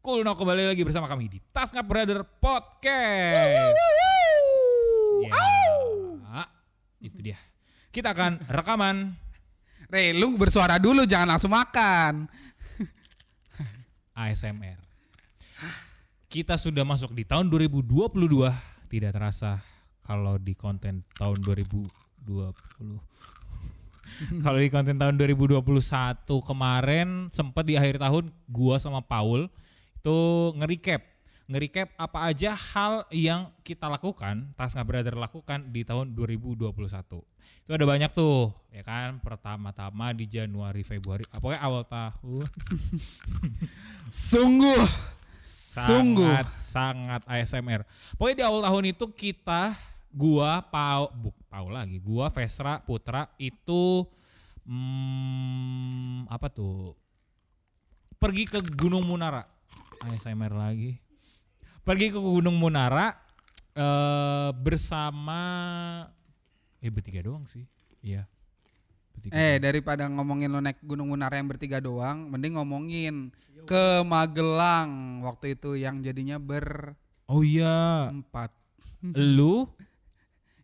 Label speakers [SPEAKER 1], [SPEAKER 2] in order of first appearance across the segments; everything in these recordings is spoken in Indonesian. [SPEAKER 1] Kulno kembali lagi bersama kami di Tasngap Brother Podcast. Ya, itu dia. Kita akan rekaman.
[SPEAKER 2] Rey, lu bersuara dulu, jangan langsung makan.
[SPEAKER 1] ASMR. Kita sudah masuk di tahun 2022, tidak terasa kalau di konten tahun 2020. kalau di konten tahun 2021 kemarin sempat di akhir tahun gua sama Paul itu nge-recap nge-recap apa aja hal yang kita lakukan, Tasnga Brother lakukan di tahun 2021. Itu ada banyak tuh, ya kan? Pertama-tama di Januari, Februari, pokoknya awal tahun
[SPEAKER 2] Sungguh. Sungguh.
[SPEAKER 1] sangat sangat ASMR. Pokoknya di awal tahun itu kita gua Pau bu, Pau lagi, gua Vesra Putra itu hmm, apa tuh? Pergi ke Gunung Munara. ASMR lagi. Pergi ke Gunung Munara eh bersama eh bertiga doang sih. Iya. Bertiga.
[SPEAKER 2] Eh, daripada ngomongin lu naik Gunung Munara yang bertiga doang, mending ngomongin ke Magelang waktu itu yang jadinya berempat.
[SPEAKER 1] Oh iya,
[SPEAKER 2] Hmm.
[SPEAKER 1] lu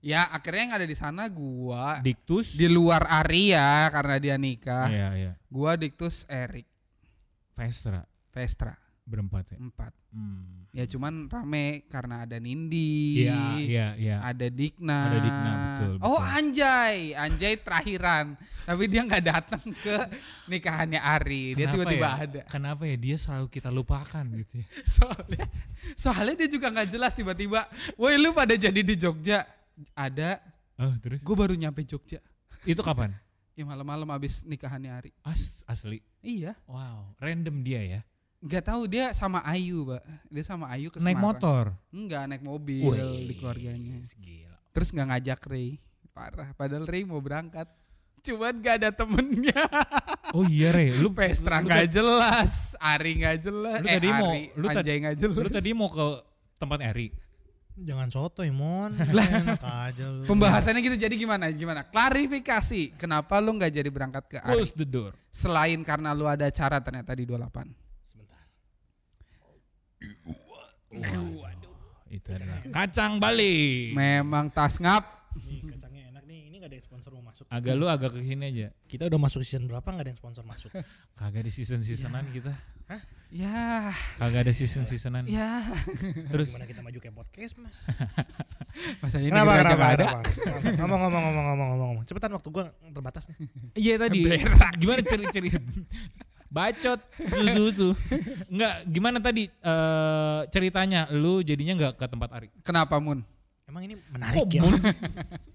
[SPEAKER 2] Ya, akhirnya yang ada di sana gua di,
[SPEAKER 1] Diktus.
[SPEAKER 2] luar Arya karena dia nikah.
[SPEAKER 1] Iya, iya.
[SPEAKER 2] Gua Diktus Erik
[SPEAKER 1] Vesra
[SPEAKER 2] Vestra
[SPEAKER 1] berempat ya.
[SPEAKER 2] empat.
[SPEAKER 1] Hmm.
[SPEAKER 2] Ya cuman rame karena ada Nindi.
[SPEAKER 1] Iya, iya, iya.
[SPEAKER 2] ada Dikna.
[SPEAKER 1] Ada Dikna, betul,
[SPEAKER 2] Oh
[SPEAKER 1] betul.
[SPEAKER 2] Anjay, Anjay terakhiran. Tapi dia nggak datang ke nikahannya Ari. Dia
[SPEAKER 1] Kenapa
[SPEAKER 2] tiba-tiba
[SPEAKER 1] ya?
[SPEAKER 2] ada.
[SPEAKER 1] Kenapa ya dia selalu kita lupakan gitu ya?
[SPEAKER 2] Soalnya, soalnya dia juga nggak jelas tiba-tiba. Woi lu pada jadi di Jogja. Ada.
[SPEAKER 1] Oh, terus
[SPEAKER 2] Gue baru nyampe Jogja.
[SPEAKER 1] itu kapan?
[SPEAKER 2] Ya malam-malam abis nikahannya Ari.
[SPEAKER 1] As asli.
[SPEAKER 2] Iya.
[SPEAKER 1] Wow, random dia ya.
[SPEAKER 2] Nggak tahu dia sama Ayu, Pak. Dia sama Ayu ke
[SPEAKER 1] Naik
[SPEAKER 2] Semarang.
[SPEAKER 1] motor.
[SPEAKER 2] Enggak, naik mobil
[SPEAKER 1] Wih,
[SPEAKER 2] di keluarganya.
[SPEAKER 1] Gila.
[SPEAKER 2] Terus nggak ngajak Ray. Parah. Padahal Ray mau berangkat. Cuman gak ada temennya.
[SPEAKER 1] Oh iya Re, lu
[SPEAKER 2] Pestra
[SPEAKER 1] lu-
[SPEAKER 2] nggak jelas, Ari nggak jelas,
[SPEAKER 1] Lu
[SPEAKER 2] eh,
[SPEAKER 1] tadi mau-
[SPEAKER 2] Ari,
[SPEAKER 1] lu tadi-
[SPEAKER 2] Anjay nggak jelas.
[SPEAKER 1] Lu tadi mau ke tempat Eri.
[SPEAKER 3] Jangan sotoy mon Enak aja lu
[SPEAKER 2] Pembahasannya gitu jadi gimana? Gimana? Klarifikasi, kenapa lu nggak jadi berangkat ke Ari?
[SPEAKER 1] Close the door.
[SPEAKER 2] Selain karena lu ada acara ternyata di 28.
[SPEAKER 1] Itu adalah kacang Bali.
[SPEAKER 2] Memang tas ngap.
[SPEAKER 3] Nih kacangnya enak nih Ini gak ada yang sponsor mau masuk
[SPEAKER 1] Agak lu agak ke sini aja.
[SPEAKER 3] Kita udah masuk season berapa gak ada yang sponsor masuk
[SPEAKER 1] Kagak ada season-seasonan kita.
[SPEAKER 2] Ya,
[SPEAKER 1] Kagak ada season-seasonan.
[SPEAKER 2] ya.
[SPEAKER 1] Terus
[SPEAKER 3] Gimana kita maju kayak podcast mas
[SPEAKER 2] Masa ini
[SPEAKER 3] Kenapa
[SPEAKER 2] negara aja
[SPEAKER 3] kenapa
[SPEAKER 2] nggak
[SPEAKER 3] kenapa Ngomong ngomong ngomong ngomong ngomong ngomong Cepetan waktu gua terbatas nih
[SPEAKER 1] Iya tadi. Gimana ciri-ciri? Bacot, susu, Enggak, gimana tadi eh, ceritanya lu jadinya nggak ke tempat Ari?
[SPEAKER 2] Kenapa Mun?
[SPEAKER 3] Emang ini menarik
[SPEAKER 1] Kok
[SPEAKER 3] ya
[SPEAKER 1] mun?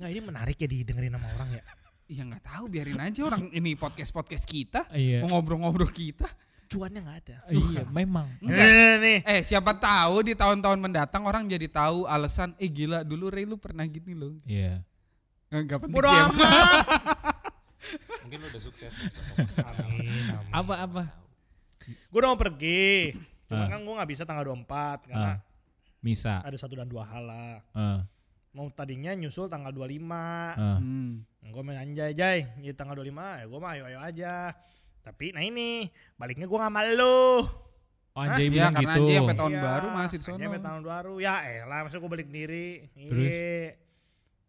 [SPEAKER 3] Nggak ini menarik ya didengerin sama orang ya
[SPEAKER 2] Ya nggak tahu, biarin aja orang ini podcast podcast kita,
[SPEAKER 1] Iya.
[SPEAKER 2] mau ngobrol-ngobrol kita.
[SPEAKER 3] Cuannya gak ada
[SPEAKER 1] Iya, memang.
[SPEAKER 2] Enggak.
[SPEAKER 3] Eh, nih
[SPEAKER 2] Eh siapa tahu di tahun-tahun mendatang orang jadi tahu alasan, eh gila dulu Ray lu pernah gini loh.
[SPEAKER 1] Iya.
[SPEAKER 2] Enggak penting
[SPEAKER 3] Bodo
[SPEAKER 2] sih emang.
[SPEAKER 3] amat
[SPEAKER 4] Mungkin lu udah sukses.
[SPEAKER 3] Amin amin.
[SPEAKER 1] Apa-apa?
[SPEAKER 3] Gua udah mau pergi Cuma
[SPEAKER 1] Ah.
[SPEAKER 3] kan gua gak bisa tanggal 24 Karena
[SPEAKER 1] Ah. Misa.
[SPEAKER 3] ada satu dan dua hal lah
[SPEAKER 1] eh,
[SPEAKER 3] Mau tadinya nyusul tanggal 25
[SPEAKER 1] eh.
[SPEAKER 2] Hmm.
[SPEAKER 3] Gue main anjay jay di tanggal 25 ya gue mah ayo ayo aja. Tapi nah ini baliknya gue gak malu.
[SPEAKER 1] Oh, Anjay
[SPEAKER 2] Iya,
[SPEAKER 1] bilang
[SPEAKER 2] karena
[SPEAKER 1] gitu.
[SPEAKER 2] Anjay sampai tahun baru masih di sono.
[SPEAKER 3] Iya. tahun baru ya elah masa gue balik sendiri.
[SPEAKER 1] Terus?
[SPEAKER 3] Iya.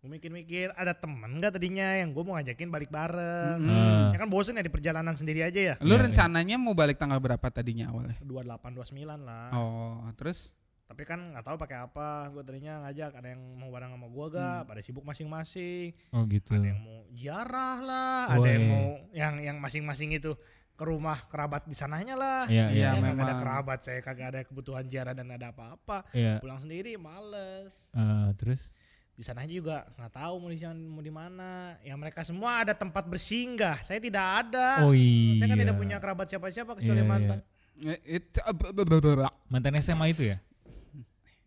[SPEAKER 3] Gue mikir-mikir ada temen gak tadinya yang gue mau ngajakin balik bareng.
[SPEAKER 1] Eh,
[SPEAKER 3] Ya kan bosen ya di perjalanan sendiri aja ya.
[SPEAKER 2] Lu
[SPEAKER 1] Iya,
[SPEAKER 2] rencananya mau balik tanggal berapa tadinya awalnya?
[SPEAKER 3] 28 29
[SPEAKER 1] Ah.
[SPEAKER 3] lah.
[SPEAKER 2] Oh, terus
[SPEAKER 3] Tapi kan nggak tahu pakai apa. Gue tadinya ngajak ada yang mau bareng sama gue gak,
[SPEAKER 2] Mm.
[SPEAKER 3] pada sibuk masing-masing.
[SPEAKER 1] oh gitu.
[SPEAKER 3] ada yang mau ziarah lah, ada yang
[SPEAKER 1] Woi.
[SPEAKER 3] mau yang yang masing-masing itu ke rumah kerabat di sananya lah.
[SPEAKER 1] Iya, iya,
[SPEAKER 2] Iya,
[SPEAKER 3] Saya kagak ada
[SPEAKER 2] memang.
[SPEAKER 3] kerabat, saya kagak ada kebutuhan ziarah dan ada apa-apa.
[SPEAKER 1] Iya.
[SPEAKER 3] Pulang sendiri males.
[SPEAKER 1] Eh, terus?
[SPEAKER 3] Di sana juga nggak tahu mau di sana- mau di mana. Ya mereka semua ada tempat bersinggah. Saya tidak ada.
[SPEAKER 1] Oh iya.
[SPEAKER 3] Saya kan tidak punya kerabat siapa-siapa kecuali
[SPEAKER 1] Iya, iya.
[SPEAKER 3] mantan.
[SPEAKER 2] Eh, it- eh, b- b- b- b- b-
[SPEAKER 1] Mantan SMA itu ya?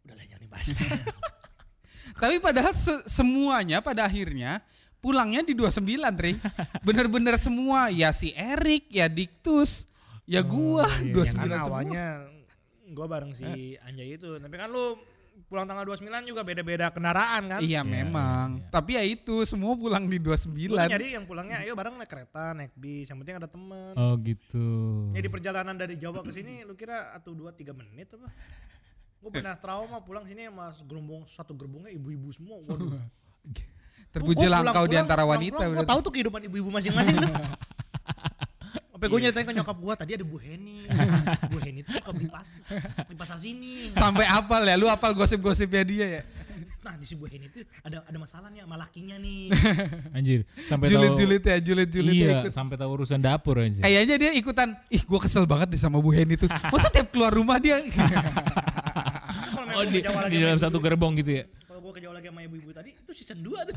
[SPEAKER 3] Udah lah jangan dibahas.
[SPEAKER 2] tapi padahal se- semuanya pada akhirnya pulangnya di 29, Ri. Bener-bener semua, ya si Erik, ya Diktus, ya gua
[SPEAKER 1] iya,
[SPEAKER 2] 29
[SPEAKER 3] ya kan
[SPEAKER 2] semua.
[SPEAKER 1] Eh.
[SPEAKER 3] awalnya gua bareng si Anjay itu. Tapi kan lu pulang tanggal 29 juga beda-beda kendaraan kan.
[SPEAKER 2] Iya memang. Tapi ya itu semua pulang di
[SPEAKER 3] Lu
[SPEAKER 2] 29.
[SPEAKER 3] nyari yang pulangnya ayo bareng naik kereta, naik bis, yang penting ada temen.
[SPEAKER 1] Oh gitu.
[SPEAKER 3] Ya di perjalanan dari Jawa ke sini lu kira atau 2 3 menit apa? Gue pernah trauma pulang sini sama gerombong satu gerbongnya ibu-ibu semua. Waduh.
[SPEAKER 2] Terpujilah engkau di antara wanita.
[SPEAKER 3] Gue
[SPEAKER 2] berarti.
[SPEAKER 3] tahu tuh kehidupan ibu-ibu masing-masing. tuh. Sampai
[SPEAKER 1] Iya.
[SPEAKER 3] gue nyeritain ke nyokap gue tadi ada Bu Heni. Bu Heni tuh suka beli pas di pasar sini.
[SPEAKER 2] Sampai apal ya, lu apal gosip-gosipnya dia ya.
[SPEAKER 3] Nah di si Bu Heni tuh ada ada masalahnya sama lakinya nih.
[SPEAKER 1] Anjir, sampai tahu
[SPEAKER 2] Julid-julid ya, julid-julid ya
[SPEAKER 1] Iya,
[SPEAKER 2] ikut.
[SPEAKER 1] sampai tahu urusan dapur anjir.
[SPEAKER 2] Kayaknya dia ikutan, ih gue kesel banget deh sama Bu Heni tuh. Masa tiap keluar rumah dia,
[SPEAKER 3] Kalau
[SPEAKER 1] Oh,
[SPEAKER 3] memang
[SPEAKER 1] di,
[SPEAKER 3] ke Jawa lagi
[SPEAKER 1] di
[SPEAKER 3] sama
[SPEAKER 1] dalam
[SPEAKER 3] ibu-
[SPEAKER 1] satu gerbong gitu ya.
[SPEAKER 3] Kalau gue ke Jawa lagi sama ibu-ibu tadi itu season 2 tuh.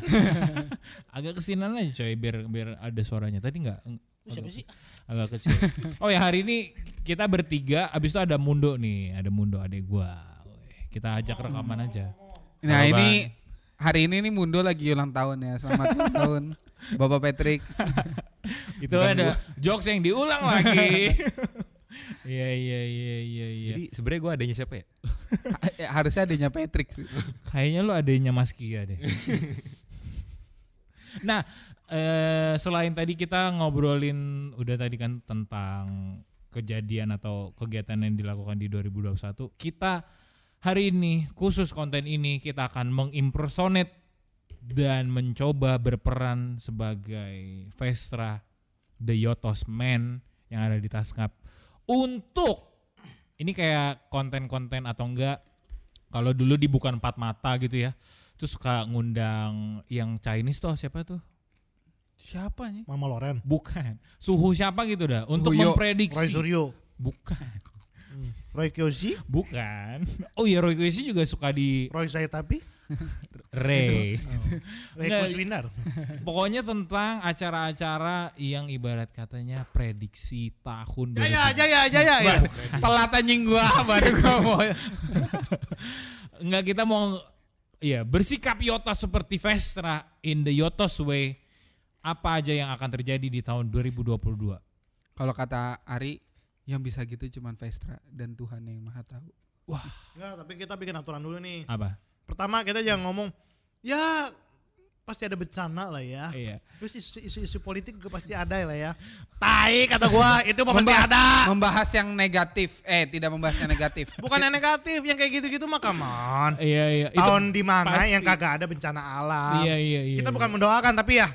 [SPEAKER 1] Agak kesinan aja coy biar biar ada suaranya. Tadi enggak
[SPEAKER 3] Lu Siapa sih?
[SPEAKER 1] agak kecil. Oh ya hari ini kita bertiga abis itu ada Mundo nih, ada Mundo adek gua. Kita ajak rekaman aja. Halo,
[SPEAKER 2] Nah ini hari ini nih Mundo lagi ulang tahun ya. Selamat ulang tahun Bapak Patrick.
[SPEAKER 1] Itu ada jokes yang diulang lagi. Iya iya iya iya iya.
[SPEAKER 5] Jadi sebenarnya gue adanya siapa ya?
[SPEAKER 2] Ha- eh, Harusnya adanya Patrick sih.
[SPEAKER 1] Kayaknya lu adanya Mas Kia deh. nah, eh, selain tadi kita ngobrolin udah tadi kan tentang kejadian atau kegiatan yang dilakukan di 2021, kita hari ini khusus konten ini kita akan mengimpersonate dan mencoba berperan sebagai Vestra The Yotos Man yang ada di Taskap untuk ini kayak konten-konten atau enggak kalau dulu di bukan empat mata gitu ya terus suka ngundang yang Chinese tuh siapa tuh
[SPEAKER 2] Siapa nih?
[SPEAKER 3] Mama Loren.
[SPEAKER 1] bukan suhu siapa gitu dah
[SPEAKER 2] Suhu
[SPEAKER 1] untuk
[SPEAKER 2] Yo.
[SPEAKER 3] Roy
[SPEAKER 1] memprediksi
[SPEAKER 3] Suryo.
[SPEAKER 1] bukan
[SPEAKER 3] Roy Kyoshi.
[SPEAKER 1] bukan oh iya Roy Kuishi juga suka di
[SPEAKER 3] Roy Saitapi.
[SPEAKER 1] Ray
[SPEAKER 3] Roy
[SPEAKER 1] Nggak.
[SPEAKER 3] Kuswinar.
[SPEAKER 1] pokoknya tentang acara-acara yang ibarat katanya prediksi tahun
[SPEAKER 2] Jaya,
[SPEAKER 1] 2000.
[SPEAKER 2] jaya, jaya. ya. Telat anjing gua baru gua mau.
[SPEAKER 1] Enggak kita mau ya bersikap Yotos seperti Vestra in the Yotos way. Apa aja yang akan terjadi di tahun 2022?
[SPEAKER 2] Kalau kata Ari yang bisa gitu cuman Vestra dan Tuhan yang Maha Tahu.
[SPEAKER 3] Enggak, tapi kita bikin aturan dulu nih.
[SPEAKER 1] Apa?
[SPEAKER 3] Pertama kita jangan ngomong ya pasti ada bencana lah ya.
[SPEAKER 1] Iya.
[SPEAKER 3] Terus isu- isu-isu politik juga pasti ada lah ya. Tai kata gua itu
[SPEAKER 2] Oh,
[SPEAKER 3] mah pasti ada.
[SPEAKER 2] membahas yang negatif. Eh, tidak membahas yang negatif.
[SPEAKER 3] Bukan yang negatif yang kayak gitu-gitu mah come on.
[SPEAKER 1] Iya iya. Itu-
[SPEAKER 3] Tahun di mana
[SPEAKER 1] pasti.
[SPEAKER 3] yang kagak ada bencana alam.
[SPEAKER 1] Iya iya iya.
[SPEAKER 3] Kita
[SPEAKER 1] iya.
[SPEAKER 3] bukan mendoakan tapi ya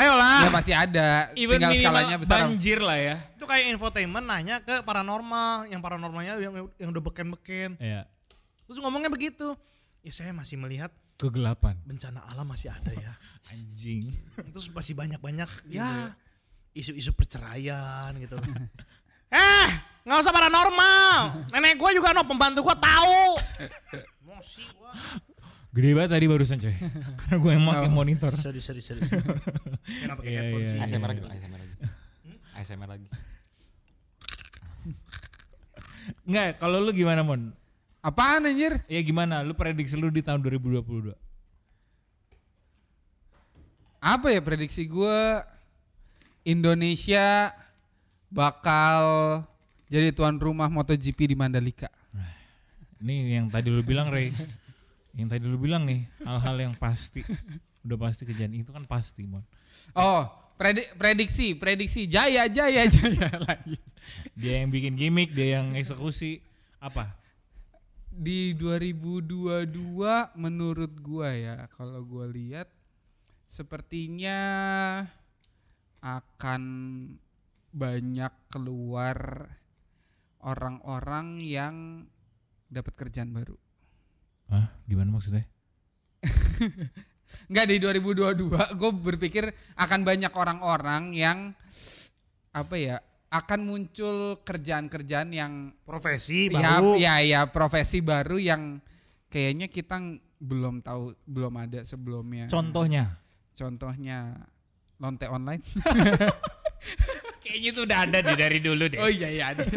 [SPEAKER 2] Ya
[SPEAKER 3] ayolah.
[SPEAKER 2] pasti ada.
[SPEAKER 1] Even
[SPEAKER 2] tinggal
[SPEAKER 1] minimal
[SPEAKER 2] skalanya besar.
[SPEAKER 1] banjir lah ya.
[SPEAKER 3] Itu kayak infotainment nanya ke paranormal, yang paranormalnya yang, yang udah beken-beken.
[SPEAKER 1] Iya.
[SPEAKER 3] Terus ngomongnya begitu. Ya saya masih melihat
[SPEAKER 1] Kegelapan.
[SPEAKER 3] bencana alam masih ada ya.
[SPEAKER 1] Anjing.
[SPEAKER 3] Terus masih banyak-banyak ya isu-isu perceraian gitu. eh, nggak usah paranormal. Nenek gue juga no pembantu gue tahu. Mosi gue.
[SPEAKER 1] Gede banget tadi barusan coy. Karena gue emang pakai monitor.
[SPEAKER 3] Serius, serius, serius. Saya nggak pakai
[SPEAKER 1] Iya,
[SPEAKER 3] headphone
[SPEAKER 1] iya,
[SPEAKER 3] sih.
[SPEAKER 1] iya.
[SPEAKER 5] ASMR lagi, dong, ASMR lagi. ASMR lagi.
[SPEAKER 1] Enggak, kalau lu gimana Mon?
[SPEAKER 2] Apaan anjir?
[SPEAKER 1] Ya gimana? Lu prediksi lu di tahun 2022?
[SPEAKER 2] apa ya prediksi gue Indonesia bakal jadi tuan rumah MotoGP di Mandalika.
[SPEAKER 1] Ini yang tadi lu bilang Ray. yang tadi lu bilang nih hal-hal yang pasti udah pasti kejadian itu kan pasti mon
[SPEAKER 2] Oh, predi- prediksi, prediksi jaya jaya jaya lagi.
[SPEAKER 1] dia yang bikin gimmick dia yang eksekusi apa
[SPEAKER 2] Di 2022 menurut gua ya, kalau gua lihat sepertinya akan banyak keluar orang-orang yang dapat kerjaan baru.
[SPEAKER 1] Hah? gimana maksudnya
[SPEAKER 2] Enggak di 2022 gue berpikir akan banyak orang-orang yang apa ya akan muncul kerjaan-kerjaan yang
[SPEAKER 3] Profesi
[SPEAKER 1] Iya,
[SPEAKER 2] ya,
[SPEAKER 3] baru.
[SPEAKER 2] ya ya profesi baru yang kayaknya kita ng- belum tahu belum ada sebelumnya.
[SPEAKER 1] contohnya
[SPEAKER 2] Contohnya lonte online.
[SPEAKER 1] kayaknya itu udah ada deh dari dulu deh
[SPEAKER 2] iya iya ada.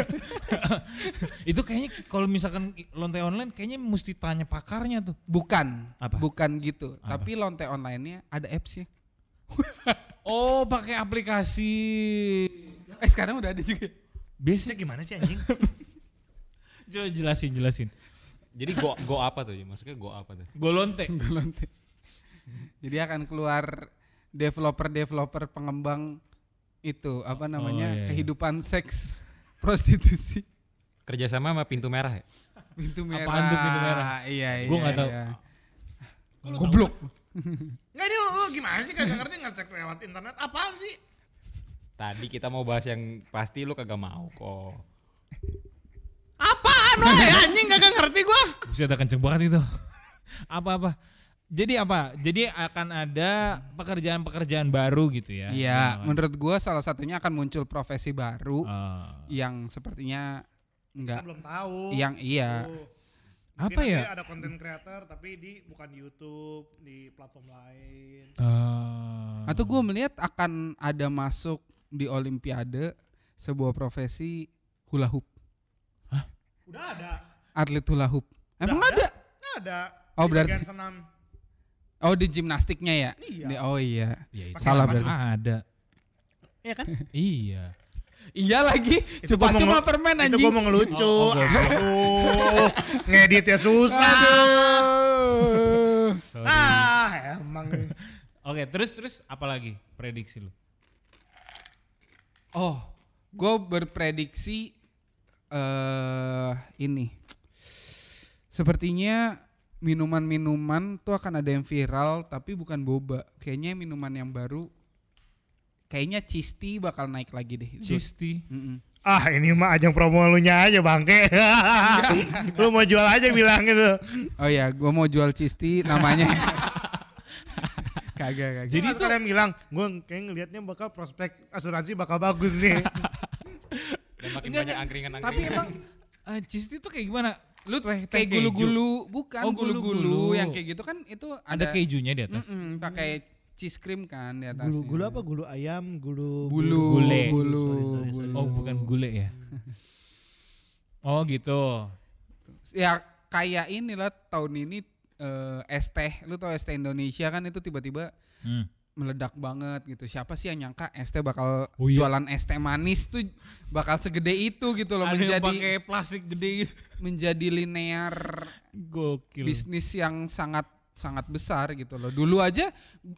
[SPEAKER 1] itu kayaknya ki- kalau misalkan i- lonte online kayaknya mesti tanya pakarnya tuh
[SPEAKER 2] Bukan.
[SPEAKER 1] Apa?
[SPEAKER 2] Bukan gitu.
[SPEAKER 1] Apa?
[SPEAKER 2] Tapi lonte online-nya ada apps ya.
[SPEAKER 1] oh pakai aplikasi
[SPEAKER 2] Eh sekarang udah ada juga.
[SPEAKER 1] biasanya
[SPEAKER 3] Itu gimana sih anjing?
[SPEAKER 1] Coba jelasin jelasin
[SPEAKER 5] Jadi go go apa tuh? Maksudnya go apa tuh?
[SPEAKER 1] Golonte.
[SPEAKER 2] Golonte. Jadi akan keluar developer-developer pengembang itu apa namanya
[SPEAKER 1] iya, iya.
[SPEAKER 2] kehidupan seks prostitusi
[SPEAKER 5] Kerjasama sama pintu merah ya?
[SPEAKER 2] pintu merah.
[SPEAKER 1] Apaan tuh pintu merah?
[SPEAKER 2] Iya iya.
[SPEAKER 1] Gua nggak tahu.
[SPEAKER 2] iya. Goblok.
[SPEAKER 3] Enggak ini lu, lu gimana sih kagak ngerti ngecek lewat internet apaan sih?
[SPEAKER 5] Tadi kita mau bahas yang pasti lu kagak mau kok.
[SPEAKER 3] Apaan woi anjing kagak ngerti gua.
[SPEAKER 1] Buset ada kenceng banget itu. Apa-apa. Jadi apa? Jadi akan ada pekerjaan-pekerjaan baru gitu ya.
[SPEAKER 2] Iya, menurut gua salah satunya akan muncul profesi baru
[SPEAKER 1] Eh,
[SPEAKER 2] yang sepertinya enggak
[SPEAKER 3] Belum tahu.
[SPEAKER 2] yang iya.
[SPEAKER 3] Tuh.
[SPEAKER 1] apa
[SPEAKER 3] Mungkin
[SPEAKER 1] ya?
[SPEAKER 3] nanti Ada konten creator tapi di bukan di YouTube, di platform lain.
[SPEAKER 1] eh,
[SPEAKER 2] Atau gua melihat akan ada masuk di olimpiade sebuah profesi hula hoop,
[SPEAKER 3] Udah ada.
[SPEAKER 2] atlet hula hoop. Emang ada?
[SPEAKER 3] Nggak ada.
[SPEAKER 2] Oh,
[SPEAKER 3] Di
[SPEAKER 2] berarti-
[SPEAKER 3] bagian senam.
[SPEAKER 2] Oh, di gimnastiknya ya?
[SPEAKER 3] Iya.
[SPEAKER 2] Di- oh iya.
[SPEAKER 1] ya itu
[SPEAKER 2] Salah
[SPEAKER 1] emang
[SPEAKER 2] berarti.
[SPEAKER 1] Ada.
[SPEAKER 3] Iya kan?
[SPEAKER 1] Iya.
[SPEAKER 2] Iya lagi,
[SPEAKER 3] Itu
[SPEAKER 2] cuma
[SPEAKER 3] gua mau
[SPEAKER 2] cuma
[SPEAKER 3] ngel-
[SPEAKER 2] permen
[SPEAKER 3] Itu
[SPEAKER 2] anjing. Oh,
[SPEAKER 3] gue mau ngelucu. Aduh, ngeditnya susah. ah, emang.
[SPEAKER 1] Oke, terus terus apa lagi prediksi lu?
[SPEAKER 2] Oh, gue berprediksi eh ini. Sepertinya minuman-minuman tuh akan ada yang viral tapi bukan boba. Kayaknya minuman yang baru kayaknya cisti bakal naik lagi deh.
[SPEAKER 1] Cisti.
[SPEAKER 2] Mm-mm.
[SPEAKER 3] Ah, ini mah ajang promo lu nya aja bangke. lu mau jual aja bilang gitu.
[SPEAKER 2] Oh ya, gue mau jual cisti namanya. kagak kagak.
[SPEAKER 3] Jadi tuh kalian bilang, gue kayak ngelihatnya bakal prospek asuransi bakal bagus nih.
[SPEAKER 5] Dan
[SPEAKER 1] Enggak,
[SPEAKER 5] makin banyak
[SPEAKER 1] enggak.
[SPEAKER 5] angkringan-angkringan.
[SPEAKER 1] Tapi emang eh, Cisti tuh kayak gimana?
[SPEAKER 2] Lu
[SPEAKER 1] Teh- teh
[SPEAKER 2] kayak
[SPEAKER 1] keju.
[SPEAKER 2] gulu-gulu, bukan
[SPEAKER 1] Oh,
[SPEAKER 2] gulu-gulu
[SPEAKER 1] gulu-gulu.
[SPEAKER 2] yang kayak gitu kan itu
[SPEAKER 1] Ada,
[SPEAKER 2] ada,
[SPEAKER 1] kejunya di atas.
[SPEAKER 2] Mm-mm, pakai cheese cream kan di atasnya.
[SPEAKER 6] Gulu gulu apa gulu ayam gulu
[SPEAKER 2] bulu
[SPEAKER 1] Gule.
[SPEAKER 2] bulu,
[SPEAKER 6] Sorry, sorry,
[SPEAKER 2] bulu.
[SPEAKER 1] Oh, bukan gule ya. oh, gitu.
[SPEAKER 2] ya kayak inilah tahun ini eh, es teh lu tau es teh Indonesia kan itu tiba-tiba
[SPEAKER 1] Hmm.
[SPEAKER 2] meledak banget gitu siapa sih yang nyangka es teh bakal
[SPEAKER 1] Oh iya.
[SPEAKER 2] jualan es teh manis tuh bakal segede itu gitu loh
[SPEAKER 1] Ada yang
[SPEAKER 2] menjadi
[SPEAKER 1] pakai plastik gede gitu.
[SPEAKER 2] menjadi linear
[SPEAKER 1] Gokil.
[SPEAKER 2] bisnis yang sangat sangat besar gitu loh dulu aja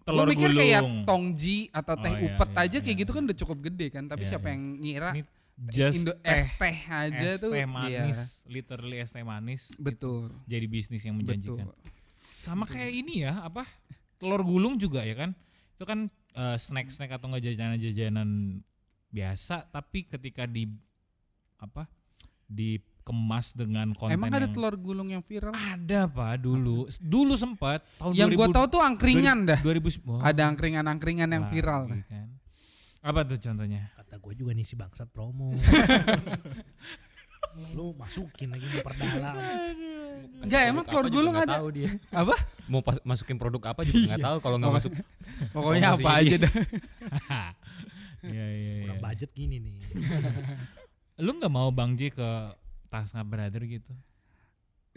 [SPEAKER 1] Telur
[SPEAKER 2] lu mikir kayak
[SPEAKER 1] gulung.
[SPEAKER 2] tongji atau teh
[SPEAKER 1] Oh, iya,
[SPEAKER 2] upet
[SPEAKER 1] iya,
[SPEAKER 2] aja kayak
[SPEAKER 1] iya.
[SPEAKER 2] gitu kan udah cukup gede kan tapi
[SPEAKER 1] Iya,
[SPEAKER 2] siapa
[SPEAKER 1] iya.
[SPEAKER 2] yang ngira
[SPEAKER 1] Ini just
[SPEAKER 2] Indo-
[SPEAKER 1] teh,
[SPEAKER 2] es teh aja
[SPEAKER 1] es
[SPEAKER 2] tuh
[SPEAKER 1] teh
[SPEAKER 2] iya,
[SPEAKER 1] manis, literally es teh manis
[SPEAKER 2] betul
[SPEAKER 1] jadi bisnis
[SPEAKER 2] Gitu,
[SPEAKER 1] yang menjanjikan.
[SPEAKER 2] betul
[SPEAKER 1] Sama kayak ini ya, apa? Telur gulung juga ya kan? Itu kan eh, snack-snack atau enggak jajanan-jajanan biasa tapi ketika di apa? dikemas dengan konten
[SPEAKER 2] Emang ada
[SPEAKER 1] yang-
[SPEAKER 2] telur gulung yang viral?
[SPEAKER 1] Ada pak dulu, dulu sempat tahun
[SPEAKER 2] yang gue
[SPEAKER 1] 2000
[SPEAKER 2] tahu tuh angkringan dah.
[SPEAKER 1] 2000 oh,
[SPEAKER 2] Ada angkringan-angkringan yang
[SPEAKER 1] lagi
[SPEAKER 2] viral.
[SPEAKER 1] kan. Apa tuh contohnya?
[SPEAKER 6] Kata gue juga nih si bangsat promo. lu masukin lagi mau perdala.
[SPEAKER 1] Iya.
[SPEAKER 2] Enggak, emang
[SPEAKER 5] Apa
[SPEAKER 2] telur
[SPEAKER 5] juga
[SPEAKER 2] gulung
[SPEAKER 5] nggak
[SPEAKER 2] ada.
[SPEAKER 5] tahu dia.
[SPEAKER 2] Apa?
[SPEAKER 5] Mau pas- masukin produk apa juga nggak tahu kalau nggak masuk.
[SPEAKER 2] Pokoknya apa
[SPEAKER 5] Promosi.
[SPEAKER 2] aja dah.
[SPEAKER 1] Iya iya
[SPEAKER 6] Kurang
[SPEAKER 1] iya.
[SPEAKER 6] budget gini nih.
[SPEAKER 1] Lu nggak mau Bang J ke Tasnga Brother gitu?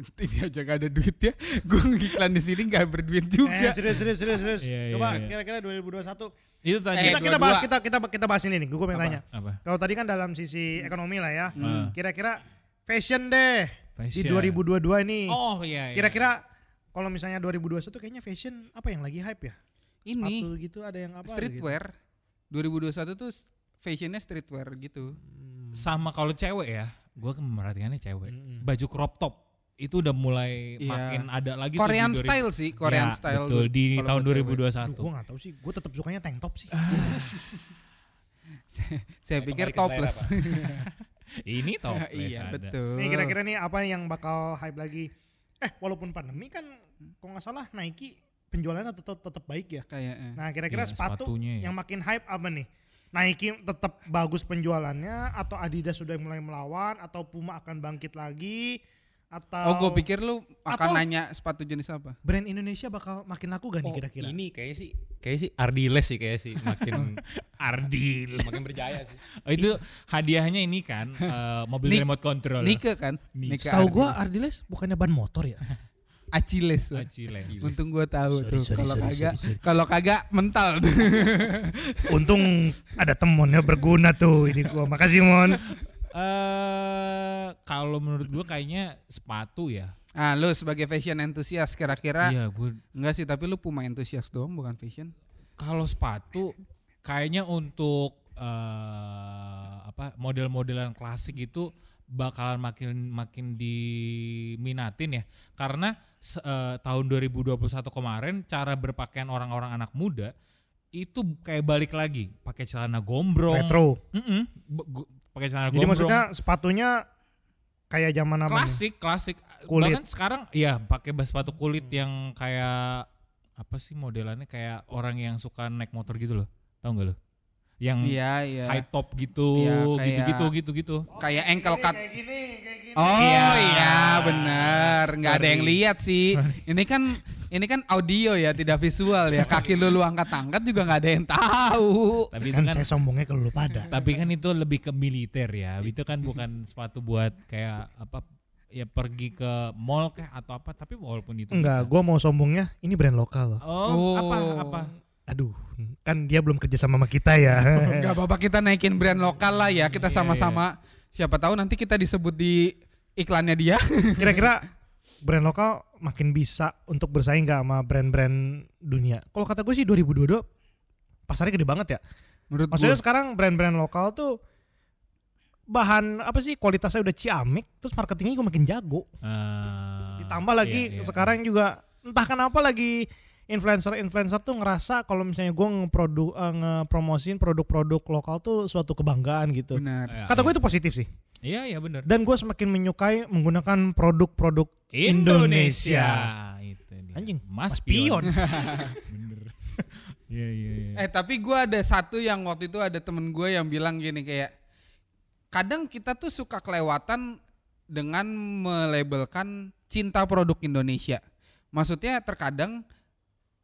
[SPEAKER 2] Ini aja gak ada duit ya. Gue ngiklan di sini gak berduit
[SPEAKER 3] eh,
[SPEAKER 2] juga.
[SPEAKER 3] serius, serius, serius, serius.
[SPEAKER 1] Iya, iya,
[SPEAKER 3] Coba
[SPEAKER 1] iya.
[SPEAKER 3] kira-kira 2021.
[SPEAKER 1] Itu tadi
[SPEAKER 2] Eh,
[SPEAKER 1] apa?
[SPEAKER 2] dua-
[SPEAKER 3] kita, kita bahas
[SPEAKER 2] dua.
[SPEAKER 3] kita kita kita bahas ini nih. Gue pengen tanya.
[SPEAKER 1] apa?
[SPEAKER 3] Kalau tadi kan dalam sisi ekonomi lah ya.
[SPEAKER 1] Hmm.
[SPEAKER 3] Kira-kira fashion deh di
[SPEAKER 1] Fashion.
[SPEAKER 3] 2022 ini.
[SPEAKER 1] Oh iya. iya.
[SPEAKER 3] Kira-kira kalau misalnya 2021 kayaknya fashion apa yang lagi hype ya?
[SPEAKER 2] Eh, Ini
[SPEAKER 3] Sepatu gitu ada yang apa?
[SPEAKER 2] streetwear. 2021 tuh fashionnya streetwear gitu.
[SPEAKER 3] Hmm.
[SPEAKER 1] sama kalau cewek ya, gue merhatikannya cewek.
[SPEAKER 3] Mm-mm.
[SPEAKER 1] Baju crop top itu udah mulai
[SPEAKER 2] Iya.
[SPEAKER 1] makin ada lagi. tuh di
[SPEAKER 2] Korean
[SPEAKER 1] 2000
[SPEAKER 2] style sih, Korean
[SPEAKER 1] Iya,
[SPEAKER 2] style.
[SPEAKER 1] Betul
[SPEAKER 2] tuh
[SPEAKER 1] di
[SPEAKER 2] kalau
[SPEAKER 1] tahun
[SPEAKER 2] buat cewek.
[SPEAKER 1] 2021.
[SPEAKER 3] gue gak tau sih, gue tetap sukanya tank top sih.
[SPEAKER 2] Saya
[SPEAKER 5] Kembali
[SPEAKER 2] pikir
[SPEAKER 5] ke selera,
[SPEAKER 2] topless.
[SPEAKER 5] Pak.
[SPEAKER 1] Ini top.
[SPEAKER 2] Iya, betul.
[SPEAKER 3] Nih kira-kira nih apa yang bakal hype lagi? Eh walaupun pandemi kan, kalau nggak salah Nike penjualannya tetap tetap baik ya.
[SPEAKER 2] Kayaknya.
[SPEAKER 3] Nah kira-kira
[SPEAKER 1] Iya,
[SPEAKER 3] sepatu
[SPEAKER 1] sepatunya ya.
[SPEAKER 3] yang makin hype apa nih? Nike tetap bagus penjualannya atau Adidas sudah mulai melawan atau Puma akan bangkit lagi atau
[SPEAKER 2] Oh, gue pikir lu akan
[SPEAKER 3] Nah, Atau-
[SPEAKER 2] nanya sepatu jenis apa?
[SPEAKER 3] brand Indonesia bakal makin laku gak nih
[SPEAKER 5] Oh,
[SPEAKER 3] kira-kira?
[SPEAKER 5] Ini kayaknya sih kayaknya sih Ardiles sih kayaknya sih makin
[SPEAKER 1] Ardil.
[SPEAKER 5] makin berjaya sih.
[SPEAKER 1] Oh, itu hadiahnya ini kan eh, mobil
[SPEAKER 2] Nik-
[SPEAKER 1] remote control.
[SPEAKER 2] Nike kan? Nike
[SPEAKER 3] Tahu gue
[SPEAKER 2] Adidas.
[SPEAKER 3] Ardiles bukannya ban motor ya?
[SPEAKER 2] Achilles. Pak.
[SPEAKER 1] Acile.
[SPEAKER 2] Untung gue tahu
[SPEAKER 6] Sorry,
[SPEAKER 2] tuh.
[SPEAKER 6] sorry,
[SPEAKER 2] Kalau
[SPEAKER 6] sorry,
[SPEAKER 2] kagak,
[SPEAKER 6] sorry, sorry.
[SPEAKER 2] kalau kagak mental. tuh.
[SPEAKER 3] Untung ada temennya berguna tuh ini gua. Makasih Mon.
[SPEAKER 1] Eh kalau menurut gue kayaknya sepatu ya.
[SPEAKER 2] Ah, lu sebagai fashion enthusiast kira-kira
[SPEAKER 1] Iya, gue
[SPEAKER 2] enggak sih, tapi lu Puma enthusiast doang bukan fashion.
[SPEAKER 1] kalau sepatu kayaknya untuk eh, apa model-modelan klasik itu bakalan makin makin diminatin ya karena se- eh, tahun 2021 kemarin cara berpakaian orang-orang anak muda itu kayak balik lagi pakai celana gombrong
[SPEAKER 3] Retro.
[SPEAKER 1] Mm-mm, be- go- pakai celana
[SPEAKER 3] Jadi
[SPEAKER 1] gombrong
[SPEAKER 3] maksudnya sepatunya kayak zaman apa? nih?
[SPEAKER 1] klasik klasik
[SPEAKER 3] ya? Kulit. Hmm.
[SPEAKER 1] bahkan sekarang ya pakai bas- sepatu kulit yang kayak apa sih modelannya kayak orang yang suka naik motor gitu loh tau nggak lo yang
[SPEAKER 2] Iya, iya.
[SPEAKER 1] high top gitu
[SPEAKER 2] Iya,
[SPEAKER 1] gitu
[SPEAKER 2] kayak-
[SPEAKER 1] gitu gitu gitu
[SPEAKER 2] Kayak ankle cut. Oh iya, bener nggak ada
[SPEAKER 1] Sorry.
[SPEAKER 2] yang lihat sih. Ini kan ini kan audio ya, tidak visual ya. Kaki lu lu angkat-angkat juga nggak ada yang tahu.
[SPEAKER 1] tapi itu
[SPEAKER 3] Kan
[SPEAKER 1] kan
[SPEAKER 3] saya sombongnya ke lu pada.
[SPEAKER 1] tapi kan itu lebih ke militer ya itu kan bukan sepatu buat kayak apa ya pergi ke mall kah atau apa tapi walaupun itu bisa.
[SPEAKER 3] Enggak, gua mau sombongnya ini brand lokal.
[SPEAKER 1] oh, apa
[SPEAKER 2] Oh.
[SPEAKER 1] apa
[SPEAKER 3] Aduh, kan dia belum kerja sama sama kita ya.
[SPEAKER 1] Eh.
[SPEAKER 2] Gak apa-apa kita naikin brand lokal lah ya.
[SPEAKER 1] Iya,
[SPEAKER 2] Kita sama-sama siapa tahu nanti kita disebut di iklannya dia.
[SPEAKER 3] Kira-kira brand lokal makin bisa untuk bersaing gak sama brand-brand dunia? Kalau kata gue sih 2022 pasarnya gede banget ya.
[SPEAKER 2] Menurut
[SPEAKER 3] Maksudnya
[SPEAKER 2] gua.
[SPEAKER 3] sekarang brand-brand lokal tuh bahan apa sih kualitasnya udah ciamik terus marketingnya juga makin jago.
[SPEAKER 1] Eh,
[SPEAKER 3] Ditambah lagi
[SPEAKER 1] iya, iya.
[SPEAKER 3] sekarang juga entah kenapa lagi influencer-influencer tuh ngerasa kalau misalnya gue ngeprodu eh, ngepromosin produk-produk lokal tuh suatu kebanggaan gitu.
[SPEAKER 2] benar.
[SPEAKER 1] Iya,
[SPEAKER 3] Kata gue
[SPEAKER 1] iya.
[SPEAKER 3] itu positif sih.
[SPEAKER 1] iya iya bener
[SPEAKER 3] Dan gue semakin menyukai menggunakan produk-produk
[SPEAKER 1] Indonesia.
[SPEAKER 3] Indonesia.
[SPEAKER 1] Itu dia.
[SPEAKER 3] Anjing,
[SPEAKER 1] Mas,
[SPEAKER 3] Mas
[SPEAKER 1] Pion.
[SPEAKER 3] Pion.
[SPEAKER 1] Bener. Iya iya iya.
[SPEAKER 2] Eh tapi gua ada satu yang waktu itu ada temen gue yang bilang gini kayak kadang kita tuh suka kelewatan dengan melabelkan cinta produk Indonesia. Maksudnya terkadang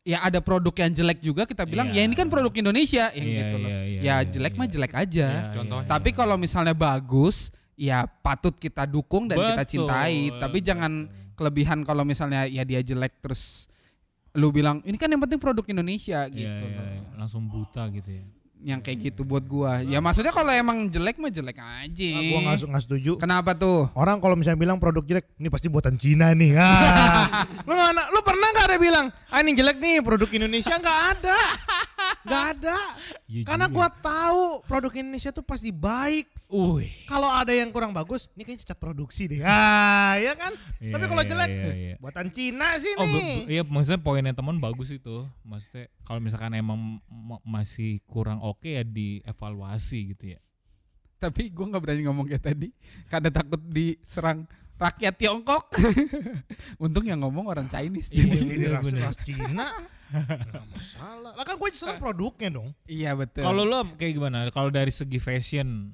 [SPEAKER 2] ya ada produk yang jelek juga kita bilang
[SPEAKER 1] Iya.
[SPEAKER 2] ya ini kan produk Indonesia yang
[SPEAKER 1] Iya,
[SPEAKER 2] gitu loh.
[SPEAKER 1] iya, iya, iya,
[SPEAKER 2] ya jelek mah
[SPEAKER 1] iya.
[SPEAKER 2] jelek aja.
[SPEAKER 1] Iya,
[SPEAKER 5] Contohnya.
[SPEAKER 1] iya,
[SPEAKER 2] Tapi
[SPEAKER 1] iya.
[SPEAKER 2] kalau misalnya bagus ya patut kita dukung dan kita
[SPEAKER 1] Betul,
[SPEAKER 2] cintai. Tapi jangan kelebihan kalau misalnya ya dia jelek terus lu bilang ini kan yang penting produk Indonesia
[SPEAKER 1] Iya,
[SPEAKER 2] gitu
[SPEAKER 1] iya,
[SPEAKER 2] loh
[SPEAKER 1] iya. Nah. langsung buta gitu ya.
[SPEAKER 2] yang kayak gitu buat gua. Ya maksudnya kalau emang jelek mah jelek
[SPEAKER 1] Ah,
[SPEAKER 2] aja.
[SPEAKER 3] Nah, gue nggak su- nggak setuju.
[SPEAKER 2] Kenapa tuh?
[SPEAKER 3] Orang kalau misalnya bilang produk jelek, ini pasti buatan Cina nih. Ah. lu, nggak- lu pernah nggak ada bilang, ah ini jelek nih produk Indonesia nggak ada, nggak ada.
[SPEAKER 1] Iya
[SPEAKER 3] Karena
[SPEAKER 1] juga.
[SPEAKER 3] gua tahu produk Indonesia tuh pasti baik.
[SPEAKER 1] Uy.
[SPEAKER 3] Kalau ada yang kurang bagus, ini kayaknya cacat produksi deh. Ah, ya kan?
[SPEAKER 1] Iya,
[SPEAKER 3] Tapi kalau
[SPEAKER 1] iya,
[SPEAKER 3] jelek, hmm,
[SPEAKER 1] iya, iya.
[SPEAKER 3] buatan Cina sih
[SPEAKER 1] Oh,
[SPEAKER 3] nih.
[SPEAKER 1] be- be- iya maksudnya poinnya teman bagus itu. Maksudnya kalau misalkan emang ma- masih kurang oke ya dievaluasi gitu ya.
[SPEAKER 2] Tapi gua nggak berani ngomong kayak tadi karena takut diserang rakyat Tiongkok. Untung yang ngomong orang Chinese.
[SPEAKER 1] Iya,
[SPEAKER 3] Jadi
[SPEAKER 2] Jadi.
[SPEAKER 3] Iya, ini
[SPEAKER 1] bener,
[SPEAKER 3] ras-
[SPEAKER 1] bener.
[SPEAKER 3] ras Cina. Nggak masalah. Lah kan gue serang produknya dong.
[SPEAKER 2] Iya betul.
[SPEAKER 1] Kalau lo kayak gimana? Kalau dari segi fashion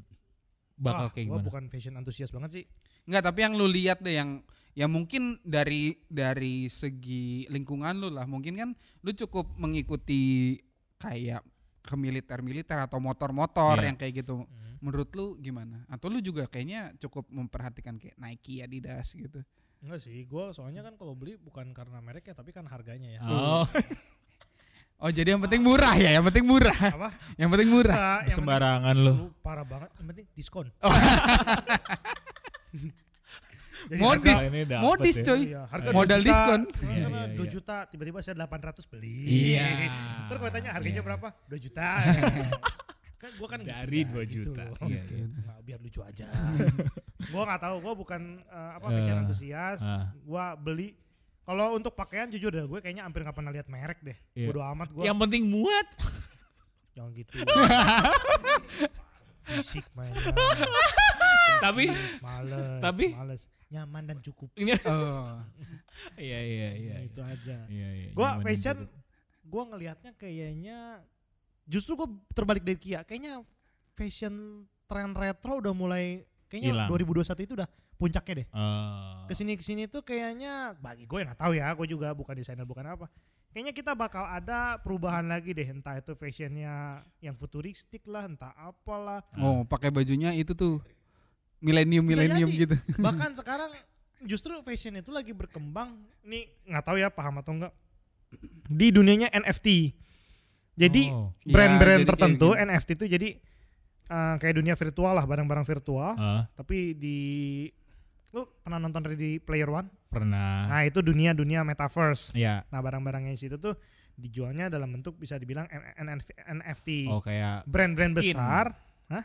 [SPEAKER 1] bakal
[SPEAKER 3] Ah,
[SPEAKER 1] kayak
[SPEAKER 3] gua
[SPEAKER 1] gimana?
[SPEAKER 3] bukan fashion antusias banget sih.
[SPEAKER 2] Enggak, tapi yang lu lihat deh yang ya mungkin dari dari segi lingkungan lu lah. Mungkin kan lu cukup mengikuti kayak ke militer-militer atau motor-motor
[SPEAKER 1] Iya.
[SPEAKER 2] yang kayak gitu. Menurut lu gimana? Atau lu juga kayaknya cukup memperhatikan kayak Nike, Adidas gitu.
[SPEAKER 3] Enggak sih, gua soalnya kan kalau beli bukan karena mereknya tapi kan harganya ya.
[SPEAKER 1] Oh,
[SPEAKER 2] Oh, jadi yang penting murah ya, yang penting murah.
[SPEAKER 3] Apa?
[SPEAKER 2] Yang penting murah.
[SPEAKER 3] Nah, yang penting-
[SPEAKER 1] sembarangan lo.
[SPEAKER 3] lu parah banget, yang penting diskon.
[SPEAKER 1] Oh.
[SPEAKER 3] Jadi
[SPEAKER 2] Modis,
[SPEAKER 1] harga ini dapet
[SPEAKER 2] modis
[SPEAKER 1] ya.
[SPEAKER 2] coy.
[SPEAKER 3] Iya, harga
[SPEAKER 2] Modal
[SPEAKER 3] 2 juta.
[SPEAKER 2] diskon.
[SPEAKER 3] Karena
[SPEAKER 1] Iya,
[SPEAKER 3] karena
[SPEAKER 1] iya,
[SPEAKER 3] 2
[SPEAKER 1] iya.
[SPEAKER 3] juta tiba-tiba saya 800 beli.
[SPEAKER 1] Iya.
[SPEAKER 3] Terus gue tanya harganya
[SPEAKER 1] Iya.
[SPEAKER 3] berapa? 2 juta. kan gua kan gitu
[SPEAKER 1] Dari
[SPEAKER 3] ya,
[SPEAKER 1] 2
[SPEAKER 3] gitu
[SPEAKER 1] juta.
[SPEAKER 3] loh.
[SPEAKER 1] Iya, iya.
[SPEAKER 3] Nah, biar lucu aja. gua nggak tahu, gua bukan eh, apa fashion
[SPEAKER 1] Eh,
[SPEAKER 3] antusias.
[SPEAKER 1] ah.
[SPEAKER 3] Gua beli kalau untuk pakaian jujur deh gue kayaknya hampir nggak pernah lihat merek deh.
[SPEAKER 1] Iya.
[SPEAKER 3] Bodo amat gua.
[SPEAKER 1] Yang penting muat.
[SPEAKER 3] Jangan gitu. Fisik mainan.
[SPEAKER 1] Tapi
[SPEAKER 3] Fisik, males,
[SPEAKER 1] tapi-
[SPEAKER 3] males. nyaman dan cukup.
[SPEAKER 1] ini
[SPEAKER 2] Oh.
[SPEAKER 1] Iya iya iya.
[SPEAKER 3] Nah, itu aja.
[SPEAKER 1] Iya iya.
[SPEAKER 3] Gua
[SPEAKER 1] nyaman dan
[SPEAKER 3] fashion
[SPEAKER 1] cukup.
[SPEAKER 3] gua ngelihatnya kayaknya justru gua terbalik dari Kia. Kayaknya fashion tren retro udah mulai
[SPEAKER 1] Hilang.
[SPEAKER 3] kayaknya 2021 itu udah puncaknya deh.
[SPEAKER 1] Ah.
[SPEAKER 3] Kesini kesini tuh kayaknya bagi gue nggak tahu ya, gue juga bukan desainer bukan apa. Kayaknya kita bakal ada perubahan lagi deh, entah itu fashionnya yang futuristik lah, entah apalah.
[SPEAKER 2] Oh, pakai bajunya itu tuh milenium-milenium
[SPEAKER 3] jadi.
[SPEAKER 2] gitu.
[SPEAKER 3] Bahkan sekarang justru fashion itu lagi berkembang. Nih nggak tahu ya paham atau enggak di dunianya NFT. Jadi
[SPEAKER 1] Oh.
[SPEAKER 2] Iya,
[SPEAKER 3] brand-brand
[SPEAKER 2] jadi kayak
[SPEAKER 3] tertentu
[SPEAKER 2] gitu.
[SPEAKER 3] NFT itu eh, jadi eh, kayak dunia virtual lah, barang-barang virtual,
[SPEAKER 1] Ah.
[SPEAKER 3] tapi di Lu pernah nonton Ready Player One?
[SPEAKER 1] Pernah.
[SPEAKER 3] Nah, itu dunia-dunia metaverse.
[SPEAKER 1] Ya.
[SPEAKER 3] Nah, barang-barangnya di situ tuh dijualnya dalam bentuk bisa dibilang NFT.
[SPEAKER 1] Oh kayak
[SPEAKER 3] Brand-brand
[SPEAKER 1] Skin.
[SPEAKER 3] besar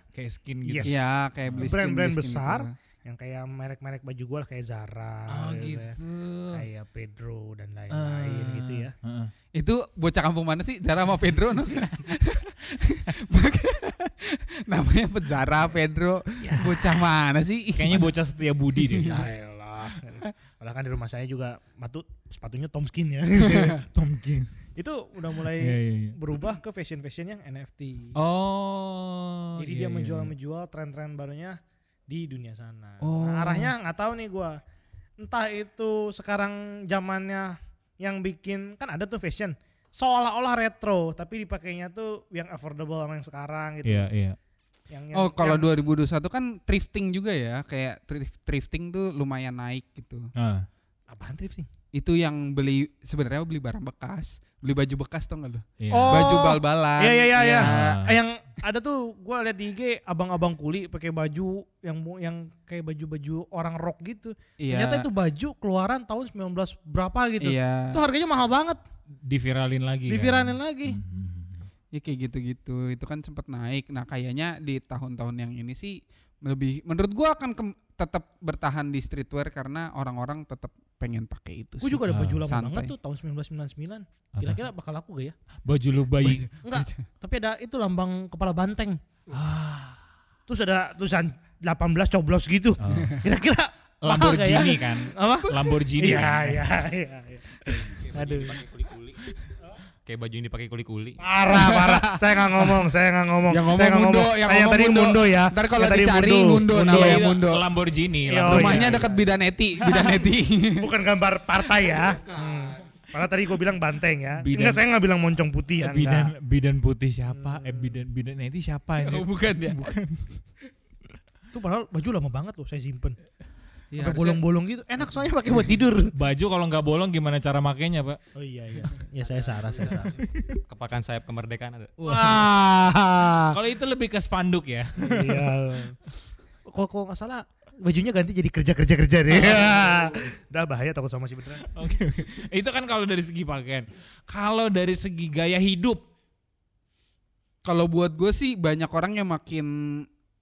[SPEAKER 1] kayak skin gitu.
[SPEAKER 3] Yes.
[SPEAKER 2] Ya kayak beli skin,
[SPEAKER 3] Brand-brand
[SPEAKER 2] beli skin
[SPEAKER 3] besar.
[SPEAKER 2] gitu.
[SPEAKER 3] yang kayak merek-merek baju gue lah kayak Zara
[SPEAKER 2] Oh
[SPEAKER 3] gitu ya.
[SPEAKER 2] gitu.
[SPEAKER 3] kayak Pedro dan lain-lain
[SPEAKER 2] Ah.
[SPEAKER 3] gitu ya.
[SPEAKER 1] Heeh.
[SPEAKER 2] Itu bocah kampung mana sih? Zara sama Pedro no? Namanya pe- Zara, Pedro. Bocah mana sih?
[SPEAKER 1] Kayaknya bocah setia budi deh.
[SPEAKER 3] Ya elah. Padahal kan di rumah saya juga batu sepatunya Tomskin ya.
[SPEAKER 1] Tomkin.
[SPEAKER 3] Itu udah
[SPEAKER 1] Iya
[SPEAKER 3] mulai
[SPEAKER 1] iya iya.
[SPEAKER 3] berubah ke fashion-fashion yang NFT.
[SPEAKER 1] Oh.
[SPEAKER 3] Jadi
[SPEAKER 1] iya,
[SPEAKER 3] dia
[SPEAKER 1] iya, iya.
[SPEAKER 3] menjual-menjual tren-tren barunya di dunia sana.
[SPEAKER 2] Oh.
[SPEAKER 3] Nah, arahnya nggak tahu nih gua. Entah itu sekarang zamannya yang bikin kan ada tuh fashion seolah-olah retro tapi dipakainya tuh yang affordable sama yang sekarang gitu.
[SPEAKER 1] Iya iya.
[SPEAKER 3] Yang, yang-
[SPEAKER 2] Oh kalau
[SPEAKER 3] yang-
[SPEAKER 2] 2021 kan thrifting juga ya. Kayak thrif- thrifting tuh lumayan naik gitu.
[SPEAKER 1] Ah.
[SPEAKER 3] apaan thrifting?
[SPEAKER 2] Itu yang beli sebenarnya beli barang bekas, beli baju bekas tau nggak lo?
[SPEAKER 1] Iya.
[SPEAKER 3] Oh.
[SPEAKER 2] Baju bal-balan.
[SPEAKER 3] Iya, iya, iya, iya.
[SPEAKER 1] Ah.
[SPEAKER 3] Eh, yang ada tuh gua lihat di IG abang-abang kuli pakai baju yang mu- yang kayak baju-baju orang rock gitu.
[SPEAKER 2] Iya.
[SPEAKER 3] Ternyata itu baju keluaran tahun 19 berapa gitu.
[SPEAKER 2] Iya.
[SPEAKER 3] Itu harganya mahal banget.
[SPEAKER 1] Diviralin lagi. kan?
[SPEAKER 3] Diviralin lagi.
[SPEAKER 2] Hmm.
[SPEAKER 1] Mhm.
[SPEAKER 2] Ya kayak gitu-gitu. Itu kan sempat naik. Nah, kayaknya di tahun-tahun yang ini sih lebih menurut gua akan kem- tetap bertahan di streetwear karena orang-orang tetap pengen pakai itu
[SPEAKER 3] Gue
[SPEAKER 2] sih.
[SPEAKER 3] juga ada
[SPEAKER 1] Ah,
[SPEAKER 3] baju lama
[SPEAKER 2] santai.
[SPEAKER 3] banget tuh tahun 1999.
[SPEAKER 1] Apa?
[SPEAKER 3] Kira-kira bakal laku gak ya?
[SPEAKER 1] Baju lu bayi.
[SPEAKER 3] Enggak.
[SPEAKER 2] Gitu.
[SPEAKER 3] Tapi ada itu lambang kepala banteng.
[SPEAKER 2] Ah.
[SPEAKER 3] Terus ada tulisan 18 coblos gitu.
[SPEAKER 1] Oh.
[SPEAKER 3] Kira-kira mahal gak ya?
[SPEAKER 1] Lamborghini kan.
[SPEAKER 3] Apa?
[SPEAKER 1] Lamborghini.
[SPEAKER 3] Iya,
[SPEAKER 1] kan?
[SPEAKER 3] iya, iya. iya. Aduh.
[SPEAKER 5] kuli-kuli. Kayak baju yang dipakai kuli-kuli.
[SPEAKER 3] Parah, parah. Saya nggak ngomong, saya nggak ngomong.
[SPEAKER 2] Yang
[SPEAKER 3] saya
[SPEAKER 2] ngomong
[SPEAKER 3] nggak
[SPEAKER 2] Mundo, yang
[SPEAKER 3] Saya yang
[SPEAKER 2] ngomong
[SPEAKER 3] tadi
[SPEAKER 2] Mundo.
[SPEAKER 3] Mundo ya.
[SPEAKER 2] Ntar kalau
[SPEAKER 3] Yang tadi ya.
[SPEAKER 2] dicari Mundo,
[SPEAKER 1] Iya,
[SPEAKER 2] namanya
[SPEAKER 1] iya,
[SPEAKER 2] Mundo.
[SPEAKER 1] Lamborghini.
[SPEAKER 3] Iya,
[SPEAKER 1] Lamborghini.
[SPEAKER 3] Oh,
[SPEAKER 2] Rumahnya
[SPEAKER 3] iya,
[SPEAKER 2] dekat
[SPEAKER 3] iya.
[SPEAKER 2] Bidaneti, Bidaneti.
[SPEAKER 3] Bukan gambar partai ya. Hmm. Padahal tadi gue bilang banteng ya.
[SPEAKER 1] Bidan.
[SPEAKER 3] Enggak, saya nggak bilang moncong putih ya.
[SPEAKER 1] Eh, bidan
[SPEAKER 3] enggak. Hmm.
[SPEAKER 1] bidan putih siapa? Eh bidan bidan nanti siapa ini?
[SPEAKER 3] Oh,
[SPEAKER 2] bukan ya. Bukan.
[SPEAKER 3] Itu padahal baju lama banget loh saya simpen.
[SPEAKER 2] Ya,
[SPEAKER 3] Sampai
[SPEAKER 2] harusnya-
[SPEAKER 3] bolong-bolong gitu. Enak soalnya pakai buat tidur.
[SPEAKER 1] Baju kalau nggak bolong gimana cara makainya, Pak?
[SPEAKER 3] Oh iya iya. Ya saya Sarah, saya Sarah.
[SPEAKER 5] Kepakan sayap kemerdekaan ada.
[SPEAKER 3] Wah.
[SPEAKER 1] Kalau itu lebih ke spanduk ya.
[SPEAKER 3] iya. Kok kok nggak salah bajunya ganti jadi kerja kerja kerja deh. Ya. Udah bahaya takut sama si beneran.
[SPEAKER 1] Oke, oke. Itu kan kalau dari segi pakaian. Kalau dari segi gaya hidup,
[SPEAKER 2] Kalau buat gue sih banyak orang yang makin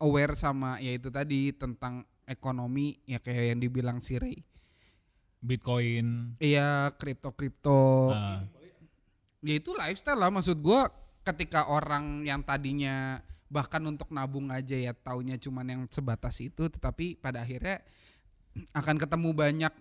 [SPEAKER 2] aware sama ya itu tadi tentang ekonomi ya kayak yang dibilang si Ray.
[SPEAKER 1] Bitcoin,
[SPEAKER 2] Iya, kripto-kripto.
[SPEAKER 3] Ah.
[SPEAKER 1] eh,
[SPEAKER 2] ya itu lifestyle lah maksud gua ketika orang yang tadinya bahkan untuk nabung aja ya taunya cuman yang sebatas itu tetapi pada akhirnya akan ketemu banyak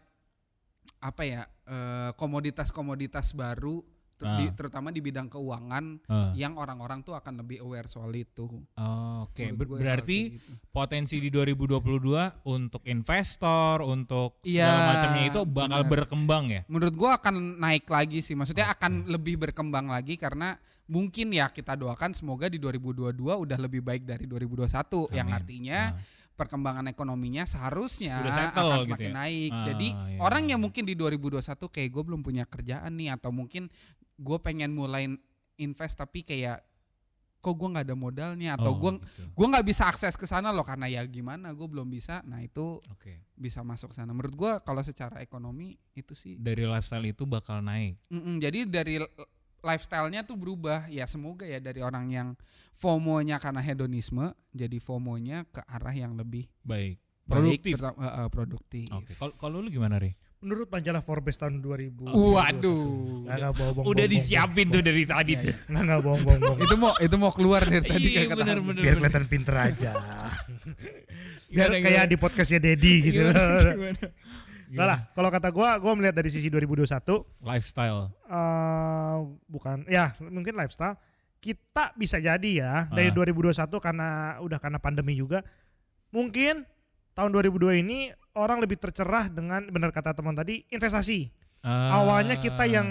[SPEAKER 2] apa ya eh, komoditas-komoditas baru ter-
[SPEAKER 1] Ah.
[SPEAKER 2] di- terutama di bidang keuangan
[SPEAKER 1] eh.
[SPEAKER 2] yang orang-orang tuh akan lebih aware soal itu.
[SPEAKER 1] Oh, Oke,
[SPEAKER 2] Menurut
[SPEAKER 1] Ber-
[SPEAKER 2] gua ya
[SPEAKER 1] berarti
[SPEAKER 2] kayak gitu.
[SPEAKER 1] potensi di 2022 untuk investor, untuk
[SPEAKER 2] Iya,
[SPEAKER 1] segala macamnya itu bakal
[SPEAKER 2] benar.
[SPEAKER 1] berkembang ya.
[SPEAKER 2] menurut gua akan naik lagi sih. Maksudnya akan lebih berkembang lagi karena mungkin ya kita doakan semoga di 2022 udah lebih baik dari 2021
[SPEAKER 1] Amin.
[SPEAKER 2] yang
[SPEAKER 1] Ah.
[SPEAKER 2] artinya perkembangan ekonominya seharusnya
[SPEAKER 1] Sudah settle
[SPEAKER 2] akan
[SPEAKER 1] gitu
[SPEAKER 2] semakin
[SPEAKER 1] ya.
[SPEAKER 2] naik.
[SPEAKER 1] Ah,
[SPEAKER 2] Jadi
[SPEAKER 1] iya,
[SPEAKER 2] orang
[SPEAKER 1] iya,
[SPEAKER 2] yang
[SPEAKER 1] iya.
[SPEAKER 2] mungkin di 2021 kayak gue belum punya kerjaan nih atau mungkin gue pengen mulai invest tapi kayak kok gue nggak ada modalnya atau
[SPEAKER 1] Oh,
[SPEAKER 2] gue
[SPEAKER 1] gitu.
[SPEAKER 2] gue nggak bisa akses ke sana loh karena ya gimana gue belum bisa. Nah itu
[SPEAKER 1] Oke.
[SPEAKER 2] bisa masuk sana. Menurut gue kalau secara ekonomi itu sih
[SPEAKER 1] Dari lifestyle itu bakal naik.
[SPEAKER 2] Mm-mm, jadi dari l- lifestyle-nya tuh berubah ya semoga ya dari orang yang FOMO-nya karena hedonisme jadi FOMO-nya ke arah yang lebih
[SPEAKER 1] Baik.
[SPEAKER 2] baik,
[SPEAKER 1] Produktif.
[SPEAKER 2] terutama- eh, eh, produktif.
[SPEAKER 1] Oke. Kalau- Kalau lu gimana, Ri?
[SPEAKER 3] Menurut majalah Forbes tahun 2000.
[SPEAKER 2] Waduh.
[SPEAKER 3] Nggak, nggak, bohong, bohong,
[SPEAKER 1] Udah
[SPEAKER 3] bohong,
[SPEAKER 1] disiapin tuh dari tadi
[SPEAKER 2] Iya,
[SPEAKER 1] tuh.
[SPEAKER 3] bohong. Nggak nggak bohong bohong bohong.
[SPEAKER 2] itu mau itu mau keluar dari tadi
[SPEAKER 1] Iya,
[SPEAKER 2] kayak kata
[SPEAKER 1] bener,
[SPEAKER 2] Hamid.
[SPEAKER 1] bener,
[SPEAKER 3] Biar
[SPEAKER 1] bener.
[SPEAKER 3] kelihatan pinter aja. Biar
[SPEAKER 1] Gimana,
[SPEAKER 3] kayak
[SPEAKER 1] gimana?
[SPEAKER 3] di podcastnya Dedi gitu.
[SPEAKER 1] Gimana,
[SPEAKER 3] Nggak
[SPEAKER 1] gimana?
[SPEAKER 2] iya.
[SPEAKER 3] lah, kalau kata gua, gua melihat dari sisi 2021
[SPEAKER 1] Lifestyle.
[SPEAKER 3] eh bukan ya mungkin lifestyle kita bisa jadi ya
[SPEAKER 1] Ah.
[SPEAKER 3] dari 2021 karena udah karena pandemi juga mungkin tahun 2002 ini orang lebih tercerah dengan benar kata teman tadi investasi
[SPEAKER 1] Ah.
[SPEAKER 3] awalnya kita yang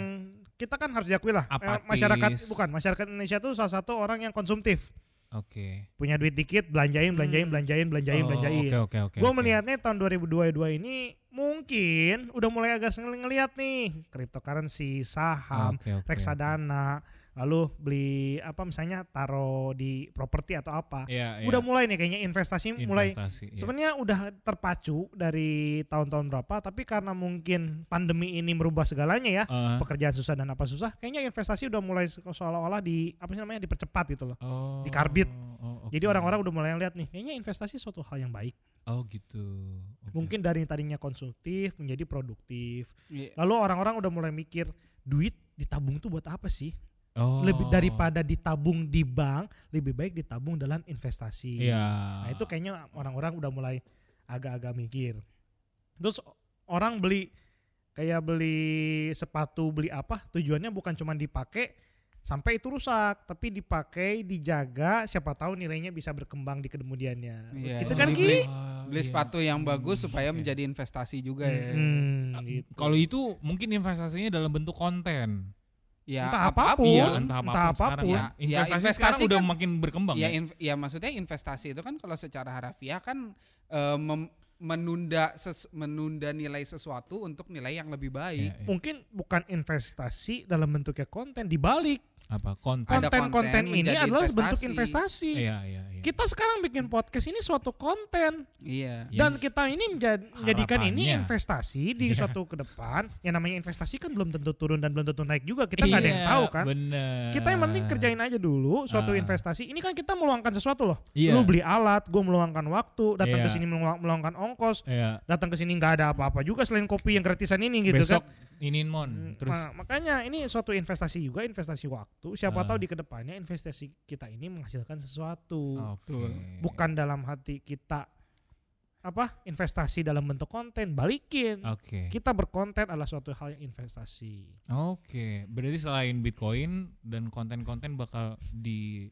[SPEAKER 3] kita kan harus diakui lah eh,
[SPEAKER 1] Apatis.
[SPEAKER 3] masyarakat bukan masyarakat Indonesia tuh salah satu orang yang konsumtif
[SPEAKER 1] Oke.
[SPEAKER 3] punya duit dikit belanjain belanjain belanjain belanjain
[SPEAKER 1] Oh,
[SPEAKER 3] belanjain
[SPEAKER 1] Oke oke oke.
[SPEAKER 3] gue
[SPEAKER 1] oke.
[SPEAKER 3] melihatnya tahun 2022 ini mungkin udah mulai agak sering ngeliat nih cryptocurrency, saham,
[SPEAKER 1] Oke, oke,
[SPEAKER 3] reksadana, lalu beli apa misalnya taruh di properti atau apa.
[SPEAKER 1] Iya, iya.
[SPEAKER 3] Udah mulai nih kayaknya investasi mulai
[SPEAKER 1] Investasi, iya.
[SPEAKER 3] Sebenarnya udah terpacu dari tahun-tahun berapa, tapi karena mungkin pandemi ini merubah segalanya ya,
[SPEAKER 1] Eh,
[SPEAKER 3] pekerjaan susah dan apa susah, kayaknya investasi udah mulai se- seolah-olah di apa sih namanya dipercepat gitu loh.
[SPEAKER 1] oh,
[SPEAKER 3] di karbit.
[SPEAKER 1] oh, oke.
[SPEAKER 3] Jadi orang-orang udah mulai lihat nih, kayaknya investasi suatu hal yang baik.
[SPEAKER 1] Oh gitu. Oke.
[SPEAKER 3] Mungkin dari yang tadinya konsumtif menjadi produktif.
[SPEAKER 2] Iya.
[SPEAKER 3] Lalu orang-orang udah mulai mikir duit ditabung tuh buat apa sih?
[SPEAKER 1] Oh.
[SPEAKER 3] Lebih daripada ditabung di bank, lebih baik ditabung dalam investasi.
[SPEAKER 1] Iya.
[SPEAKER 3] Nah itu kayaknya orang-orang udah mulai agak-agak mikir. Terus orang beli kayak beli sepatu beli apa tujuannya bukan cuma dipakai sampai itu rusak tapi dipakai dijaga siapa tahu nilainya bisa berkembang di kemudiannya
[SPEAKER 2] Iya,
[SPEAKER 3] kita kan
[SPEAKER 2] dibeli.
[SPEAKER 3] ki
[SPEAKER 1] Ah,
[SPEAKER 2] Beli
[SPEAKER 1] Oh, iya.
[SPEAKER 2] sepatu yang bagus supaya menjadi investasi juga ya.
[SPEAKER 3] Hmm, gitu.
[SPEAKER 1] Kalau itu mungkin investasinya dalam bentuk konten.
[SPEAKER 2] Ya,
[SPEAKER 3] entah apapun,
[SPEAKER 1] Iya, entah
[SPEAKER 3] entah apapun,
[SPEAKER 1] apapun, sekarang ya.
[SPEAKER 2] Ya, ya,
[SPEAKER 1] Investasi,
[SPEAKER 2] investasi
[SPEAKER 1] sekarang udah
[SPEAKER 2] kan-
[SPEAKER 1] makin berkembang
[SPEAKER 2] Ya,
[SPEAKER 1] ya.
[SPEAKER 2] inv- ya maksudnya investasi itu kan kalau secara harafiah kan eh, mem- menunda ses- menunda nilai sesuatu untuk nilai yang lebih
[SPEAKER 1] Iya,
[SPEAKER 2] baik.
[SPEAKER 1] iya.
[SPEAKER 3] mungkin bukan investasi dalam bentuknya konten dibalik
[SPEAKER 1] Apa konten?
[SPEAKER 2] Ada konten
[SPEAKER 3] konten-konten ini
[SPEAKER 2] menjadi
[SPEAKER 3] adalah bentuk
[SPEAKER 2] investasi.
[SPEAKER 3] investasi
[SPEAKER 1] Iya, iya, iya.
[SPEAKER 3] kita sekarang bikin podcast ini suatu konten
[SPEAKER 2] Iya.
[SPEAKER 1] Iya.
[SPEAKER 3] Dan kita ini menja- menjadikan ini
[SPEAKER 1] Harapannya. Iya.
[SPEAKER 3] investasi di suatu ke depan. Yang namanya investasi kan belum tentu turun dan belum tentu naik juga. Kita
[SPEAKER 1] Iya,
[SPEAKER 3] nggak ada yang tahu kan.
[SPEAKER 1] Bener.
[SPEAKER 3] Kita yang penting kerjain aja dulu suatu
[SPEAKER 1] Ah.
[SPEAKER 3] investasi. Ini kan kita meluangkan sesuatu loh.
[SPEAKER 1] Iya.
[SPEAKER 3] Lu beli alat, gue meluangkan waktu, datang
[SPEAKER 1] Iya.
[SPEAKER 3] ke sini melua- meluangkan ongkos,
[SPEAKER 1] Iya.
[SPEAKER 3] datang ke sini nggak ada apa-apa juga selain kopi yang gratisan ini gitu
[SPEAKER 1] Besok
[SPEAKER 3] kan.
[SPEAKER 1] iniin mon. Terus
[SPEAKER 3] Mm, Ma- makanya ini suatu investasi juga, investasi waktu. Siapa
[SPEAKER 1] Ah.
[SPEAKER 3] tahu di kedepannya investasi kita ini menghasilkan sesuatu
[SPEAKER 1] Oke.
[SPEAKER 3] bukan dalam hati kita apa investasi dalam bentuk konten balikin
[SPEAKER 1] Oke.
[SPEAKER 3] kita berkonten adalah suatu hal yang investasi
[SPEAKER 1] Oke, berarti selain Bitcoin dan konten-konten bakal di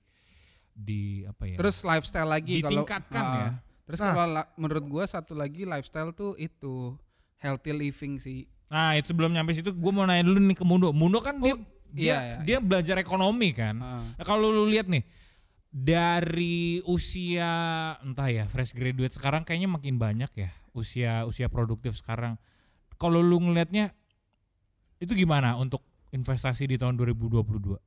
[SPEAKER 1] di apa ya?
[SPEAKER 2] Terus lifestyle lagi kalau
[SPEAKER 1] ditingkatkan
[SPEAKER 2] Ah.
[SPEAKER 1] ya.
[SPEAKER 2] Terus
[SPEAKER 3] Nah.
[SPEAKER 2] kalau la- menurut gua satu lagi lifestyle tuh itu healthy living sih.
[SPEAKER 1] Nah, itu sebelum nyampe situ gue mau nanya dulu nih ke Mundo. Mundo kan dia dia,
[SPEAKER 2] iya, iya,
[SPEAKER 1] dia belajar ekonomi kan.
[SPEAKER 2] Ah.
[SPEAKER 1] Nah, kalau lu lihat nih dari usia entah ya fresh graduate sekarang kayaknya makin banyak ya usia usia produktif sekarang. Kalau lu ngelihatnya itu gimana untuk investasi di tahun 2022?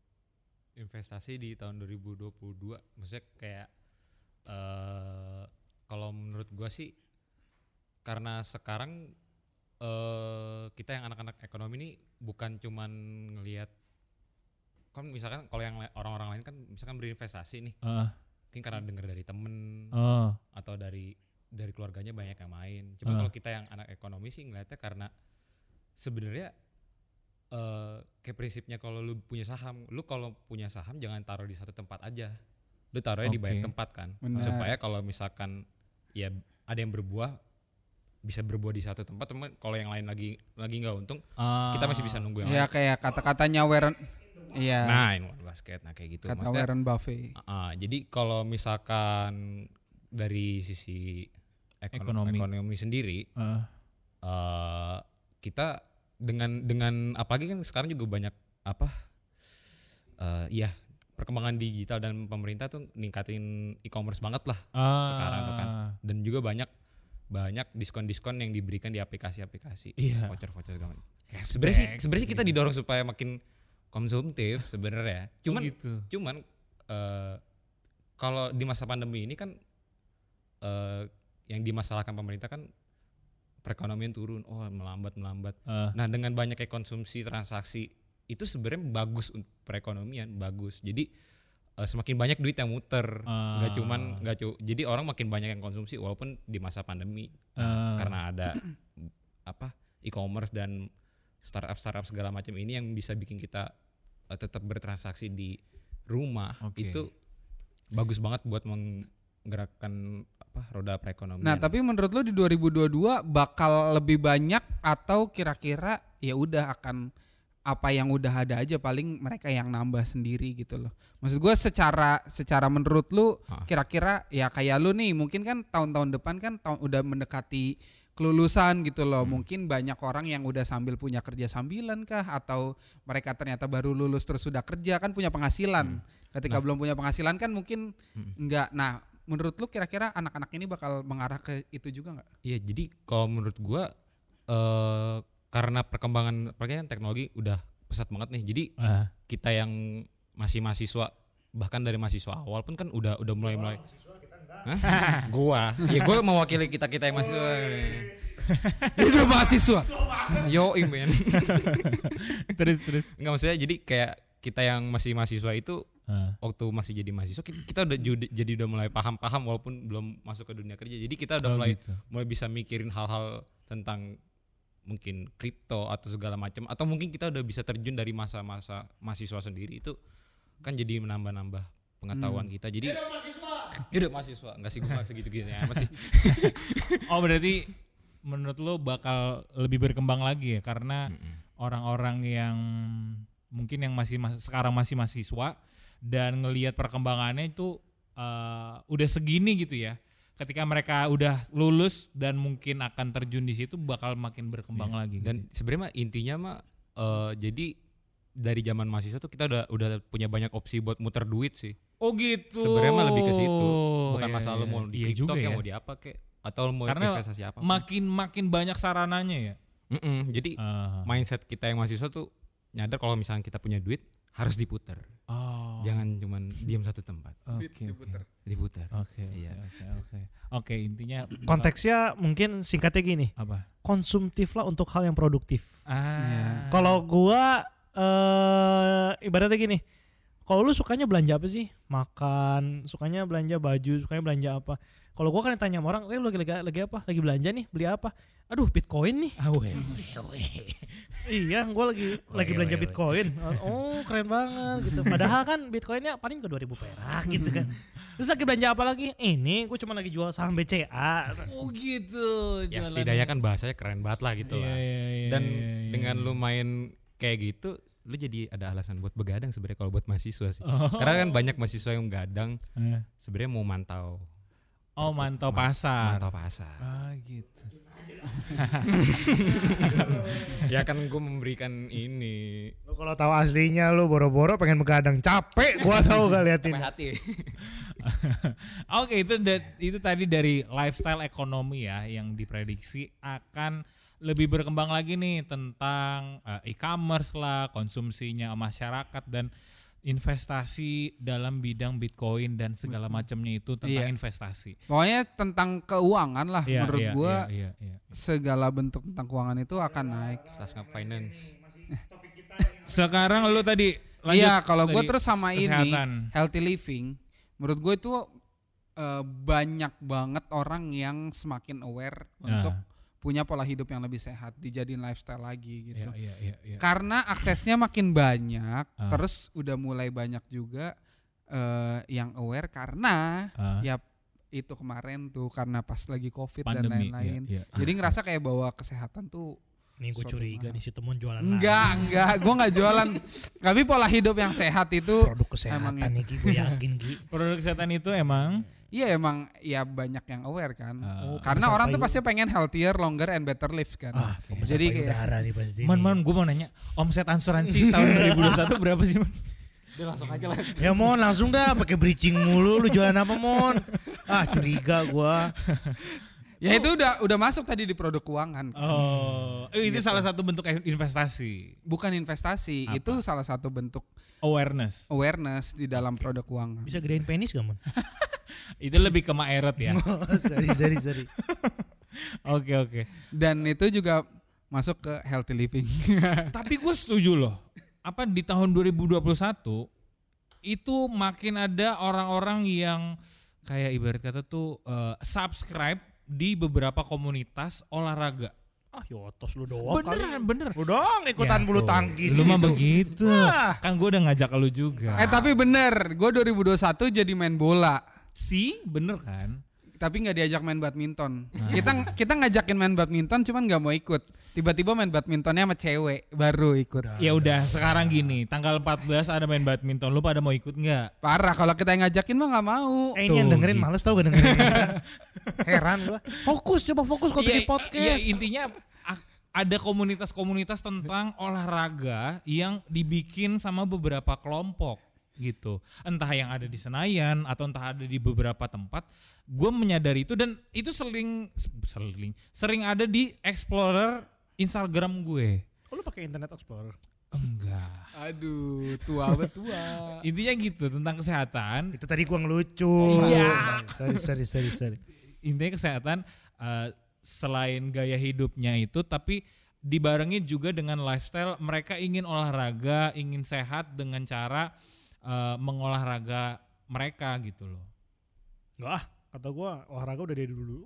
[SPEAKER 5] investasi di tahun 2022 maksudnya kayak eh kalau menurut gua sih karena sekarang eh kita yang anak-anak ekonomi ini bukan cuman ngelihat kan misalkan kalau yang la- orang-orang lain kan misalkan berinvestasi nih
[SPEAKER 1] Heeh.
[SPEAKER 5] mungkin karena dengar dari temen
[SPEAKER 1] oh,
[SPEAKER 5] atau dari dari keluarganya banyak yang main. Cuma
[SPEAKER 1] Ah.
[SPEAKER 5] kalau kita yang anak ekonomi sih ngeliatnya karena sebenarnya eh kayak prinsipnya kalau lu punya saham, lu kalau punya saham jangan taruh di satu tempat aja. Lu taruhnya di banyak
[SPEAKER 1] Oke.
[SPEAKER 5] tempat kan.
[SPEAKER 2] Benar.
[SPEAKER 5] Supaya kalau misalkan ya ada yang berbuah bisa berbuah di satu tempat, teman kalau yang lain lagi lagi nggak untung,
[SPEAKER 1] Ah.
[SPEAKER 5] kita masih bisa nunggu yang
[SPEAKER 2] Ya
[SPEAKER 5] lain.
[SPEAKER 2] kayak kata-katanya Warren Iya.
[SPEAKER 5] Nah, in one basket nah kayak gitu.
[SPEAKER 2] kata
[SPEAKER 5] Maksudnya
[SPEAKER 2] Warren Buffett.
[SPEAKER 5] Ah, jadi kalau misalkan dari sisi ekonomi
[SPEAKER 1] Ekonomi.
[SPEAKER 5] ekonomi, sendiri
[SPEAKER 1] Heeh.
[SPEAKER 5] eh kita dengan dengan apalagi kan sekarang juga banyak apa eh iya perkembangan digital dan pemerintah tuh ningkatin e-commerce banget lah sekarang tuh kan.
[SPEAKER 1] Ah.
[SPEAKER 5] dan juga banyak banyak diskon-diskon yang diberikan di aplikasi-aplikasi
[SPEAKER 1] Iya. gitu.
[SPEAKER 5] voucher-voucher segala macam. Sebenarnya sih sebenarnya kita didorong supaya makin konsumtif sebenarnya. Cuman
[SPEAKER 1] gitu.
[SPEAKER 5] cuman eh, kalau di masa pandemi ini kan eh, yang dimasalahkan pemerintah kan perekonomian turun oh melambat melambat
[SPEAKER 1] Eh.
[SPEAKER 5] nah dengan banyaknya konsumsi transaksi itu sebenarnya bagus untuk perekonomian bagus jadi eh, semakin banyak duit yang muter
[SPEAKER 1] Ah.
[SPEAKER 5] nggak cuman nggak cu- jadi orang makin banyak yang konsumsi walaupun di masa pandemi
[SPEAKER 1] Ah.
[SPEAKER 5] karena ada apa e-commerce dan startup startup segala macam ini yang bisa bikin kita eh, tetap bertransaksi di rumah
[SPEAKER 1] Oke.
[SPEAKER 5] itu bagus banget buat menggerakkan apa roda perekonomian.
[SPEAKER 2] Nah, tapi menurut lu di 2022 bakal lebih banyak atau kira-kira ya udah akan apa yang udah ada aja paling mereka yang nambah sendiri gitu loh. Maksud gua secara secara menurut lu
[SPEAKER 5] Ah.
[SPEAKER 2] kira-kira ya kayak lu nih mungkin kan tahun-tahun depan kan tahun udah mendekati kelulusan gitu loh. Mungkin banyak orang yang udah sambil punya kerja sambilan kah atau mereka ternyata baru lulus terus sudah kerja kan punya penghasilan. Ketika belum punya penghasilan kan mungkin enggak. Nah, menurut lu kira-kira anak-anak ini bakal mengarah ke itu juga nggak?
[SPEAKER 5] Iya, jadi kalau menurut gua eh karena perkembangan apalagi kan teknologi udah pesat banget nih. Jadi
[SPEAKER 1] Ah.
[SPEAKER 5] kita yang masih mahasiswa bahkan dari mahasiswa awal pun kan udah udah mulai mulai Hah? gua ya gua mewakili kita kita yang mahasiswa
[SPEAKER 2] Udah mahasiswa.
[SPEAKER 5] yo men
[SPEAKER 1] terus terus.
[SPEAKER 5] nggak maksudnya jadi kayak kita yang masih mahasiswa itu
[SPEAKER 1] Ah.
[SPEAKER 5] waktu masih jadi mahasiswa kita, kita udah ju- jadi udah mulai paham-paham walaupun belum masuk ke dunia kerja jadi kita udah
[SPEAKER 1] Oh,
[SPEAKER 5] mulai
[SPEAKER 1] gitu.
[SPEAKER 5] mulai bisa mikirin hal-hal tentang mungkin kripto atau segala macam atau mungkin kita udah bisa terjun dari masa-masa mahasiswa sendiri itu kan jadi menambah-nambah pengetahuan
[SPEAKER 1] Hmm.
[SPEAKER 5] kita jadi udah mahasiswa udah mahasiswa nggak sih gue segitu gitu amat sih
[SPEAKER 1] Oh berarti menurut lo bakal lebih berkembang lagi ya karena orang-orang yang mungkin yang masih mas- sekarang masih mahasiswa dan ngelihat perkembangannya itu eh, udah segini gitu ya. Ketika mereka udah lulus dan mungkin akan terjun di situ bakal makin berkembang lagi. gitu.
[SPEAKER 5] Iya. dan Kan sebenarnya mah intinya mah eh, jadi dari zaman mahasiswa tuh kita udah udah punya banyak opsi buat muter duit sih
[SPEAKER 1] oh gitu.
[SPEAKER 5] sebenarnya mah lebih ke situ bukan
[SPEAKER 1] Iya,
[SPEAKER 5] masalah lu
[SPEAKER 1] iya.
[SPEAKER 5] mau di
[SPEAKER 1] Iya
[SPEAKER 5] TikTok
[SPEAKER 1] juga
[SPEAKER 5] ya
[SPEAKER 1] ya.
[SPEAKER 5] mau di apa kek atau lu mau
[SPEAKER 1] Karena
[SPEAKER 5] investasi apa
[SPEAKER 1] Makin makin banyak sarananya ya.
[SPEAKER 5] Mm-mm, jadi
[SPEAKER 1] Ah.
[SPEAKER 5] mindset kita yang mahasiswa tuh nyadar kalau misalnya kita punya duit harus diputer
[SPEAKER 1] Oh,
[SPEAKER 5] jangan cuman diam satu tempat
[SPEAKER 1] Oke. oke.
[SPEAKER 5] diputer
[SPEAKER 1] Oke, oke,
[SPEAKER 5] Iya.
[SPEAKER 1] oke, oke. Oke, intinya
[SPEAKER 3] Konteksnya mungkin singkatnya gini,
[SPEAKER 1] apa?
[SPEAKER 3] konsumtif lah untuk hal yang produktif.
[SPEAKER 1] Ah.
[SPEAKER 3] Kalau gua eh ibaratnya gini, kalau lu sukanya belanja apa sih? Makan, sukanya belanja baju, sukanya belanja apa? Kalau gua kan tanya sama orang, "Eh, lu lagi, lagi lagi apa? Lagi belanja nih, beli apa?" Aduh, Bitcoin
[SPEAKER 1] Ah,
[SPEAKER 3] nih. iya, gua lagi lagi belanja Bitcoin. Oh, keren banget gitu. Padahal kan Bitcoinnya paling ke 2000 perak gitu kan. Terus lagi belanja apa lagi? Ini gue cuma lagi jual saham BCA.
[SPEAKER 1] Oh gitu. Iya,
[SPEAKER 5] ya setidaknya kan bahasanya keren banget lah gitu lah dan dengan lu main kayak gitu lu jadi ada alasan buat begadang sebenarnya kalau buat mahasiswa sih
[SPEAKER 1] Oh.
[SPEAKER 5] karena kan banyak mahasiswa yang begadang sebenarnya mau mantau
[SPEAKER 1] Eh. Oh mantau pasar.
[SPEAKER 5] mantau pasar
[SPEAKER 1] Ah gitu.
[SPEAKER 5] ya kan gue memberikan ini
[SPEAKER 3] Lu kalau tahu aslinya lu boro-boro pengen begadang capek gua tahu gak liatin.
[SPEAKER 5] hati
[SPEAKER 1] Oke itu da- itu tadi dari lifestyle ekonomi ya yang diprediksi akan lebih berkembang lagi nih tentang eh, e-commerce lah konsumsinya masyarakat dan investasi dalam bidang Bitcoin dan segala macamnya itu tentang
[SPEAKER 2] Iya.
[SPEAKER 1] investasi.
[SPEAKER 2] Pokoknya tentang keuangan lah
[SPEAKER 1] Iya,
[SPEAKER 2] menurut
[SPEAKER 1] iya,
[SPEAKER 2] gua
[SPEAKER 1] iya, iya, iya.
[SPEAKER 2] segala bentuk tentang keuangan itu akan naik.
[SPEAKER 5] tas finance
[SPEAKER 1] Sekarang lu tadi lanjut
[SPEAKER 2] Iya, kalau gue
[SPEAKER 1] dari
[SPEAKER 2] terus sama
[SPEAKER 1] kesehatan.
[SPEAKER 2] ini healthy living, menurut gue itu eh, banyak banget orang yang semakin aware
[SPEAKER 1] Nah.
[SPEAKER 2] untuk punya pola hidup yang lebih sehat, dijadiin lifestyle
[SPEAKER 1] Iya,
[SPEAKER 2] lagi gitu.
[SPEAKER 1] iya, iya, iya.
[SPEAKER 2] Karena aksesnya makin banyak,
[SPEAKER 1] Ah.
[SPEAKER 2] terus udah mulai banyak juga eh, yang aware karena
[SPEAKER 1] Ah.
[SPEAKER 2] ya itu kemarin tuh karena pas lagi covid dan
[SPEAKER 1] Pandemi,
[SPEAKER 2] lain-lain.
[SPEAKER 1] iya, iya.
[SPEAKER 2] Jadi ngerasa kayak bahwa kesehatan tuh
[SPEAKER 3] Nih gue
[SPEAKER 2] Suatu
[SPEAKER 3] curiga
[SPEAKER 2] hal.
[SPEAKER 3] nih si temen jualan
[SPEAKER 2] enggak enggak, gue nggak jualan. Tapi pola hidup yang sehat itu
[SPEAKER 3] produk kesehatan
[SPEAKER 2] Emang
[SPEAKER 3] nih Ki, gue yakin Ki.
[SPEAKER 1] Produk kesehatan itu emang
[SPEAKER 2] Iya emang ya banyak yang aware kan.
[SPEAKER 1] uh,
[SPEAKER 2] Karena
[SPEAKER 3] Sampai
[SPEAKER 2] orang tuh
[SPEAKER 3] lu-
[SPEAKER 2] pasti pengen healthier, longer and better life kan.
[SPEAKER 3] Ah,
[SPEAKER 2] Jadi
[SPEAKER 3] jadi
[SPEAKER 2] kayak-
[SPEAKER 3] udara nih pasti.
[SPEAKER 1] Man,
[SPEAKER 3] nih.
[SPEAKER 1] man, gue mau nanya omset asuransi tahun 2021 berapa sih? Man?
[SPEAKER 3] Ya mon langsung dah pakai bridging mulu lu jualan apa mon? Ah curiga gua.
[SPEAKER 2] Ya itu udah udah masuk tadi di produk keuangan.
[SPEAKER 1] Oh, eh, itu
[SPEAKER 3] Gitu.
[SPEAKER 1] salah satu bentuk investasi
[SPEAKER 2] Bukan investasi, itu salah satu bentuk
[SPEAKER 1] awareness.
[SPEAKER 2] awareness di dalam produk keuangan.
[SPEAKER 3] Bisa gedein penis gak mon?
[SPEAKER 1] Itu lebih ke maeret ya.
[SPEAKER 3] sorry sorry sorry.
[SPEAKER 1] Oke oke.
[SPEAKER 2] Dan itu juga masuk ke healthy living.
[SPEAKER 1] Tapi gue setuju loh. Apa di tahun 2021 itu makin ada orang-orang yang kayak ibarat kata tuh eh, subscribe di beberapa komunitas olahraga.
[SPEAKER 3] Ah yotos lu doang.
[SPEAKER 1] Beneran bener.
[SPEAKER 3] Kali. Lu dong ikutan
[SPEAKER 1] Ya,
[SPEAKER 3] bulu
[SPEAKER 1] tuh.
[SPEAKER 3] tangkis.
[SPEAKER 1] Lu mah
[SPEAKER 3] gitu.
[SPEAKER 1] begitu.
[SPEAKER 3] Wah.
[SPEAKER 1] Kan gue udah ngajak lu juga.
[SPEAKER 2] eh tapi bener, gue 2021 jadi main bola.
[SPEAKER 1] sih bener kan?
[SPEAKER 2] Tapi nggak diajak main badminton. Kita kita ngajakin main badminton, cuman nggak mau ikut. Tiba-tiba main badmintonnya sama cewek, baru ikut.
[SPEAKER 1] Ya udah sekarang gini, tanggal 14 ada main badminton. Lu pada mau ikut nggak?
[SPEAKER 2] Parah kalau kita yang ngajakin mah nggak mau.
[SPEAKER 3] Eh ini yang
[SPEAKER 1] Tuh,
[SPEAKER 3] dengerin
[SPEAKER 1] gitu.
[SPEAKER 3] males tau gak dengerin Heran gua Fokus coba fokus kok
[SPEAKER 1] Iya,
[SPEAKER 3] bikin
[SPEAKER 1] iya,
[SPEAKER 3] podcast
[SPEAKER 1] intinya a- ada komunitas-komunitas tentang olahraga yang dibikin sama beberapa kelompok gitu. Entah yang ada di Senayan atau entah ada di beberapa tempat. Gue menyadari itu dan itu seling seling sering ada di explorer Instagram gue.
[SPEAKER 3] Oh, lu pakai Internet Explorer?
[SPEAKER 1] Enggak.
[SPEAKER 2] Aduh, tua betua.
[SPEAKER 1] Intinya gitu tentang kesehatan.
[SPEAKER 3] Itu tadi gua ngelucu.
[SPEAKER 1] Iya.
[SPEAKER 3] Sorry, sorry, sorry, sorry.
[SPEAKER 1] Intinya kesehatan eh, selain gaya hidupnya itu tapi dibarengi juga dengan lifestyle mereka ingin olahraga, ingin sehat dengan cara eh, mengolahraga mereka gitu loh.
[SPEAKER 3] Enggak ah, kata gua olahraga udah dari dulu.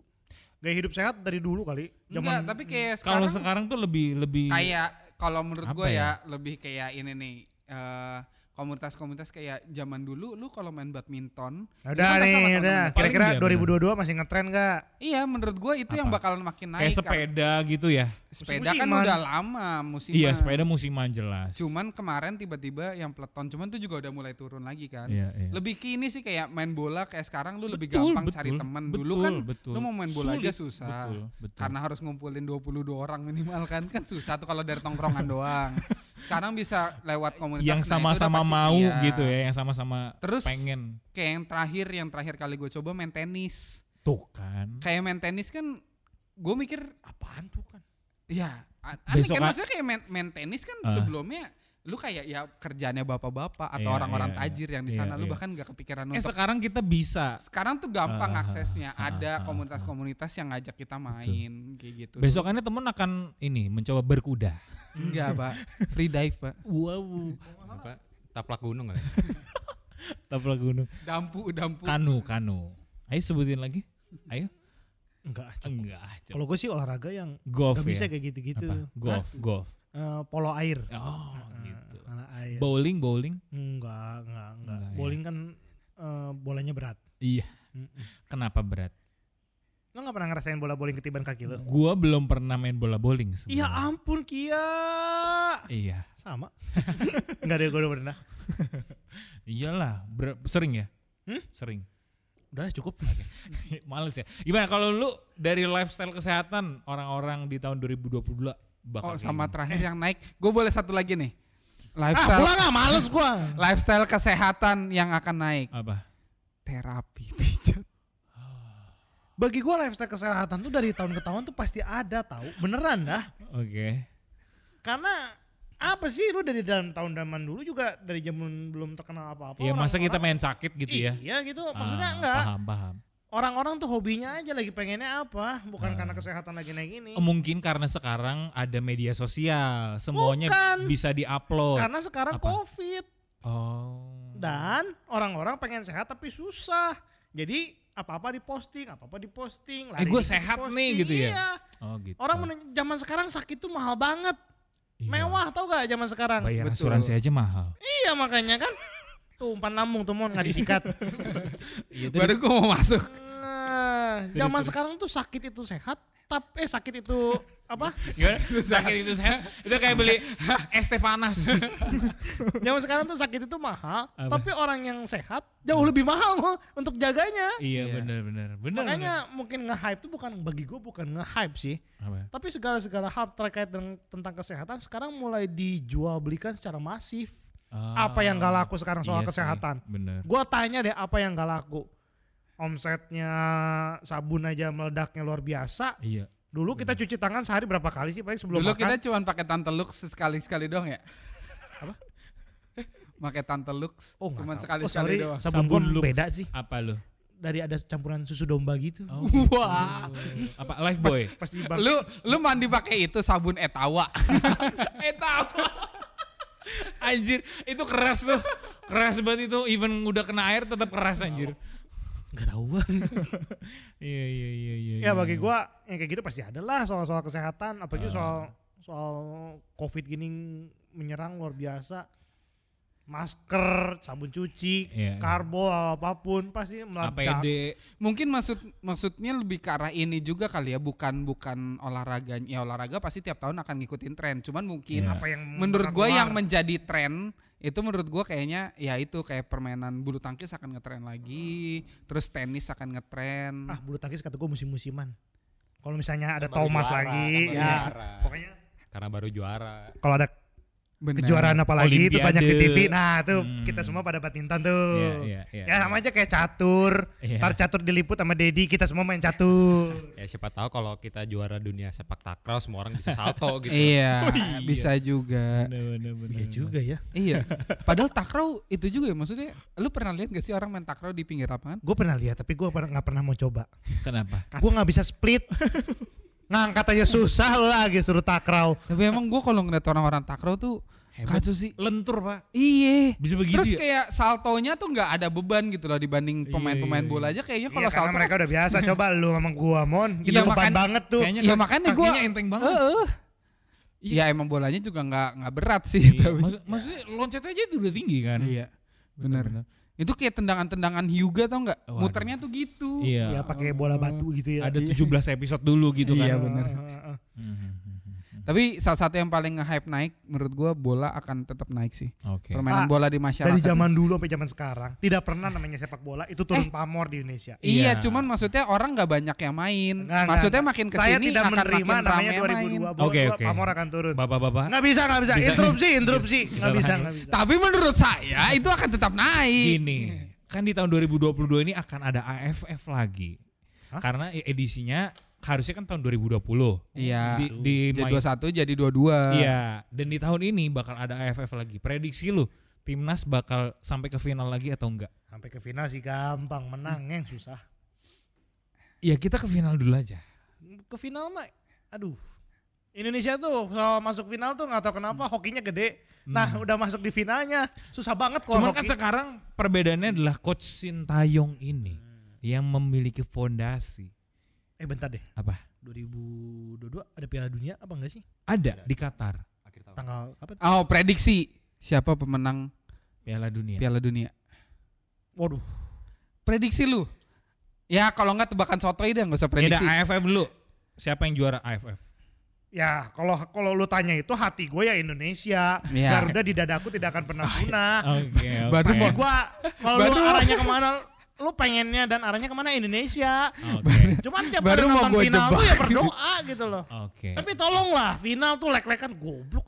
[SPEAKER 3] Gaya hidup sehat dari dulu kali.
[SPEAKER 2] Enggak,
[SPEAKER 3] Zaman
[SPEAKER 2] tapi kayak
[SPEAKER 1] Kalau
[SPEAKER 2] sekarang
[SPEAKER 1] sekarang tuh lebih lebih
[SPEAKER 2] kayak kalau menurut
[SPEAKER 1] Apa
[SPEAKER 2] gue
[SPEAKER 1] ya?
[SPEAKER 2] ya? lebih kayak ini nih eh, komunitas-komunitas kayak zaman dulu lu kalau main badminton
[SPEAKER 3] Ya Udah
[SPEAKER 2] Itu kan sama
[SPEAKER 3] nih,
[SPEAKER 2] temen-temen.
[SPEAKER 3] udah.
[SPEAKER 1] Paling
[SPEAKER 3] Kira-kira
[SPEAKER 1] dia
[SPEAKER 3] 2022 masih ngetren gak?
[SPEAKER 2] iya menurut gue itu yang
[SPEAKER 1] Apa?
[SPEAKER 2] bakalan makin naik kan?
[SPEAKER 1] kayak sepeda gitu ya.
[SPEAKER 2] Kak. sepeda kan
[SPEAKER 3] musiman.
[SPEAKER 2] udah lama musim
[SPEAKER 1] Iya, sepeda musiman jelas.
[SPEAKER 2] cuman kemarin tiba-tiba yang peleton cuman itu juga udah mulai turun lagi kan
[SPEAKER 1] Iya, iya.
[SPEAKER 2] lebih kini sih kayak main bola kayak sekarang lu lebih
[SPEAKER 1] Betul,
[SPEAKER 2] gampang cari
[SPEAKER 1] betul,
[SPEAKER 2] teman dulu
[SPEAKER 1] betul,
[SPEAKER 2] kan
[SPEAKER 1] betul.
[SPEAKER 2] lu mau main bola aja
[SPEAKER 1] Sulit,
[SPEAKER 2] susah
[SPEAKER 1] Betul, betul.
[SPEAKER 2] karena harus ngumpulin 22 orang minimal kan kan susah tuh kalau dari tongkrongan doang sekarang bisa lewat komunitas
[SPEAKER 1] yang
[SPEAKER 2] nah, itu udah
[SPEAKER 1] sama-sama
[SPEAKER 2] pasti
[SPEAKER 1] mau
[SPEAKER 2] iya.
[SPEAKER 1] gitu ya, yang sama-sama
[SPEAKER 2] Terus-
[SPEAKER 1] pengen.
[SPEAKER 2] kayak yang terakhir yang terakhir kali gue coba main tenis
[SPEAKER 1] Tuh kan.
[SPEAKER 2] kayak main tenis kan gue mikir
[SPEAKER 3] Apaan tuh kan?
[SPEAKER 2] ya a- aneh
[SPEAKER 1] Besok
[SPEAKER 2] kan
[SPEAKER 1] a-
[SPEAKER 2] maksudnya kayak main, main tenis kan
[SPEAKER 1] Ah.
[SPEAKER 2] sebelumnya lu kayak ya kerjanya bapak-bapak atau
[SPEAKER 1] Iya,
[SPEAKER 2] orang-orang
[SPEAKER 1] iya,
[SPEAKER 2] tajir yang di
[SPEAKER 1] iya,
[SPEAKER 2] sana lu
[SPEAKER 1] iya.
[SPEAKER 2] bahkan gak kepikiran
[SPEAKER 1] Eh
[SPEAKER 2] untuk
[SPEAKER 1] sekarang kita bisa.
[SPEAKER 2] sekarang tuh gampang
[SPEAKER 1] Ah, ah,
[SPEAKER 2] aksesnya
[SPEAKER 1] ah, ah,
[SPEAKER 2] ada
[SPEAKER 1] ah,
[SPEAKER 2] komunitas-komunitas yang ngajak kita main kayak gitu
[SPEAKER 1] Besokannya temen akan ini mencoba berkuda.
[SPEAKER 2] enggak pak free dive pak
[SPEAKER 1] Wow.
[SPEAKER 5] apa taplak gunung kali.
[SPEAKER 1] Tapal gunung.
[SPEAKER 2] dampu dampu
[SPEAKER 1] Kanu, kanu. Ayo sebutin lagi. Ayo.
[SPEAKER 3] Enggak. ah, cukup.
[SPEAKER 1] Enggak. coba.
[SPEAKER 3] Kalau gue sih olahraga yang
[SPEAKER 1] Golf
[SPEAKER 3] gak bisa
[SPEAKER 1] ya.
[SPEAKER 3] kayak gitu. gitu-gitu.
[SPEAKER 1] Apa? Golf, golf.
[SPEAKER 3] Eh, polo air.
[SPEAKER 1] Oh,
[SPEAKER 3] Eh,
[SPEAKER 1] gitu.
[SPEAKER 3] Malah air.
[SPEAKER 1] Bowling, bowling.
[SPEAKER 3] Enggak, enggak, enggak.
[SPEAKER 1] Enggak, ya.
[SPEAKER 3] Bowling kan eh, bolanya berat.
[SPEAKER 1] Iya.
[SPEAKER 3] Mm-mm.
[SPEAKER 1] Kenapa berat?
[SPEAKER 3] Lo gak pernah ngerasain bola bowling ketiban kaki lo?
[SPEAKER 1] Gua belum pernah main bola bowling
[SPEAKER 3] Iya
[SPEAKER 1] sebenarnya.
[SPEAKER 3] ampun Kia.
[SPEAKER 1] Iya.
[SPEAKER 3] Sama. Enggak deh gue udah pernah.
[SPEAKER 1] Iyalah, ber- sering ya?
[SPEAKER 3] Hmm?
[SPEAKER 1] Sering.
[SPEAKER 3] Udah lah, cukup.
[SPEAKER 1] Males ya. Gimana kalau lu dari lifestyle kesehatan orang-orang di tahun 2022 bakal
[SPEAKER 2] oh
[SPEAKER 1] kayak
[SPEAKER 2] sama
[SPEAKER 1] gimana?
[SPEAKER 2] terakhir yang naik gue boleh satu lagi nih
[SPEAKER 3] Ah
[SPEAKER 1] Nah,
[SPEAKER 2] lifestyle
[SPEAKER 3] pulang ah males gue.
[SPEAKER 2] lifestyle kesehatan yang akan naik
[SPEAKER 1] apa?
[SPEAKER 2] terapi pijat
[SPEAKER 3] Bagi gue lifestyle kesehatan tuh dari tahun ke tahun tuh pasti ada tahu. Beneran dah.
[SPEAKER 1] Oke.
[SPEAKER 3] Karena apa sih lu dari dalam tahun zaman dulu juga dari zaman belum terkenal apa-apa.
[SPEAKER 1] Iya, masa kita
[SPEAKER 3] orang-orang-
[SPEAKER 1] main sakit gitu ya?
[SPEAKER 3] Iya gitu. Maksudnya
[SPEAKER 1] Ah,
[SPEAKER 3] enggak.
[SPEAKER 1] Paham, paham.
[SPEAKER 3] Orang-orang tuh hobinya aja lagi pengennya apa, bukan
[SPEAKER 1] Ah.
[SPEAKER 3] karena kesehatan lagi naik ini.
[SPEAKER 1] Eh, Mungkin karena sekarang ada media sosial, semuanya
[SPEAKER 3] Bukan.
[SPEAKER 1] bisa diupload.
[SPEAKER 3] Karena sekarang
[SPEAKER 1] Apa?
[SPEAKER 3] Covid
[SPEAKER 1] Oh.
[SPEAKER 3] dan orang-orang pengen sehat tapi susah. Jadi apa-apa diposting, apa-apa diposting.
[SPEAKER 1] Eh,
[SPEAKER 3] lari
[SPEAKER 1] gua
[SPEAKER 3] dikit
[SPEAKER 1] sehat
[SPEAKER 3] diposting.
[SPEAKER 1] nih, gitu ya?
[SPEAKER 3] Iya.
[SPEAKER 1] Oh gitu.
[SPEAKER 3] Orang menunj- zaman sekarang sakit tuh mahal banget.
[SPEAKER 1] Iya.
[SPEAKER 3] Mewah tau gak zaman sekarang?
[SPEAKER 1] Bayar
[SPEAKER 2] Betul.
[SPEAKER 1] asuransi aja mahal.
[SPEAKER 3] Iya makanya kan. Tuh umpan lambung tuh mon nggak disikat.
[SPEAKER 1] Iya,
[SPEAKER 2] baru gue mau masuk
[SPEAKER 3] Nah, zaman sekarang tuh sakit itu sehat, tapi eh sakit itu apa?
[SPEAKER 1] Gimana? Sakit itu saya itu kayak beli es teh panas.
[SPEAKER 3] Zaman sekarang tuh sakit itu mahal,
[SPEAKER 1] Apa?
[SPEAKER 3] tapi orang yang sehat jauh lebih mahal Mon, untuk jaganya.
[SPEAKER 1] iya, benar benar. Benar.
[SPEAKER 3] Makanya mungkin nge-hype tuh bukan bagi gue bukan nge-hype sih,
[SPEAKER 1] benar. Apa?
[SPEAKER 3] tapi segala-segala hal terkait dengan- tentang kesehatan sekarang mulai dijual belikan secara masif.
[SPEAKER 1] Ah,
[SPEAKER 3] Apa yang gak laku sekarang soal
[SPEAKER 1] iya sih,
[SPEAKER 3] kesehatan?
[SPEAKER 1] Benar.
[SPEAKER 3] Gue tanya deh apa yang gak laku? Omsetnya sabun aja meledaknya luar biasa.
[SPEAKER 1] Iya.
[SPEAKER 3] Dulu kita cuci tangan sehari berapa kali sih paling sebelum
[SPEAKER 2] Hmm. dulu
[SPEAKER 3] makan?
[SPEAKER 2] kita cuman pakai tante lux sekali sekali doang ya apa pakai tante lux
[SPEAKER 3] Oh, nggak
[SPEAKER 2] cuman
[SPEAKER 3] tahu.
[SPEAKER 2] sekali
[SPEAKER 3] Oh,
[SPEAKER 2] sekali
[SPEAKER 3] sorry.
[SPEAKER 2] doang
[SPEAKER 3] Sabun gua
[SPEAKER 1] Lux.
[SPEAKER 3] beda sih.
[SPEAKER 1] Apa lu?
[SPEAKER 3] Dari ada campuran susu domba gitu.
[SPEAKER 1] Oh,
[SPEAKER 2] wah
[SPEAKER 1] gitu. Apa life boy?
[SPEAKER 3] Pas di
[SPEAKER 2] lu lu mandi pakai itu sabun etawa
[SPEAKER 1] Etawa. anjir, itu keras tuh. Keras banget itu, even udah kena air tetap keras anjir.
[SPEAKER 3] Gak tau
[SPEAKER 1] Iya iya iya iya.
[SPEAKER 3] ya
[SPEAKER 1] iya,
[SPEAKER 3] bagi
[SPEAKER 1] iya.
[SPEAKER 3] gua yang kayak gitu pasti ada lah soal-soal kesehatan apalagi
[SPEAKER 1] Ah.
[SPEAKER 3] soal soal covid gini menyerang luar biasa masker sabun cuci
[SPEAKER 1] Iya, iya.
[SPEAKER 3] karbo apapun pasti meledak
[SPEAKER 1] APD.
[SPEAKER 2] mungkin maksud maksudnya lebih ke arah ini juga kali ya bukan bukan olahraganya ya olahraga pasti tiap tahun akan ngikutin tren cuman mungkin
[SPEAKER 1] Iya.
[SPEAKER 3] apa yang
[SPEAKER 2] menurut
[SPEAKER 3] gua
[SPEAKER 2] gua yang menjadi tren itu menurut gua kayaknya ya itu kayak permainan bulu tangkis akan ngetren lagi terus tenis akan ngetren
[SPEAKER 3] ah bulu tangkis kata gua musim-musiman kalau misalnya ada Thomas lagi ya
[SPEAKER 5] Juara.
[SPEAKER 3] pokoknya
[SPEAKER 5] Karena baru juara.
[SPEAKER 3] kalau ada
[SPEAKER 2] Benar.
[SPEAKER 3] kejuaraan apa lagi itu
[SPEAKER 1] Olimpiade.
[SPEAKER 3] banyak di TV. Nah, tuh
[SPEAKER 1] Hmm.
[SPEAKER 3] kita semua pada badminton tuh.
[SPEAKER 1] Iya, iya, iya.
[SPEAKER 3] ya sama aja kayak catur.
[SPEAKER 1] Iya.
[SPEAKER 3] Ntar catur diliput sama Dedi, kita semua main catur.
[SPEAKER 5] Ya siapa tahu kalau kita juara dunia sepak takraw semua orang bisa salto
[SPEAKER 1] Oh,
[SPEAKER 5] gitu.
[SPEAKER 2] Iya, bisa juga.
[SPEAKER 1] Bener-bener.
[SPEAKER 7] Iya juga ya.
[SPEAKER 2] iya. Padahal takraw itu juga ya maksudnya. Lu pernah lihat gak sih orang main takraw di pinggir lapangan?
[SPEAKER 3] Gue pernah lihat, tapi gue nggak pernah mau coba.
[SPEAKER 1] Kenapa?
[SPEAKER 3] Gue nggak bisa split. Ngangkat aja susah lu lagi suruh takraw.
[SPEAKER 2] Tapi emang gua kalau ngeliat orang-orang takraw tuh
[SPEAKER 1] Hebat.
[SPEAKER 2] kacau sih.
[SPEAKER 1] Lentur pak.
[SPEAKER 2] Iya.
[SPEAKER 1] Bisa begitu
[SPEAKER 2] Terus
[SPEAKER 1] ya?
[SPEAKER 2] kayak saltonya tuh nggak ada beban gitu loh dibanding
[SPEAKER 1] Iya,
[SPEAKER 2] pemain-pemain
[SPEAKER 1] iya,
[SPEAKER 2] bola aja kayaknya
[SPEAKER 3] Iya,
[SPEAKER 2] kalau
[SPEAKER 3] karena
[SPEAKER 2] salto kan
[SPEAKER 3] mereka udah biasa. Coba lu sama gua mon,
[SPEAKER 2] Iya,
[SPEAKER 3] kita beban
[SPEAKER 2] makan-
[SPEAKER 3] banget tuh.
[SPEAKER 1] Kayaknya
[SPEAKER 2] Iya,
[SPEAKER 1] kaki-
[SPEAKER 2] makanya gua-
[SPEAKER 1] kakinya enteng banget.
[SPEAKER 2] Heeh. Iya emang bolanya juga nggak nggak berat sih
[SPEAKER 1] Iya,
[SPEAKER 2] tapi.
[SPEAKER 1] maksud- maksudnya loncat aja itu udah tinggi kan?
[SPEAKER 2] Iya. Bener. Itu kayak tendangan-tendangan Hyuga tau nggak?
[SPEAKER 1] Waduh.
[SPEAKER 2] Muternya tuh gitu.
[SPEAKER 1] Iya.
[SPEAKER 3] Iya, pakai bola batu gitu ya.
[SPEAKER 1] Ada 17 episode dulu gitu kan.
[SPEAKER 2] Iya,
[SPEAKER 3] Ah,
[SPEAKER 2] bener.
[SPEAKER 3] ah, ah.
[SPEAKER 1] Mhm.
[SPEAKER 2] Tapi salah satu yang paling nge-hype naik menurut gua bola akan tetap naik sih.
[SPEAKER 1] Oke.
[SPEAKER 2] Permainan
[SPEAKER 3] Ah,
[SPEAKER 2] bola di masyarakat.
[SPEAKER 3] Dari zaman dulu sampai zaman sekarang, tidak pernah namanya sepak bola itu turun pamor di Indonesia.
[SPEAKER 2] Eh. Iya,
[SPEAKER 1] Iya.
[SPEAKER 2] cuman maksudnya orang nggak banyak yang main.
[SPEAKER 3] Nggak, nggak,
[SPEAKER 2] maksudnya
[SPEAKER 3] nggak.
[SPEAKER 2] makin kesini
[SPEAKER 3] Saya tidak
[SPEAKER 2] akan
[SPEAKER 3] menerima
[SPEAKER 2] makin
[SPEAKER 3] namanya
[SPEAKER 2] ramai yang main.
[SPEAKER 3] 2002
[SPEAKER 1] Oke, oke.
[SPEAKER 3] pamor akan turun.
[SPEAKER 1] Bapak-bapak.
[SPEAKER 2] Nah,
[SPEAKER 3] Nggak bisa, nggak bisa.
[SPEAKER 1] Bisa.
[SPEAKER 3] Interupsi, interupsi. Nggak bisa, nggak bisa.
[SPEAKER 2] Tapi menurut saya itu akan tetap naik.
[SPEAKER 1] Gini, kan di tahun 2022 ini akan ada AFF lagi.
[SPEAKER 3] Hah?
[SPEAKER 1] Karena e- edisinya harusnya kan tahun 2020.
[SPEAKER 2] Iya.
[SPEAKER 1] Di, di
[SPEAKER 2] Jadi
[SPEAKER 1] main-
[SPEAKER 2] 21 jadi 22.
[SPEAKER 1] Iya, dan di tahun ini bakal ada AFF lagi. Prediksi lu, timnas bakal sampai ke final lagi atau enggak?
[SPEAKER 3] Sampai ke final sih gampang menang yang susah.
[SPEAKER 1] Ya kita ke final dulu aja.
[SPEAKER 3] Ke final mah, aduh. Indonesia tuh soal masuk final tuh nggak tahu kenapa hokinya gede. Nah udah masuk di finalnya susah banget kok
[SPEAKER 1] Cuman kan
[SPEAKER 3] hoki.
[SPEAKER 1] sekarang perbedaannya adalah coach Sintayong ini
[SPEAKER 2] Hmm.
[SPEAKER 1] yang memiliki fondasi.
[SPEAKER 3] eh bentar deh.
[SPEAKER 1] Apa?
[SPEAKER 3] 2022 ada Piala Dunia apa enggak sih?
[SPEAKER 1] Ada di Qatar,
[SPEAKER 5] Akhir tahun.
[SPEAKER 3] Tanggal kapan?
[SPEAKER 2] Oh, prediksi siapa pemenang
[SPEAKER 1] Piala Dunia.
[SPEAKER 2] Piala Dunia?
[SPEAKER 3] Waduh.
[SPEAKER 2] Prediksi lu. Ya kalau nggak tebakan sotoy deh nggak
[SPEAKER 1] Ya
[SPEAKER 2] usah
[SPEAKER 1] udah,
[SPEAKER 2] prediksi.
[SPEAKER 1] AFF dulu. Siapa yang juara AFF?
[SPEAKER 3] Ya kalau kalau lu tanya itu hati gue ya Indonesia.
[SPEAKER 2] Iya.
[SPEAKER 3] Garuda di dadaku tidak akan pernah punah.
[SPEAKER 1] Oke,
[SPEAKER 2] Baru
[SPEAKER 3] Pasti
[SPEAKER 2] mau-
[SPEAKER 3] gua kalau
[SPEAKER 2] Baru-
[SPEAKER 3] lu arahnya kemana lu pengennya dan arahnya kemana Indonesia.
[SPEAKER 1] oke.
[SPEAKER 3] Cuman tiap
[SPEAKER 2] Baru
[SPEAKER 3] kali
[SPEAKER 2] mau
[SPEAKER 3] nonton
[SPEAKER 2] gua
[SPEAKER 3] final tuh
[SPEAKER 2] jebak.
[SPEAKER 3] ya berdoa gitu loh.
[SPEAKER 1] Oke.
[SPEAKER 3] Tapi tolonglah final tuh lek-lekan goblok.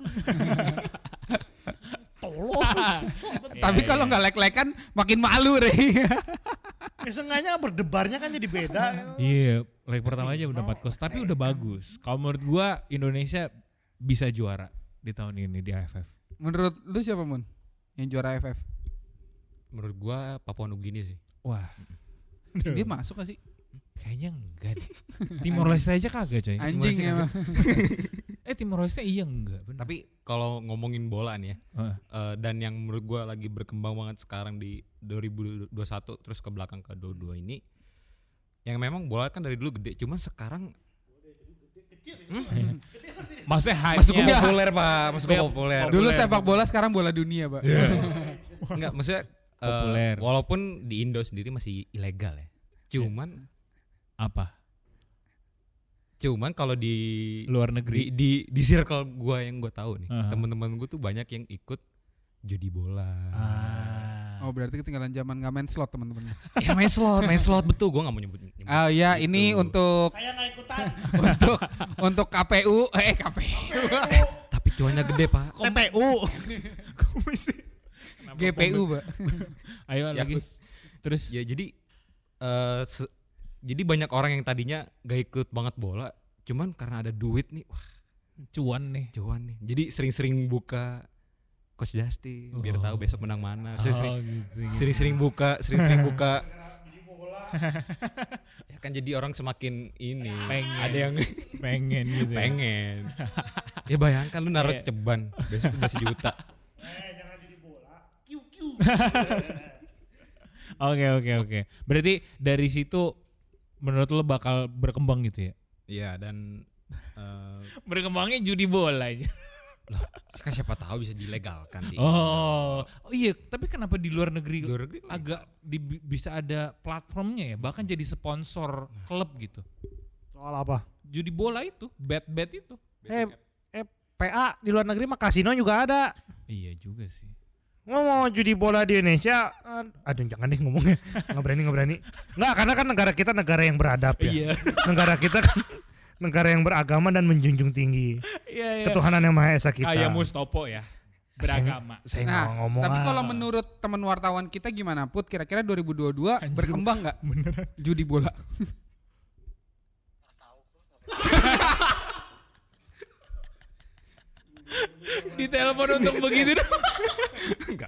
[SPEAKER 3] Tolong.
[SPEAKER 5] eh.
[SPEAKER 2] Tapi kalau nggak lek-lekan makin malu Rey.
[SPEAKER 3] ya seenggaknya berdebarnya kan jadi beda.
[SPEAKER 1] Iya, leg pertama aja udah 4 kos, tapi udah bagus. Kalau menurut gua Indonesia bisa juara di tahun ini di AFF.
[SPEAKER 2] Menurut lu siapa Mun? Yang juara AFF?
[SPEAKER 5] Menurut gua Papua Nugini sih.
[SPEAKER 1] Wah,
[SPEAKER 2] Dia masuk gak sih?
[SPEAKER 1] kayaknya enggak. deh. Timor Leste aja kagak, coy.
[SPEAKER 2] Anjing
[SPEAKER 5] sih
[SPEAKER 2] emang.
[SPEAKER 1] Eh Timor Leste iya enggak, benar.
[SPEAKER 5] Tapi kalau ngomongin bola nih ya,
[SPEAKER 1] Heeh.
[SPEAKER 5] eh, dan yang menurut gua lagi berkembang banget sekarang di 2021 terus ke belakang ke 22 ini yang memang bola kan dari dulu gede, cuman sekarang
[SPEAKER 1] Maksudnya hype
[SPEAKER 5] masuk populer, Pak. Masuk
[SPEAKER 1] Iya.
[SPEAKER 5] populer.
[SPEAKER 2] Dulu sepak bola sekarang bola dunia, Pak.
[SPEAKER 5] Iya. Enggak, maksudnya eh,
[SPEAKER 1] Populer.
[SPEAKER 5] walaupun di Indo sendiri masih ilegal ya. Cuman
[SPEAKER 1] apa?
[SPEAKER 5] cuman kalau di
[SPEAKER 1] Luar
[SPEAKER 5] di
[SPEAKER 1] negeri.
[SPEAKER 5] di, di circle gua yang gua tahu nih,
[SPEAKER 1] Aha.
[SPEAKER 5] teman-teman gua tuh banyak yang ikut judi bola.
[SPEAKER 1] Ah.
[SPEAKER 2] Oh, berarti ketinggalan zaman nggak main slot, teman-teman.
[SPEAKER 5] ya main slot, main slot betul gua nggak mau nyebut. nyebut.
[SPEAKER 2] Ah ya, ini
[SPEAKER 5] Gitu.
[SPEAKER 2] untuk
[SPEAKER 3] Saya nggak ikutan.
[SPEAKER 2] untuk untuk KPU, eh KPU,
[SPEAKER 5] Tapi cuannya gede, Pak.
[SPEAKER 3] TPU.
[SPEAKER 2] GPU, Pak.
[SPEAKER 1] Ayo
[SPEAKER 5] Ya.
[SPEAKER 1] lagi. Terus
[SPEAKER 5] Ya jadi eh, se- jadi banyak orang yang tadinya gak ikut banget bola, cuman karena ada duit nih, wah
[SPEAKER 1] cuan nih.
[SPEAKER 5] cuan nih. Jadi sering-sering buka Coach Dusty biar
[SPEAKER 1] Oh.
[SPEAKER 5] tahu besok menang mana.
[SPEAKER 1] Oh,
[SPEAKER 5] Sering-
[SPEAKER 1] gitu.
[SPEAKER 5] Sering-sering buka, sering-sering buka. ya kan jadi orang semakin ini.
[SPEAKER 1] Pengen.
[SPEAKER 5] Ada yang
[SPEAKER 1] pengen gitu. ya.
[SPEAKER 5] pengen. ya bayangkan lu naruh
[SPEAKER 1] Iya.
[SPEAKER 5] ceban besok udah sejuta.
[SPEAKER 1] Oke oke oke. Berarti dari situ menurut lo bakal berkembang gitu ya?
[SPEAKER 5] Iya dan eh,
[SPEAKER 1] Berkembangnya judi bola aja.
[SPEAKER 5] kan siapa tahu bisa dilegalkan di
[SPEAKER 1] Oh, oh iya. Tapi kenapa di luar negeri
[SPEAKER 5] Luar negeri legal.
[SPEAKER 1] agak di- bi- bisa ada platformnya ya? Bahkan jadi sponsor klub gitu.
[SPEAKER 3] Soal apa?
[SPEAKER 1] Judi bola itu, bet bet itu.
[SPEAKER 3] Eh, eh PA di luar negeri mah kasino juga ada.
[SPEAKER 1] Iya juga sih.
[SPEAKER 3] Lo mau judi bola di Indonesia? ad- Aduh jangan deh ngomongnya. Nggak berani, nggak berani. Nggak, karena kan negara kita negara yang beradab ya.
[SPEAKER 1] Iya.
[SPEAKER 3] Negara kita kan negara yang beragama dan menjunjung tinggi
[SPEAKER 1] Iya iya.
[SPEAKER 3] Eh. ketuhanan yang maha esa kita.
[SPEAKER 1] Kayak Mustopo ya. beragama.
[SPEAKER 3] Saya
[SPEAKER 2] Nah,
[SPEAKER 3] nggak ngomong.
[SPEAKER 2] Tapi
[SPEAKER 3] ah.
[SPEAKER 2] kalau menurut teman wartawan kita gimana Put? Kira-kira 2022 berkembang nggak
[SPEAKER 1] Beneran.
[SPEAKER 2] judi bola?
[SPEAKER 1] Ditelepon untuk begitu dong.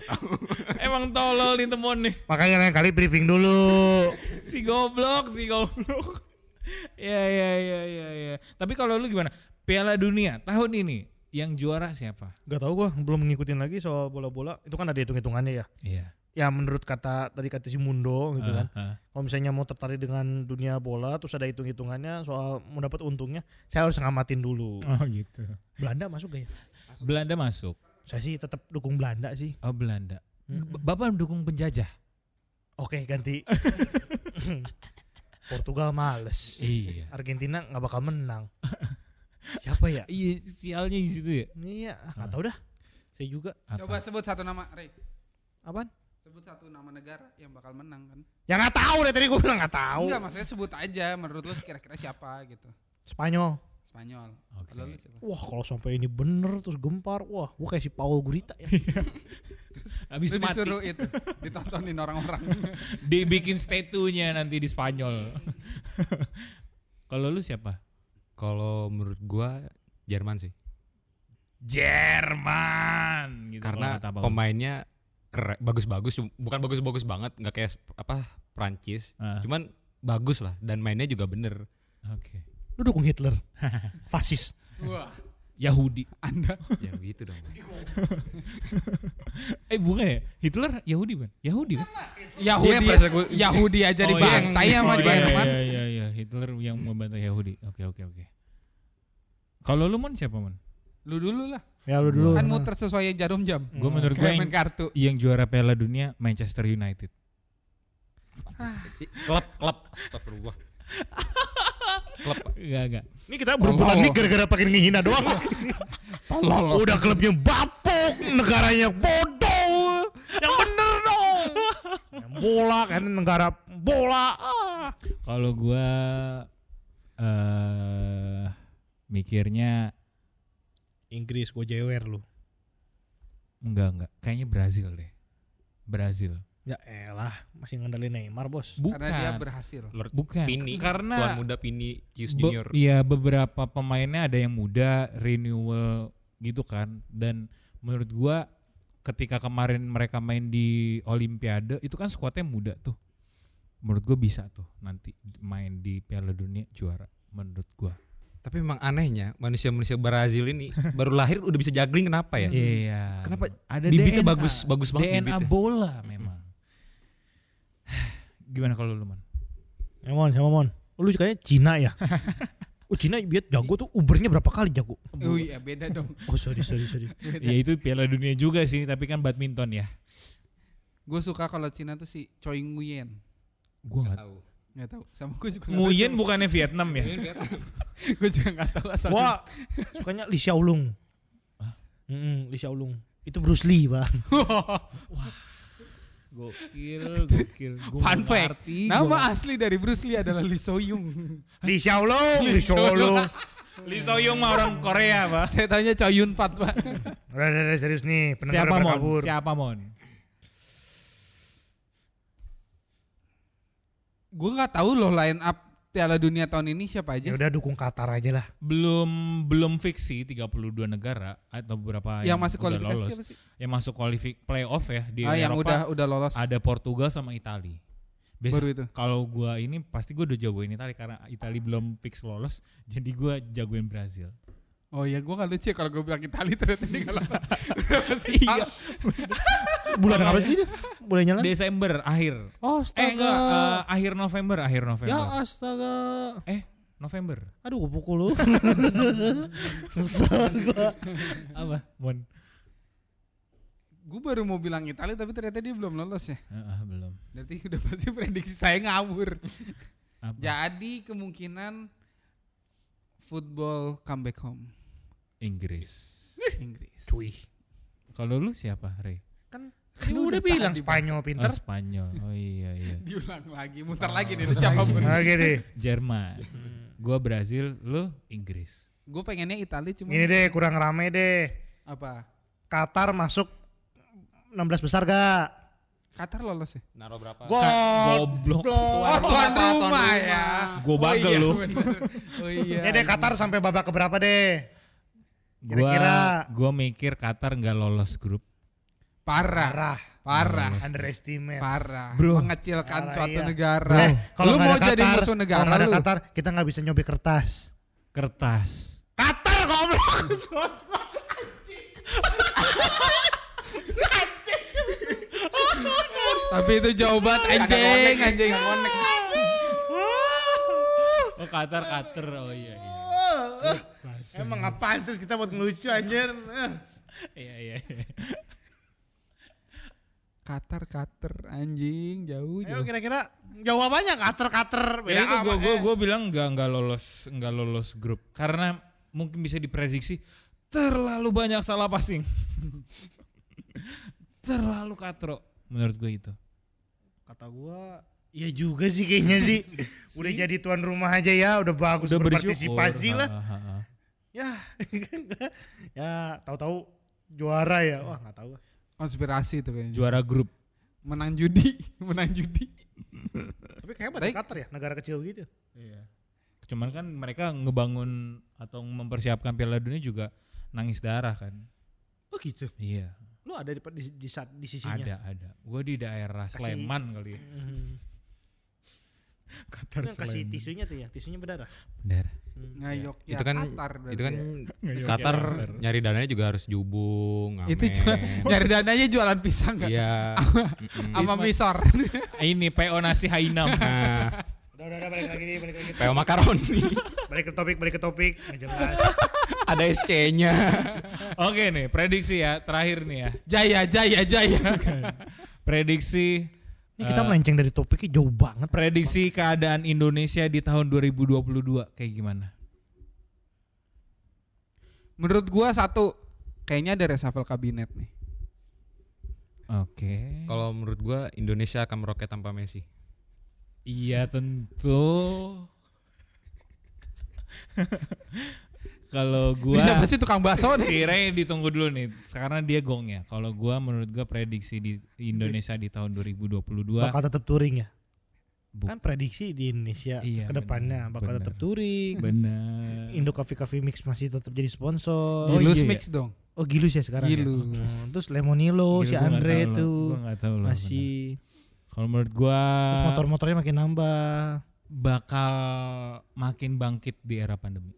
[SPEAKER 1] Emang tolol nih temen nih.
[SPEAKER 3] makanya lain kali briefing dulu.
[SPEAKER 1] Si goblok, si goblok. ya ya ya ya ya. Tapi kalau lu gimana? Piala Dunia tahun ini yang juara siapa?
[SPEAKER 3] Gak tau gua belum ngikutin lagi soal bola-bola. Itu kan ada hitung-hitungannya ya.
[SPEAKER 1] Iya.
[SPEAKER 3] Ya menurut kata tadi kata si Mundo gitu kan.
[SPEAKER 1] Ah, ah.
[SPEAKER 3] Kalau misalnya mau tertarik dengan dunia bola terus ada hitung-hitungannya soal mau dapat untungnya, saya harus ngamatin dulu.
[SPEAKER 1] Oh gitu.
[SPEAKER 3] Belanda masuk gak ya?
[SPEAKER 1] Belanda masuk.
[SPEAKER 3] Saya sih tetap dukung Belanda sih.
[SPEAKER 1] Oh Belanda.
[SPEAKER 3] Mm-mm.
[SPEAKER 1] B- Bapak mendukung penjajah.
[SPEAKER 3] Oke, ganti. Portugal males.
[SPEAKER 1] Iya.
[SPEAKER 3] Argentina nggak bakal menang. Siapa ya?
[SPEAKER 1] Iya, sialnya di situ ya.
[SPEAKER 3] Iya, nggak tahu dah. Saya juga.
[SPEAKER 1] Apa?
[SPEAKER 2] Coba sebut satu nama, Rey.
[SPEAKER 3] Apaan?
[SPEAKER 2] Sebut satu nama negara yang bakal menang kan?
[SPEAKER 3] Ya nggak tahu deh tadi gue bilang nggak tahu.
[SPEAKER 2] Enggak, maksudnya sebut aja menurut lu kira-kira siapa gitu.
[SPEAKER 3] Spanyol.
[SPEAKER 2] Spanyol.
[SPEAKER 1] Oke.
[SPEAKER 2] Lalu siapa?
[SPEAKER 3] Wah kalau sampai ini bener terus gempar, wah gue kayak si Paul Gurita ya.
[SPEAKER 1] Habis
[SPEAKER 2] Lu
[SPEAKER 1] mati
[SPEAKER 2] disuruh itu, ditontonin orang-orang.
[SPEAKER 1] dibikin statunya nanti di Spanyol. Kalau lu siapa?
[SPEAKER 5] Kalau menurut gua Jerman sih.
[SPEAKER 1] Jerman gitu
[SPEAKER 5] karena
[SPEAKER 1] kalau kata Paul.
[SPEAKER 5] pemainnya keren, bagus-bagus, cum- bukan bagus-bagus banget, nggak kayak sp- apa Prancis.
[SPEAKER 1] Ah,
[SPEAKER 5] Cuman bagus lah dan mainnya juga bener.
[SPEAKER 1] Oke.
[SPEAKER 3] Lu dukung Hitler, fasis.
[SPEAKER 2] Wah,
[SPEAKER 1] Yahudi.
[SPEAKER 2] Anda
[SPEAKER 5] Jangan gitu dong.
[SPEAKER 1] Eh bukan ya? Hitler Yahudi kan? Yahudi kan?
[SPEAKER 2] Yahudi,
[SPEAKER 5] Dia persekusi.
[SPEAKER 2] Yahudi aja dibantai
[SPEAKER 1] oh,
[SPEAKER 2] sama
[SPEAKER 1] iya,
[SPEAKER 2] Jerman.
[SPEAKER 1] Iya, iya, iya. Hitler yang membantai Yahudi. Oke, oke, oke. Kalau lu mon siapa mon?
[SPEAKER 2] Lu dulu lah.
[SPEAKER 3] Ya lu dulu.
[SPEAKER 2] Kan muter sesuai jarum jam.
[SPEAKER 1] Gue menurut gue
[SPEAKER 2] Kayak
[SPEAKER 1] yang,
[SPEAKER 2] main kartu.
[SPEAKER 1] yang juara Piala Dunia Manchester United.
[SPEAKER 5] klub, klub. Astagfirullah. klub.
[SPEAKER 1] Enggak, enggak.
[SPEAKER 3] Ini kita berebutan
[SPEAKER 2] Tolol.
[SPEAKER 3] nih gara-gara pakai ngehina doang.
[SPEAKER 2] Tolol.
[SPEAKER 3] Udah klubnya bapuk, negaranya bodoh. Yang bener dong. Yang bola kan negara bola. Ah.
[SPEAKER 1] Kalau gua eh mikirnya
[SPEAKER 3] Inggris gue jewer lu.
[SPEAKER 1] enggak enggak, kayaknya Brazil deh. Brazil.
[SPEAKER 3] Ya elah, masih ngandelin Neymar, Bos.
[SPEAKER 1] Bukan.
[SPEAKER 2] Karena dia berhasil.
[SPEAKER 5] Lord
[SPEAKER 1] bukan.
[SPEAKER 5] Pini.
[SPEAKER 1] Karena
[SPEAKER 5] Tuan muda Pini Cius
[SPEAKER 1] Be-
[SPEAKER 5] Junior.
[SPEAKER 1] Iya beberapa pemainnya ada yang muda renewal gitu kan dan menurut gua ketika kemarin mereka main di Olimpiade itu kan skuadnya muda tuh menurut gua bisa tuh nanti main di Piala Dunia juara menurut gua
[SPEAKER 5] Tapi memang anehnya manusia-manusia Brazil ini baru lahir udah bisa juggling kenapa ya?
[SPEAKER 1] iya
[SPEAKER 5] Kenapa
[SPEAKER 1] ada
[SPEAKER 5] bibitnya bagus- bagus banget
[SPEAKER 1] DNA
[SPEAKER 5] bibitnya.
[SPEAKER 1] bola memang Hmm. gimana kalau lu man
[SPEAKER 3] Emon, sama Ya, Mon. Lu kayaknya Cina ya. Oh Cina biar jago tuh Ubernya berapa kali jago?
[SPEAKER 2] Oh iya beda dong.
[SPEAKER 3] Oh sorry sorry sorry.
[SPEAKER 1] ya itu Piala Dunia juga sih tapi kan badminton ya
[SPEAKER 2] Gue suka kalau Cina tuh si Choi Nguyen.
[SPEAKER 1] gua nggak
[SPEAKER 5] Tahu.
[SPEAKER 2] Gak tau. Sama gue juga
[SPEAKER 1] Nguyen bukannya Vietnam ya
[SPEAKER 2] Gue juga gak tau asal.
[SPEAKER 3] Wah, sukanya Li Xiaolong. Mm-mm, Li Xiaolong. Itu Bruce Lee, Pak.
[SPEAKER 1] Gokil, gokil. Gua
[SPEAKER 2] Fun fact.
[SPEAKER 1] ngerti, gua
[SPEAKER 2] Nama asli dari Bruce Lee adalah Lee Soyung.
[SPEAKER 3] Li Xiaolong, Li Xiaolong.
[SPEAKER 1] Lee Soyoung mah orang Korea, Pak.
[SPEAKER 2] Saya tanya Choi Yun Fat pak.
[SPEAKER 3] Udah, udah, udah, serius nih,
[SPEAKER 1] Siapa
[SPEAKER 3] pendengar
[SPEAKER 1] Mon?
[SPEAKER 3] berkabur.
[SPEAKER 1] Siapa Mon?
[SPEAKER 2] gue nggak tahu loh line up Piala Dunia tahun ini siapa aja.
[SPEAKER 3] Ya udah dukung Qatar aja lah.
[SPEAKER 1] Belum belum fix sih 32 negara atau beberapa
[SPEAKER 2] yang masih
[SPEAKER 1] udah
[SPEAKER 2] kualifikasi
[SPEAKER 1] lolos.
[SPEAKER 2] siapa sih?
[SPEAKER 1] Yang masuk kualifik playoff ya di Eropa.
[SPEAKER 2] ah, yang udah udah lolos.
[SPEAKER 1] Ada Portugal sama Italia. Biasa
[SPEAKER 2] Baru itu.
[SPEAKER 1] kalau gua ini pasti gua udah jagoin Italia karena Italia belum fix lolos, jadi gua jagoin Brazil.
[SPEAKER 2] Oh iya gue nggak lucu ya kalau gue bilang Itali ternyata dia nggak lolos.
[SPEAKER 1] Iya.
[SPEAKER 3] Bulan apa sih? dia? Bulan nyala?
[SPEAKER 1] Desember akhir.
[SPEAKER 3] Oh,
[SPEAKER 1] Eh
[SPEAKER 3] astaga.
[SPEAKER 1] enggak, eh, akhir November, akhir
[SPEAKER 3] ya
[SPEAKER 1] November.
[SPEAKER 3] astaga.
[SPEAKER 1] Eh, November.
[SPEAKER 3] Aduh, gue pukul lu. Kesel gua.
[SPEAKER 1] Apa? Mon.
[SPEAKER 2] gue baru mau bilang Itali tapi ternyata dia belum lolos ya.
[SPEAKER 1] Heeh, belum.
[SPEAKER 2] Berarti udah pasti prediksi saya ngawur.
[SPEAKER 1] Apa?
[SPEAKER 2] Ya. Jadi kemungkinan football comeback home
[SPEAKER 1] Inggris.
[SPEAKER 2] Inggris.
[SPEAKER 3] Cuy.
[SPEAKER 1] Kalau lu siapa, Re?
[SPEAKER 3] Kan udah, bilang Spanyol
[SPEAKER 1] Oh,
[SPEAKER 3] pinter.
[SPEAKER 1] Spanyol. Oh iya iya.
[SPEAKER 2] Diulang lagi, muter lagi
[SPEAKER 3] Ah.
[SPEAKER 2] nih lu siapa pun.
[SPEAKER 3] Oke deh.
[SPEAKER 1] Jerman. Gua Brazil, lu Inggris.
[SPEAKER 2] Gue pengennya Itali cuma
[SPEAKER 3] Gini deh, kurang rame deh.
[SPEAKER 2] apa?
[SPEAKER 3] Qatar masuk 16 besar gak?
[SPEAKER 2] Qatar lolos ya?
[SPEAKER 5] Naro berapa?
[SPEAKER 3] Gol.
[SPEAKER 1] Goblok.
[SPEAKER 2] Oh,
[SPEAKER 3] Gol.
[SPEAKER 2] tuan
[SPEAKER 5] rumah,
[SPEAKER 2] rumah
[SPEAKER 5] tuan
[SPEAKER 2] ya.
[SPEAKER 5] rumah.
[SPEAKER 1] Gua bagel
[SPEAKER 2] iya,
[SPEAKER 1] lu.
[SPEAKER 2] bener. Oh iya.
[SPEAKER 3] Ini Eh, deh Qatar sampai babak keberapa deh?
[SPEAKER 1] Gua
[SPEAKER 3] Kira-kira-
[SPEAKER 1] gua mikir Qatar nggak lolos grup.
[SPEAKER 2] Parah,
[SPEAKER 3] Parah.
[SPEAKER 2] parah,
[SPEAKER 3] Underestimate.
[SPEAKER 2] parah.
[SPEAKER 1] Bro.
[SPEAKER 2] Mengecilkan
[SPEAKER 3] Parah,
[SPEAKER 2] suatu
[SPEAKER 3] iya.
[SPEAKER 2] negara.
[SPEAKER 3] Eh, kalau
[SPEAKER 2] lu
[SPEAKER 3] nggak
[SPEAKER 2] mau
[SPEAKER 3] ada
[SPEAKER 2] jadi
[SPEAKER 3] Qatar,
[SPEAKER 2] musuh
[SPEAKER 3] kalau
[SPEAKER 2] negara
[SPEAKER 3] nggak ada
[SPEAKER 2] lu.
[SPEAKER 3] Qatar, kita nggak bisa nyobek kertas.
[SPEAKER 1] Kertas.
[SPEAKER 3] Qatar goblok.
[SPEAKER 2] Tapi itu jauh banget anjing, anjing.
[SPEAKER 1] Oh Qatar Qatar. Oh iya iya.
[SPEAKER 3] Emang apaan terus kita buat ngelucu anjir. Eh.
[SPEAKER 1] Iya iya.
[SPEAKER 2] Qatar, Qatar, anjing, jauh, jauh.
[SPEAKER 3] Ayo kira-kira jauh apanya Qatar-Qatar
[SPEAKER 1] Ya
[SPEAKER 3] beda
[SPEAKER 1] itu gua
[SPEAKER 3] apa,
[SPEAKER 1] gua
[SPEAKER 3] eh.
[SPEAKER 1] gua bilang nggak nggak lolos nggak lolos grup karena mungkin bisa diprediksi terlalu banyak salah passing. terlalu katro menurut gue itu.
[SPEAKER 3] Kata gua Iya juga sih kayaknya sih. Udah jadi tuan rumah aja ya, udah bagus
[SPEAKER 1] Udah
[SPEAKER 3] berpartisipasi lah.
[SPEAKER 1] Ha, ha, ha.
[SPEAKER 3] Ya. ya, tahu-tahu juara ya. Wah, nggak tahu.
[SPEAKER 2] Konspirasi itu kayaknya.
[SPEAKER 1] Juara grup.
[SPEAKER 2] Menang judi, menang judi.
[SPEAKER 3] Tapi kayak
[SPEAKER 2] Baik.
[SPEAKER 3] banyak Qatar ya, negara kecil gitu.
[SPEAKER 1] Iya. Cuman kan mereka ngebangun atau mempersiapkan Piala Dunia juga nangis darah kan.
[SPEAKER 3] Oh gitu.
[SPEAKER 1] Iya.
[SPEAKER 3] Lu ada di di, di, saat- di sisinya.
[SPEAKER 1] Ada ada. Gue di daerah
[SPEAKER 3] Kasih-
[SPEAKER 1] Sleman kali ya.
[SPEAKER 3] Hmm.
[SPEAKER 1] Qatar
[SPEAKER 3] Yang kasih tisunya tuh ya, tisunya berdarah. Hmm.
[SPEAKER 1] Daerah.
[SPEAKER 2] Ngayok ya
[SPEAKER 5] itu kan
[SPEAKER 2] Qatar
[SPEAKER 5] itu kan
[SPEAKER 2] berarti
[SPEAKER 5] Qatar nyari dananya juga harus jubung,
[SPEAKER 2] ya.
[SPEAKER 5] ngamen.
[SPEAKER 2] itu cuma nyari dananya jualan pisang kan
[SPEAKER 5] Iya.
[SPEAKER 2] sama misor
[SPEAKER 1] Ini PO nasi Hainam.
[SPEAKER 5] Nah,
[SPEAKER 3] Udah, udah, udah, balik lagi nih, balik lagi.
[SPEAKER 5] peo makaroni
[SPEAKER 3] Balik ke topik, balik ke topik. Nggak jelas.
[SPEAKER 5] ada SC-nya.
[SPEAKER 1] Oke nih, prediksi ya terakhir nih ya.
[SPEAKER 2] jaya jaya jaya
[SPEAKER 1] Prediksi
[SPEAKER 3] Ini kita
[SPEAKER 1] Eh.
[SPEAKER 3] melenceng dari topiknya jauh banget.
[SPEAKER 1] prediksi keadaan Indonesia di tahun 2022 kayak gimana?
[SPEAKER 2] menurut gua satu kayaknya ada reshuffle kabinet nih
[SPEAKER 1] Oke.
[SPEAKER 5] Kalau menurut gua Indonesia akan meroket tanpa Messi.
[SPEAKER 1] Iya tentu. Kalau gua
[SPEAKER 2] bisa pasti tukang bakso nih
[SPEAKER 1] si Ray ditunggu dulu nih karena dia gong ya. Kalau gua menurut gua prediksi di Indonesia di tahun 2022
[SPEAKER 3] bakal tetap touring ya.
[SPEAKER 1] Bu-
[SPEAKER 3] Kan prediksi di Indonesia
[SPEAKER 1] Iya, benar,
[SPEAKER 3] kedepannya bakal
[SPEAKER 1] benar.
[SPEAKER 3] tetap touring.
[SPEAKER 1] benar.
[SPEAKER 3] Indo Coffee Coffee Mix masih tetap jadi sponsor.
[SPEAKER 1] Oh,
[SPEAKER 2] Gilus
[SPEAKER 1] iya ya.
[SPEAKER 2] mix dong
[SPEAKER 3] Oh Gilus ya sekarang. ya?
[SPEAKER 2] Gilus.
[SPEAKER 3] Oh, Terus Lemonilo, si Andre tuh
[SPEAKER 1] masih
[SPEAKER 3] masih.
[SPEAKER 1] kalau menurut gua
[SPEAKER 3] Terus motor-motornya makin nambah.
[SPEAKER 1] bakal makin bangkit di era pandemi.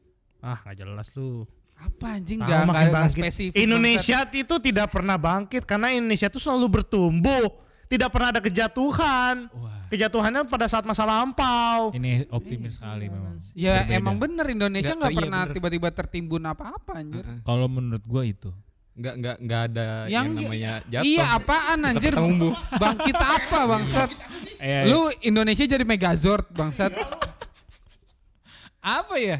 [SPEAKER 3] Ah gak jelas lu.
[SPEAKER 2] apa anjing
[SPEAKER 3] Tahu
[SPEAKER 2] gak,
[SPEAKER 3] makin
[SPEAKER 2] gak, gak
[SPEAKER 3] bangkit.
[SPEAKER 2] spesifik
[SPEAKER 3] Indonesia itu tidak pernah bangkit karena Indonesia itu selalu bertumbuh. Tidak pernah ada kejatuhan.
[SPEAKER 1] Wah,
[SPEAKER 3] Kejatuhannya pada saat masa lampau.
[SPEAKER 1] ini optimis sekali memang.
[SPEAKER 2] ya
[SPEAKER 1] Berbeda.
[SPEAKER 2] emang bener Indonesia
[SPEAKER 5] Nggak,
[SPEAKER 2] nggak
[SPEAKER 5] iya,
[SPEAKER 2] pernah
[SPEAKER 5] bener.
[SPEAKER 2] tiba-tiba tertimbun apa-apa anjir
[SPEAKER 1] Kalau menurut gua itu
[SPEAKER 5] Nggak nggak nggak ada yang,
[SPEAKER 2] Yang-
[SPEAKER 5] namanya jatuh.
[SPEAKER 2] iya apaan anjir
[SPEAKER 5] tumbuh.
[SPEAKER 2] bangkit apa bangsat
[SPEAKER 1] Eh,
[SPEAKER 2] lu Indonesia jadi megazord bangsat
[SPEAKER 1] apa ya?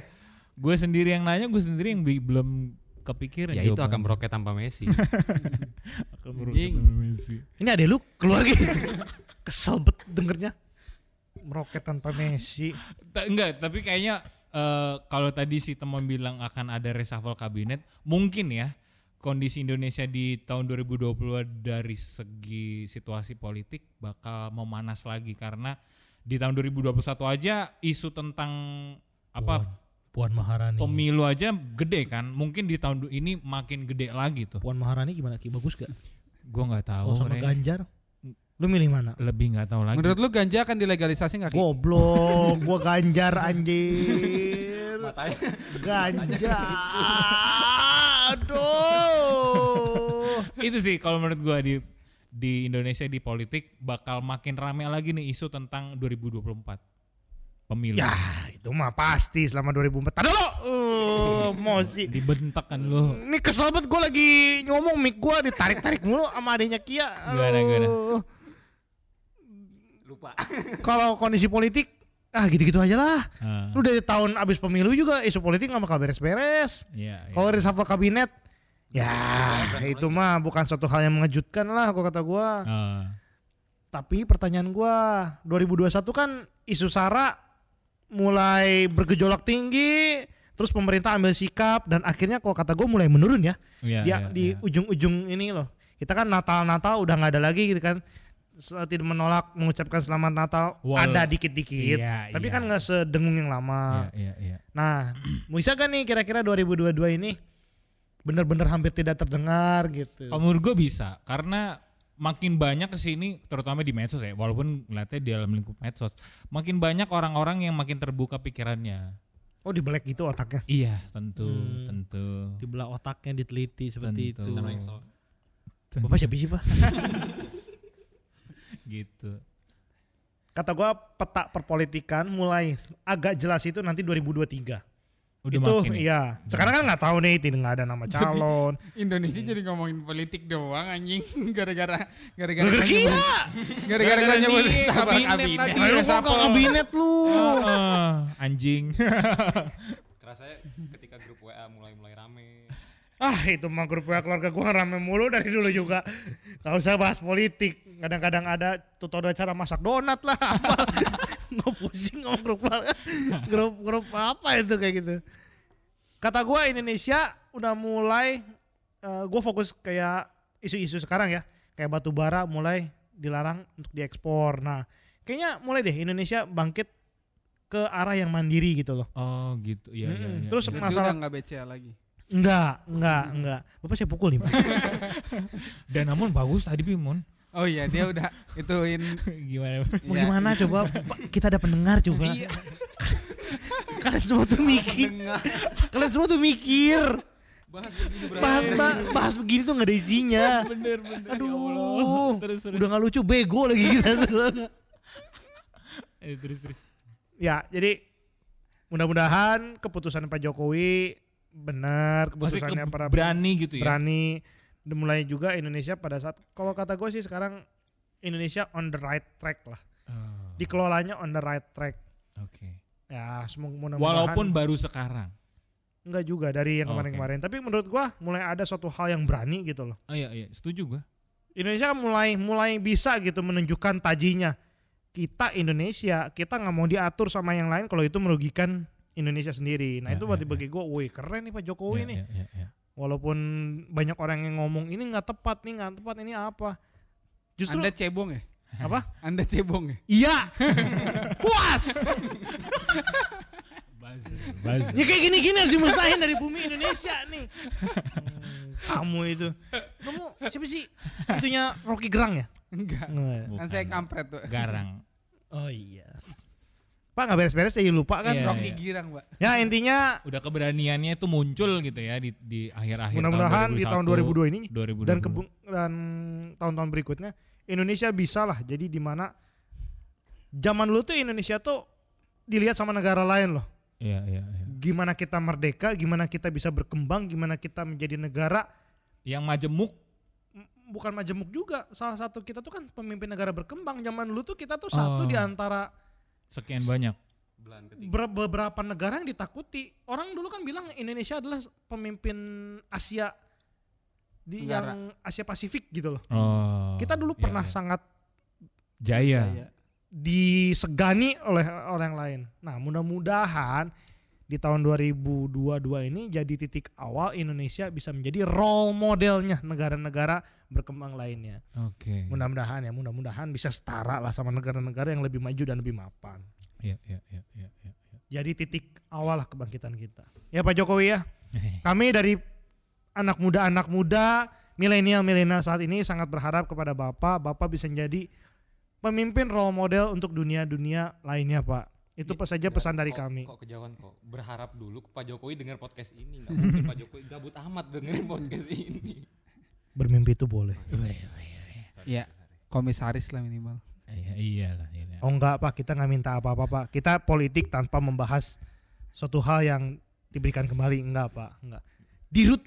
[SPEAKER 1] Gue sendiri yang nanya, gue sendiri yang bi- belum kepikiran.
[SPEAKER 5] Ya itu akan
[SPEAKER 1] jawabannya.
[SPEAKER 5] meroket tanpa Messi.
[SPEAKER 1] Akan meroket
[SPEAKER 2] Anjing.
[SPEAKER 1] sama Messi.
[SPEAKER 3] Ini ada lu keluar gitu. Kesel bet dengernya. Meroket tanpa Messi.
[SPEAKER 1] Ta- enggak, tapi kayaknya eh, kalau tadi si teman bilang akan ada reshuffle kabinet, mungkin ya kondisi Indonesia di tahun 2020 dari segi situasi politik bakal memanas lagi karena di tahun 2021 aja isu tentang apa
[SPEAKER 3] Puan Maharani.
[SPEAKER 1] pemilu aja gede kan. Mungkin di tahun du- ini makin gede lagi tuh.
[SPEAKER 3] Puan Maharani gimana Ki? Bagus gak?
[SPEAKER 1] Gua nggak tahu.
[SPEAKER 3] Kalau sama
[SPEAKER 1] Re.
[SPEAKER 3] Ganjar? Lu milih mana?
[SPEAKER 1] Lebih nggak tahu lagi.
[SPEAKER 2] menurut lu ganja akan dilegalisasi nggak Ki?
[SPEAKER 3] Goblok, gua Ganjar anjir. Ganjar. Aduh.
[SPEAKER 1] itu sih kalau menurut gua di di Indonesia di politik bakal makin rame lagi nih isu tentang 2024 pemilu
[SPEAKER 3] Ya, itu mah pasti selama 2004. Tadi lo uh, emosi.
[SPEAKER 1] dibentak kan lo
[SPEAKER 3] Ini kesel banget gue lagi ngomong mic gue ditarik-tarik mulu sama adiknya Kia.
[SPEAKER 1] Gimana, gimana?
[SPEAKER 3] Lupa. Kalau kondisi politik, ah gitu-gitu aja lah.
[SPEAKER 1] Ah,
[SPEAKER 3] Lu dari tahun abis pemilu juga isu politik gak bakal beres-beres.
[SPEAKER 1] iya, iya.
[SPEAKER 3] Kalau reshuffle kabinet, ya itu mah bukan suatu hal yang mengejutkan lah kalau kata gua.
[SPEAKER 1] Ah,
[SPEAKER 3] Tapi pertanyaan gua, 2021 kan isu SARA mulai bergejolak tinggi, Terus pemerintah ambil sikap dan akhirnya kalau kata gue mulai menurun ya.
[SPEAKER 1] Iya,
[SPEAKER 3] Dia
[SPEAKER 1] iya,
[SPEAKER 3] di
[SPEAKER 1] iya.
[SPEAKER 3] ujung-ujung ini loh. Kita kan Natal-Natal udah nggak ada lagi gitu kan. Setelah Tidak menolak mengucapkan selamat Natal
[SPEAKER 1] Wal-
[SPEAKER 3] ada dikit-dikit.
[SPEAKER 1] Iya, iya.
[SPEAKER 3] Tapi kan nggak sedengung yang
[SPEAKER 1] Iya,
[SPEAKER 3] lama.
[SPEAKER 1] iya, iya.
[SPEAKER 3] Nah, bisa gak nih kira-kira 2022 ini bener-bener hampir tidak terdengar gitu.
[SPEAKER 1] Kalau menurut gue bisa karena makin banyak kesini terutama di medsos ya walaupun ngeliatnya di dalam lingkup medsos makin banyak orang-orang yang makin terbuka pikirannya
[SPEAKER 3] Oh, di black gitu otaknya.
[SPEAKER 1] iya tentu
[SPEAKER 7] Hmm.
[SPEAKER 1] tentu
[SPEAKER 7] Dibelah otaknya diteliti seperti
[SPEAKER 1] Tentu.
[SPEAKER 7] itu.
[SPEAKER 5] Sama yang soal-
[SPEAKER 7] Bapak siapa sih, Pak?
[SPEAKER 1] gitu
[SPEAKER 3] Kata gua peta perpolitikan mulai agak jelas itu nanti 2023.
[SPEAKER 1] udah
[SPEAKER 3] itu
[SPEAKER 1] makin ya.
[SPEAKER 3] iya. Sekarang kan nggak tahu nih tidak nggak ada nama calon.
[SPEAKER 2] Indonesia jadi ngomongin politik doang anjing gara-gara gara-gara kita
[SPEAKER 3] Gara-gara kita!
[SPEAKER 2] nyebut- gara-gara kita
[SPEAKER 1] Gara-gara
[SPEAKER 2] nyebut
[SPEAKER 1] dia,
[SPEAKER 2] sabar
[SPEAKER 1] kabinet tadi.
[SPEAKER 2] kabinet.
[SPEAKER 3] Ayo
[SPEAKER 1] Iya,
[SPEAKER 3] kok ke kabinet lu.
[SPEAKER 1] Heeh, Ah, anjing
[SPEAKER 5] Kerasanya ketika grup WA mulai-mulai rame.
[SPEAKER 3] ah, itu mah grup WA keluarga gua rame mulu dari dulu juga. Gak usah bahas politik. Kadang-kadang ada tutorial cara masak donat lah. apa. Nggak pusing ngomong grup keluarga. grup grup apa itu kayak gitu. Kata gua Indonesia udah mulai eh, gua fokus kayak isu-isu sekarang ya. Kayak batu bara mulai dilarang untuk diekspor. Nah, kayaknya mulai deh Indonesia bangkit ke arah yang mandiri gitu loh.
[SPEAKER 1] oh gitu ya, ya, ya.
[SPEAKER 3] Mm-mm. Terus
[SPEAKER 1] Iya.
[SPEAKER 2] Jadi
[SPEAKER 3] masalah-
[SPEAKER 2] udah nggak BCA lagi.
[SPEAKER 3] Enggak, enggak, enggak. Bapak saya pukul nih, Pak.
[SPEAKER 1] dan namun bagus tadi Bimon
[SPEAKER 2] Oh iya dia udah ituin
[SPEAKER 1] gimana
[SPEAKER 3] Mau
[SPEAKER 2] Iya.
[SPEAKER 3] gimana coba? Pak, Kita ada pendengar coba. kalian semua tuh mikir,
[SPEAKER 5] Dengar
[SPEAKER 3] kalian semua tuh mikir.
[SPEAKER 5] bahas begini bro.
[SPEAKER 3] Bahas, bahas, bahas begini tuh nggak ada isinya.
[SPEAKER 1] bener bener
[SPEAKER 3] Aduh, udah nggak lucu, bego lagi kita. tuh.
[SPEAKER 1] Eh, terus terus
[SPEAKER 3] ya, jadi mudah-mudahan keputusan Pak Jokowi benar,
[SPEAKER 1] masih
[SPEAKER 3] keputusannya
[SPEAKER 1] ke-
[SPEAKER 3] para
[SPEAKER 1] berani gitu ya
[SPEAKER 3] berani. Dan Mulai juga Indonesia pada saat, kalau kata gue sih sekarang Indonesia on the right track lah.
[SPEAKER 1] Oh,
[SPEAKER 3] Dikelolanya on the right track.
[SPEAKER 1] oke
[SPEAKER 3] Ya, semoga mudah-mudahan.
[SPEAKER 1] walaupun baru sekarang
[SPEAKER 3] Enggak juga dari yang
[SPEAKER 1] Oh,
[SPEAKER 3] kemarin-kemarin. Tapi menurut gua mulai ada suatu hal yang berani gitu loh.
[SPEAKER 1] oh iya iya setuju gua
[SPEAKER 3] Indonesia kan mulai mulai bisa gitu menunjukkan tajinya. Kita Indonesia, kita nggak mau diatur sama yang lain kalau itu merugikan Indonesia sendiri. Nah
[SPEAKER 1] Ya,
[SPEAKER 3] itu
[SPEAKER 1] ya,
[SPEAKER 3] berarti
[SPEAKER 1] ya.
[SPEAKER 3] bagi gua, woi keren nih Pak Jokowi
[SPEAKER 1] Iya,
[SPEAKER 3] nih.
[SPEAKER 1] iya, iya, iya.
[SPEAKER 3] Walaupun banyak orang yang ngomong ini nggak tepat nih, nggak tepat ini apa. Justru
[SPEAKER 2] Anda cebong ya?
[SPEAKER 3] Apa?
[SPEAKER 2] Anda cebong ya?
[SPEAKER 3] iya, puas.
[SPEAKER 1] Buzzer.
[SPEAKER 3] Ya kayak gini-gini harus dimusnahin dari bumi Indonesia nih. Hmm, Kamu itu. Kamu siapa sih? Itunya Rocky Gerang ya?
[SPEAKER 2] Enggak.
[SPEAKER 3] Nggak.
[SPEAKER 2] Kan
[SPEAKER 1] Bukan.
[SPEAKER 2] saya kampret tuh.
[SPEAKER 1] Garang.
[SPEAKER 7] Oh iya.
[SPEAKER 3] Pak nggak beres-beres jadi lupa kan?
[SPEAKER 1] Iya.
[SPEAKER 2] Rocky Girang, Pak.
[SPEAKER 3] Ya intinya
[SPEAKER 1] Udah keberaniannya itu muncul gitu ya di di akhir-akhir
[SPEAKER 3] mudah-mudahan di tahun 2002 ini
[SPEAKER 1] 2020.
[SPEAKER 3] dan kebun dan tahun-tahun berikutnya Indonesia bisa lah jadi di mana zaman dulu tuh Indonesia tuh dilihat sama negara lain loh.
[SPEAKER 1] Iya, iya, iya.
[SPEAKER 3] Gimana kita merdeka, gimana kita bisa berkembang, gimana kita menjadi negara
[SPEAKER 1] Yang majemuk
[SPEAKER 3] M- bukan majemuk juga. Salah satu kita tuh kan pemimpin negara berkembang. Zaman dulu tuh kita tuh satu
[SPEAKER 1] Oh.
[SPEAKER 3] di antara
[SPEAKER 1] sekian banyak.
[SPEAKER 5] Bulan ketiga.
[SPEAKER 3] ber- beberapa negara yang ditakuti. Orang dulu kan bilang Indonesia adalah pemimpin Asia di
[SPEAKER 2] Negara.
[SPEAKER 3] yang Asia Pasifik gitu loh.
[SPEAKER 1] Oh.
[SPEAKER 3] kita
[SPEAKER 1] iya,
[SPEAKER 3] dulu pernah
[SPEAKER 1] iya.
[SPEAKER 3] sangat
[SPEAKER 1] jaya.
[SPEAKER 2] Saya.
[SPEAKER 3] disegani oleh orang lain. Nah, mudah-mudahan di tahun 2022 ini jadi titik awal Indonesia bisa menjadi role modelnya negara-negara berkembang lainnya.
[SPEAKER 1] Oke.
[SPEAKER 3] mudah-mudahan ya mudah-mudahan bisa setara lah sama negara-negara yang lebih maju dan lebih mapan
[SPEAKER 1] Iya, iya, iya, iya, iya.
[SPEAKER 3] jadi titik awal lah kebangkitan kita ya Pak Jokowi ya kami dari anak muda anak muda milenial milenial saat ini sangat berharap kepada Bapak Bapak bisa menjadi pemimpin role model untuk dunia dunia lainnya Pak itu
[SPEAKER 5] Iya,
[SPEAKER 3] saja
[SPEAKER 5] enggak,
[SPEAKER 3] pesan dari
[SPEAKER 5] kok-
[SPEAKER 3] kami
[SPEAKER 5] Kok kejauhan kok. Berharap dulu Pak Jokowi dengar podcast ini. Enggak mungkin Pak Jokowi gabut amat dengerin podcast ini.
[SPEAKER 3] bermimpi itu boleh
[SPEAKER 1] Weh, weh,
[SPEAKER 2] Iya. Komisaris lah minimal.
[SPEAKER 1] iya, iyalah, iya.
[SPEAKER 3] oh enggak Pak kita nggak minta apa-apa Pak kita politik tanpa membahas suatu hal yang diberikan kembali enggak Pak enggak dirut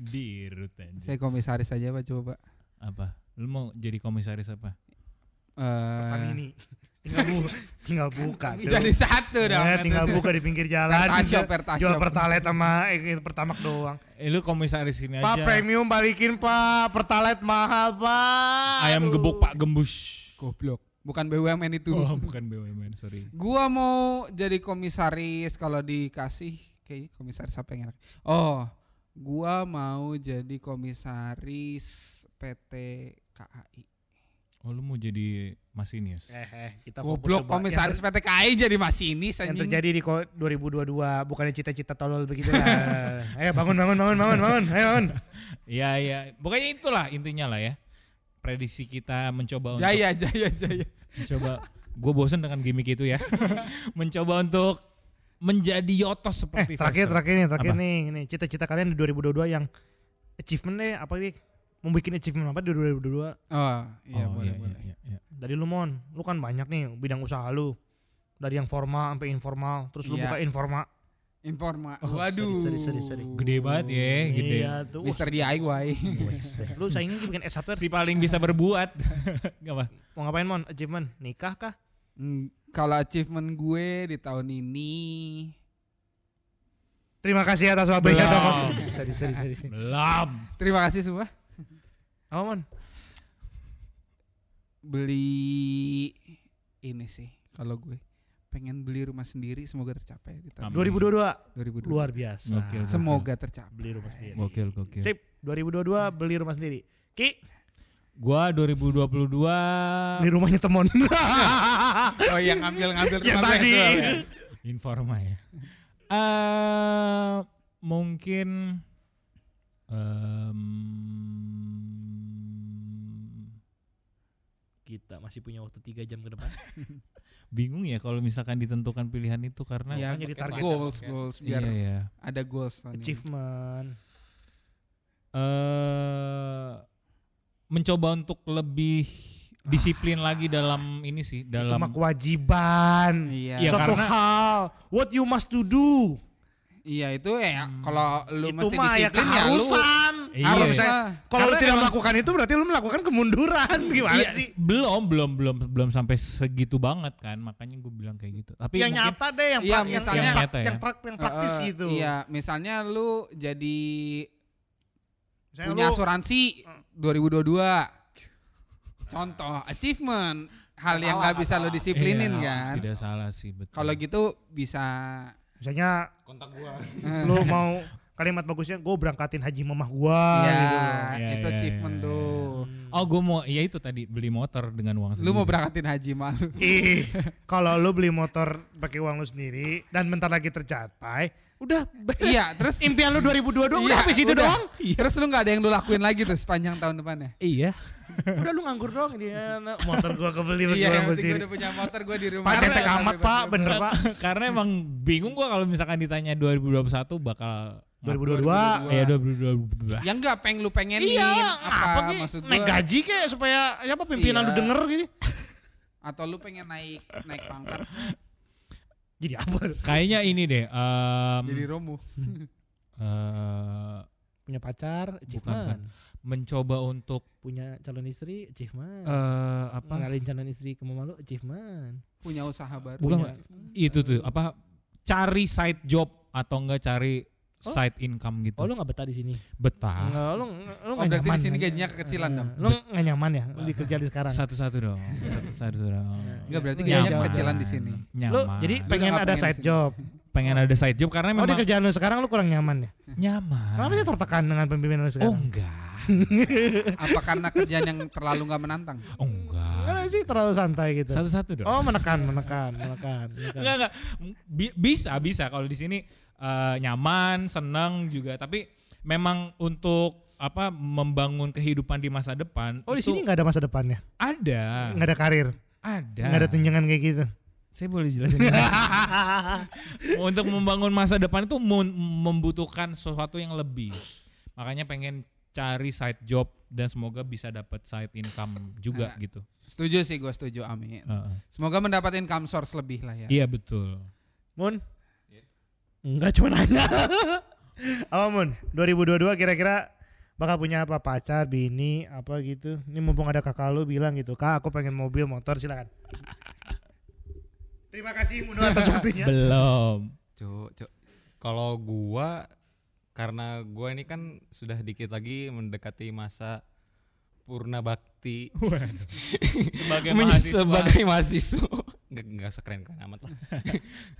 [SPEAKER 1] Di rutan.
[SPEAKER 2] Saya komisaris aja, Pak, coba, Pak.
[SPEAKER 1] Apa? Lu mau jadi komisaris apa?
[SPEAKER 3] Kami
[SPEAKER 2] Eh,
[SPEAKER 3] ini tinggal bu tinggal buka tuh.
[SPEAKER 2] jadi satu
[SPEAKER 3] Eh,
[SPEAKER 2] dong.
[SPEAKER 3] tinggal buka di pinggir jalan
[SPEAKER 2] Pertasyop,
[SPEAKER 3] jual- jual
[SPEAKER 2] pertasyop.
[SPEAKER 3] pertalite sama eh, pertamak doang
[SPEAKER 1] Eh, lu komisaris ini
[SPEAKER 2] Ya,
[SPEAKER 3] pak
[SPEAKER 1] aja.
[SPEAKER 3] premium balikin pak pertalite mahal pak
[SPEAKER 1] Ayam
[SPEAKER 3] Aduh.
[SPEAKER 1] gebok Pak Gembus.
[SPEAKER 2] Goblok. bukan BUMN itu
[SPEAKER 1] Oh, bukan BUMN, sorry.
[SPEAKER 2] Gua mau jadi komisaris kalau dikasih kayak komisaris apa yang enak. Oh, gua mau jadi komisaris PT KAI.
[SPEAKER 1] Oh, lu mau jadi masinis.
[SPEAKER 3] Eh, eh, kita
[SPEAKER 2] Goblok
[SPEAKER 3] fokus coba.
[SPEAKER 2] komisaris PT KAI jadi masinis
[SPEAKER 3] yang, ter- yang
[SPEAKER 2] anjing.
[SPEAKER 3] terjadi di ko- 2022 bukannya cita-cita tolol begitu lah. Ayo bangun bangun bangun bangun bangun. Ayo bangun.
[SPEAKER 1] Iya, iya. Pokoknya itulah intinya lah ya. Prediksi kita mencoba untuk
[SPEAKER 2] Jaya jaya jaya.
[SPEAKER 1] mencoba gue bosen dengan gimmick itu ya mencoba untuk menjadi yotos
[SPEAKER 3] Eh,
[SPEAKER 1] seperti
[SPEAKER 3] terakhir
[SPEAKER 1] Faisal.
[SPEAKER 3] terakhir nih, terakhir
[SPEAKER 1] Apa?
[SPEAKER 3] nih, nih cita-cita kalian di 2022 yang achievement deh apa nih? Mau bikin achievement apa di 2022?
[SPEAKER 2] Oh, iya
[SPEAKER 1] Oh,
[SPEAKER 2] boleh boleh.
[SPEAKER 1] iya, iya.
[SPEAKER 3] Dari lu Mon, lu kan banyak nih bidang usaha lu. Dari yang formal sampai informal, terus lu
[SPEAKER 2] Iya.
[SPEAKER 3] buka informal.
[SPEAKER 2] Informa.
[SPEAKER 3] Oh,
[SPEAKER 2] Waduh.
[SPEAKER 3] sorry, sorry, sorry, sorry.
[SPEAKER 1] gede banget ya gede
[SPEAKER 3] Iya tuh.
[SPEAKER 2] Mister DIY.
[SPEAKER 3] Iya. Wes, Lu saingnya bikin S1
[SPEAKER 1] si paling bisa berbuat nggak apa
[SPEAKER 3] mau ngapain Mon? Achievement nikah kah?
[SPEAKER 2] Hmm, Kalau achievement gue di tahun ini
[SPEAKER 3] Terima kasih atas waktunya
[SPEAKER 1] Belum.
[SPEAKER 3] Mon. Sorry, sorry, sorry. sorry.
[SPEAKER 1] belum
[SPEAKER 2] terima kasih semua
[SPEAKER 3] Apa Mon?
[SPEAKER 2] beli ini sih kalau gue pengen beli rumah sendiri semoga tercapai di tahun
[SPEAKER 1] Amin.
[SPEAKER 3] 2022
[SPEAKER 2] 2022.
[SPEAKER 3] luar biasa.
[SPEAKER 1] Gokil.
[SPEAKER 2] Semoga tercapai.
[SPEAKER 3] Beli rumah sendiri.
[SPEAKER 1] gokil gokil
[SPEAKER 3] Sip, 2022 beli rumah sendiri. Ki,
[SPEAKER 1] gua 2022
[SPEAKER 3] beli rumahnya temon.
[SPEAKER 2] Oh yang ngambil-ngambil
[SPEAKER 3] Yang
[SPEAKER 2] rumah Iya.
[SPEAKER 3] Ya, tadi. Iya.
[SPEAKER 2] gue.
[SPEAKER 1] informa ya Eh, mungkin em,
[SPEAKER 3] Kita masih punya waktu 3 jam ke depan.
[SPEAKER 1] bingung ya kalau misalkan ditentukan pilihan itu karena
[SPEAKER 2] Ya,
[SPEAKER 3] Makanya
[SPEAKER 2] jadi
[SPEAKER 3] ditarget.
[SPEAKER 2] goals, goals biar
[SPEAKER 1] iya, ya.
[SPEAKER 2] ada goals tahun ini.
[SPEAKER 3] Achievement.
[SPEAKER 1] eh mencoba untuk lebih disiplin lagi dalam ini sih
[SPEAKER 3] Ah. Itu
[SPEAKER 1] dalam
[SPEAKER 3] mah kewajiban.
[SPEAKER 2] Iya.
[SPEAKER 1] Iya,
[SPEAKER 3] Suatu
[SPEAKER 1] karena-
[SPEAKER 3] hal what you must to do.
[SPEAKER 2] Iya itu ya
[SPEAKER 1] Hmm.
[SPEAKER 2] kalau lu
[SPEAKER 3] itu
[SPEAKER 2] mesti
[SPEAKER 3] mah ya
[SPEAKER 2] disiplin ya, lu
[SPEAKER 3] keharusan.
[SPEAKER 1] Iya.
[SPEAKER 2] harus
[SPEAKER 3] Harusnya.
[SPEAKER 2] lah.
[SPEAKER 3] Kalau lu
[SPEAKER 1] Karena
[SPEAKER 3] tidak
[SPEAKER 1] emang-
[SPEAKER 3] melakukan itu berarti lu melakukan kemunduran gimana
[SPEAKER 1] Iya,
[SPEAKER 3] sih?
[SPEAKER 1] belum belum belum belum sampai segitu banget kan makanya gue bilang kayak gitu tapi
[SPEAKER 3] yang
[SPEAKER 1] mungkin-
[SPEAKER 3] nyata deh yang
[SPEAKER 2] Iya,
[SPEAKER 3] pra- yang,
[SPEAKER 2] misalnya-
[SPEAKER 3] yang,
[SPEAKER 1] nyata
[SPEAKER 3] pra-
[SPEAKER 1] ya.
[SPEAKER 3] yang, pra- yang praktis
[SPEAKER 2] Eh, eh,
[SPEAKER 3] gitu.
[SPEAKER 2] Iya, misalnya lu jadi
[SPEAKER 3] Misalnya
[SPEAKER 2] punya
[SPEAKER 3] lu-
[SPEAKER 2] asuransi 2022. Contoh achievement hal yang nggak bisa lu disiplinin
[SPEAKER 1] Iya,
[SPEAKER 2] kan.
[SPEAKER 1] tidak salah sih betul
[SPEAKER 2] Kalau gitu bisa
[SPEAKER 3] misalnya
[SPEAKER 5] kontak gua
[SPEAKER 3] lu mau kalimat bagusnya gue berangkatin haji mamah gua
[SPEAKER 2] ya,
[SPEAKER 3] gitu.
[SPEAKER 1] Iya,
[SPEAKER 2] itu
[SPEAKER 1] iya,
[SPEAKER 3] ya,
[SPEAKER 2] achievement
[SPEAKER 1] iya,
[SPEAKER 2] tuh.
[SPEAKER 1] oh gue mau ya itu tadi beli motor dengan uang
[SPEAKER 2] Lu
[SPEAKER 1] sendiri
[SPEAKER 2] mau berangkatin haji malu.
[SPEAKER 3] Ih, kalau lu beli motor pakai uang lu sendiri dan bentar lagi tercapai, udah beres.
[SPEAKER 2] Iya, terus
[SPEAKER 3] Impian lu 2022
[SPEAKER 2] Iya,
[SPEAKER 3] udah habis itu
[SPEAKER 2] udah. Iya.
[SPEAKER 3] doang.
[SPEAKER 2] Terus lu nggak ada yang lu lakuin lagi tuh sepanjang tahun depannya.
[SPEAKER 1] iya
[SPEAKER 3] Udah lu nganggur doang dia. Motor gua kebeli pakai
[SPEAKER 2] Iya,
[SPEAKER 3] uang
[SPEAKER 2] yang penting
[SPEAKER 3] gua
[SPEAKER 2] gue
[SPEAKER 3] sendiri.
[SPEAKER 2] udah punya motor gue di rumah. Iya,
[SPEAKER 3] Pak cetek
[SPEAKER 2] Karena-
[SPEAKER 3] amat Pak, bener Pak.
[SPEAKER 1] karena emang bingung gue kalau misalkan ditanya 2021 bakal
[SPEAKER 3] 2022
[SPEAKER 1] ya 2022
[SPEAKER 2] Ya enggak, peng lu pengenin
[SPEAKER 3] Iya,
[SPEAKER 2] apa,
[SPEAKER 3] apa sih?
[SPEAKER 2] maksud
[SPEAKER 3] Naik
[SPEAKER 2] gue?
[SPEAKER 3] gaji kayak supaya siapa pimpinan
[SPEAKER 2] Iya.
[SPEAKER 3] lu denger gitu.
[SPEAKER 2] Atau lu pengen naik naik pangkat
[SPEAKER 3] Jadi apa? lu?
[SPEAKER 1] kayaknya ini deh em,
[SPEAKER 2] jadi romo.
[SPEAKER 1] eh,
[SPEAKER 3] Punya pacar,
[SPEAKER 1] bukan. mencoba untuk
[SPEAKER 3] Punya calon istri, achievement.
[SPEAKER 1] eh apa
[SPEAKER 3] Ngalin calon istri ke mama lu, achievement.
[SPEAKER 2] Punya usaha baru.
[SPEAKER 1] Bukan,
[SPEAKER 2] Punya-
[SPEAKER 1] itu tuh apa cari side job atau enggak cari side income gitu
[SPEAKER 3] Oh, lu gak betah di sini?
[SPEAKER 1] betah
[SPEAKER 3] Nggak, lu lu
[SPEAKER 2] Oh,
[SPEAKER 3] nggak
[SPEAKER 2] berarti
[SPEAKER 3] nyaman.
[SPEAKER 2] di sini
[SPEAKER 3] nggak-
[SPEAKER 2] gajinya kekecilan dong.
[SPEAKER 3] Lu nggak nyaman ya di kerja di sekarang.
[SPEAKER 1] satu-satu dong satu-satu dong
[SPEAKER 2] Enggak berarti
[SPEAKER 3] Nyaman.
[SPEAKER 2] gajinya kecilan di sini.
[SPEAKER 1] nyaman
[SPEAKER 3] Lu jadi pengen
[SPEAKER 2] nggak
[SPEAKER 3] ada
[SPEAKER 2] pengen
[SPEAKER 3] side
[SPEAKER 2] sini.
[SPEAKER 3] job.
[SPEAKER 1] pengen ada side job karena
[SPEAKER 3] Oh di
[SPEAKER 1] memang
[SPEAKER 3] kerjaan lu sekarang lu kurang nyaman ya?
[SPEAKER 2] Ah.
[SPEAKER 1] nyaman
[SPEAKER 3] Kenapa sih tertekan dengan pembimbingan lu
[SPEAKER 1] oh
[SPEAKER 3] sekarang?
[SPEAKER 1] enggak
[SPEAKER 2] Apa karena kerjaan yang terlalu nggak menantang?
[SPEAKER 1] oh enggak
[SPEAKER 3] Kenapa sih terlalu santai gitu?
[SPEAKER 1] satu-satu dong
[SPEAKER 3] Oh menekan, menekan, menekan. menekan.
[SPEAKER 1] Enggak, enggak. Bi- bisa, bisa. Kalau di sini eh, nyaman, senang juga. Tapi memang untuk apa membangun kehidupan di masa depan
[SPEAKER 3] Oh di
[SPEAKER 1] itu
[SPEAKER 3] sini nggak ada masa depannya,
[SPEAKER 1] ada,
[SPEAKER 2] Ah.
[SPEAKER 3] nggak ada karir,
[SPEAKER 2] Ya.
[SPEAKER 1] ada.
[SPEAKER 3] nggak ada tunjangan kayak gitu.
[SPEAKER 1] Saya boleh jelasin. untuk membangun masa depan itu mun- membutuhkan sesuatu yang lebih. Makanya pengen cari side job dan semoga bisa dapat side income
[SPEAKER 3] Nah.
[SPEAKER 1] juga gitu.
[SPEAKER 2] Setuju sih gue setuju, amin.
[SPEAKER 1] Heeh.
[SPEAKER 2] Semoga mendapat income source lebih lah ya.
[SPEAKER 1] Iya betul.
[SPEAKER 3] Mun, nggak cuma nanya. apa Mun? 2022 kira-kira bakal punya apa pacar, bini, apa gitu? Ini mumpung ada kakak lu bilang gitu, kak aku pengen mobil, motor, silakan. Terima kasih Mun atas waktunya.
[SPEAKER 1] Belum.
[SPEAKER 5] Cuk, cuk. Kalau gua karena gua ini kan sudah dikit lagi mendekati masa Purna Bakti
[SPEAKER 1] sebagai
[SPEAKER 5] Men-
[SPEAKER 1] mahasiswa
[SPEAKER 5] sebagai mahasiswa nggak nggak sekeren keren amat lah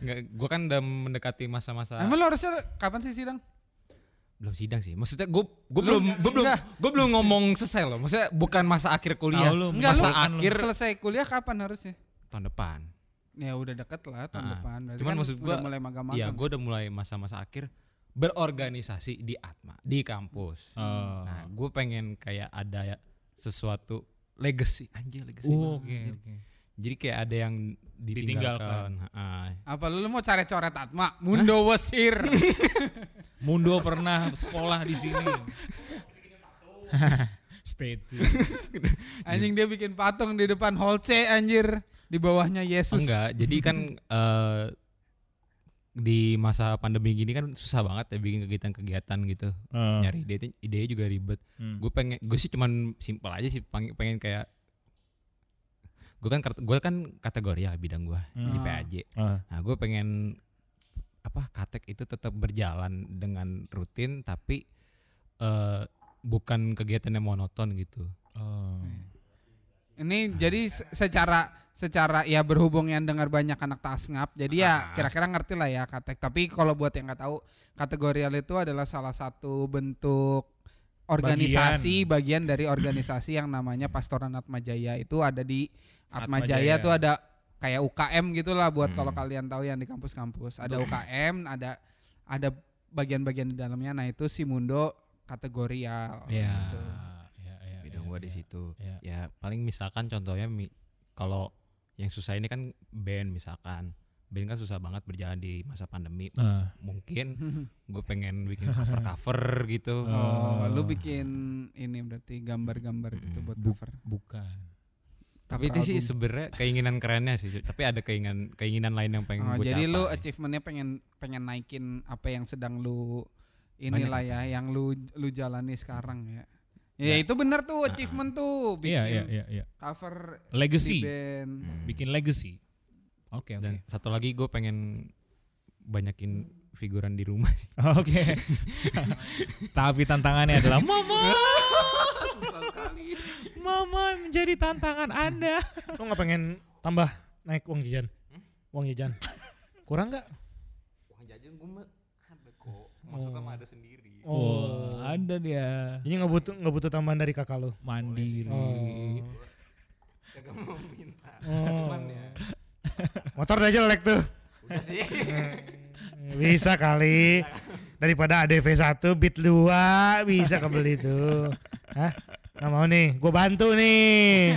[SPEAKER 5] nggak gue kan udah mendekati masa-masa
[SPEAKER 2] Emang lo harusnya kapan sih sidang?
[SPEAKER 5] belum sidang sih maksudnya gue gue
[SPEAKER 2] Lu
[SPEAKER 5] belum
[SPEAKER 2] nggak
[SPEAKER 5] gue belum
[SPEAKER 2] sidang.
[SPEAKER 5] gue belum ngomong selesai loh maksudnya bukan masa akhir kuliah
[SPEAKER 1] Tahu lu,
[SPEAKER 5] Enggak,
[SPEAKER 1] lu
[SPEAKER 5] masa
[SPEAKER 1] kan lu.
[SPEAKER 5] akhir
[SPEAKER 2] Selesai kuliah kapan harusnya?
[SPEAKER 5] tahun depan
[SPEAKER 2] Ya udah deket lah tahun
[SPEAKER 5] Ah,
[SPEAKER 2] depan. Berarti
[SPEAKER 5] cuman
[SPEAKER 2] kan
[SPEAKER 5] maksud
[SPEAKER 2] udah
[SPEAKER 5] gua,
[SPEAKER 2] mulai magang-magang.
[SPEAKER 5] Iya, gue udah mulai masa-masa akhir berorganisasi di Atma di kampus.
[SPEAKER 1] Oh.
[SPEAKER 5] Nah, gue pengen kayak ada ya sesuatu legacy anjir legacy.
[SPEAKER 1] Oh,
[SPEAKER 5] banget.
[SPEAKER 1] oke
[SPEAKER 5] Jadi-
[SPEAKER 1] oke.
[SPEAKER 5] Jadi kayak ada yang ditinggalkan. Ah,
[SPEAKER 2] Apa lu, lu mau coret-coret Atma? Mundo Wesir.
[SPEAKER 1] Mundo pernah sekolah di sini stay tune
[SPEAKER 2] anjing dia bikin patung di depan hall C anjir. Di bawahnya Yesus.
[SPEAKER 5] Enggak, jadi kan eh, di masa pandemi gini kan susah banget ya bikin kegiatan-kegiatan gitu.
[SPEAKER 1] Eh,
[SPEAKER 5] Nyari ide idenya juga ribet.
[SPEAKER 1] hmm.
[SPEAKER 5] gue pengen gue sih cuman simpel aja sih pengen, pengen kayak gue kan gue kan kategori ya bidang gue di
[SPEAKER 1] Hmm.
[SPEAKER 5] PAJ
[SPEAKER 1] Eh,
[SPEAKER 5] nah gue pengen apa katek itu tetap berjalan dengan rutin tapi eh bukan kegiatan yang monoton gitu
[SPEAKER 1] oh.
[SPEAKER 2] Ini jadi se- secara secara ya berhubung yang dengar banyak anak tasngap. Jadi ya kira-kira ngerti lah ya katek. Tapi kalau buat yang nggak tahu, kategorial itu adalah salah satu bentuk organisasi bagian, dari organisasi yang namanya Pastoran Atmajaya itu ada di Atmajaya
[SPEAKER 1] Atmajaya.
[SPEAKER 2] tuh ada kayak UKM gitulah buat kalau kalian tahu yang di kampus-kampus. Ada UKM, ada ada bagian-bagian di dalamnya. Nah, itu si Mundo kategorial.
[SPEAKER 5] Iya.
[SPEAKER 2] gitu.
[SPEAKER 1] Ya, ya,
[SPEAKER 5] bidang
[SPEAKER 1] ya,
[SPEAKER 5] gue di
[SPEAKER 1] ya.
[SPEAKER 5] situ
[SPEAKER 1] Iya.
[SPEAKER 5] ya paling misalkan contohnya mi- kalau yang susah ini kan band misalkan band kan susah banget berjalan di masa pandemi
[SPEAKER 1] Nah,
[SPEAKER 5] mungkin
[SPEAKER 2] Gitu.
[SPEAKER 5] gue pengen bikin cover cover gitu
[SPEAKER 2] Oh, lu bikin ini berarti gambar-gambar gitu buat
[SPEAKER 1] Bu-
[SPEAKER 2] cover.
[SPEAKER 1] bukan
[SPEAKER 5] Oh, tapi
[SPEAKER 2] Cover
[SPEAKER 5] itu sih
[SPEAKER 2] album.
[SPEAKER 5] sebenarnya keinginan kerennya sih tapi ada keinginan keinginan lain yang pengen
[SPEAKER 2] Oh,
[SPEAKER 5] gue
[SPEAKER 2] jadi lu
[SPEAKER 5] capai.
[SPEAKER 2] achievementnya pengen pengen naikin apa yang sedang lu
[SPEAKER 5] Banyak
[SPEAKER 2] inilah ya, yang lu lu jalani sekarang ya. Ya, itu bener tuh achievement tuh bikin
[SPEAKER 1] iya iya Hmm. iya iya.
[SPEAKER 2] cover di
[SPEAKER 1] legacy
[SPEAKER 2] band.
[SPEAKER 1] bikin legacy oke oke
[SPEAKER 5] dan satu lagi gue pengen banyakin figuran di rumah sih.
[SPEAKER 1] oke tapi tantangannya adalah mama mama menjadi tantangan
[SPEAKER 3] Kan
[SPEAKER 1] anda
[SPEAKER 3] Lo nggak pengen tambah naik uang jajan? Uang jajan. Kurang nggak?
[SPEAKER 5] uang jajan gue ada kok maksudnya mah ada sendiri
[SPEAKER 1] oh anda dia
[SPEAKER 3] Jadi nggak butuh nggak butuh tambahan dari kakak lo.
[SPEAKER 1] mandiri
[SPEAKER 3] Oh.
[SPEAKER 5] kagak mau minta
[SPEAKER 3] Oh.
[SPEAKER 5] ya
[SPEAKER 3] Motor udah jelek tuh.
[SPEAKER 5] udah sih
[SPEAKER 3] Bisa kali. Daripada ADV 1 Beat 2 bisa kebeli tuh. Hah? Nggak mau nih. Gue bantu nih.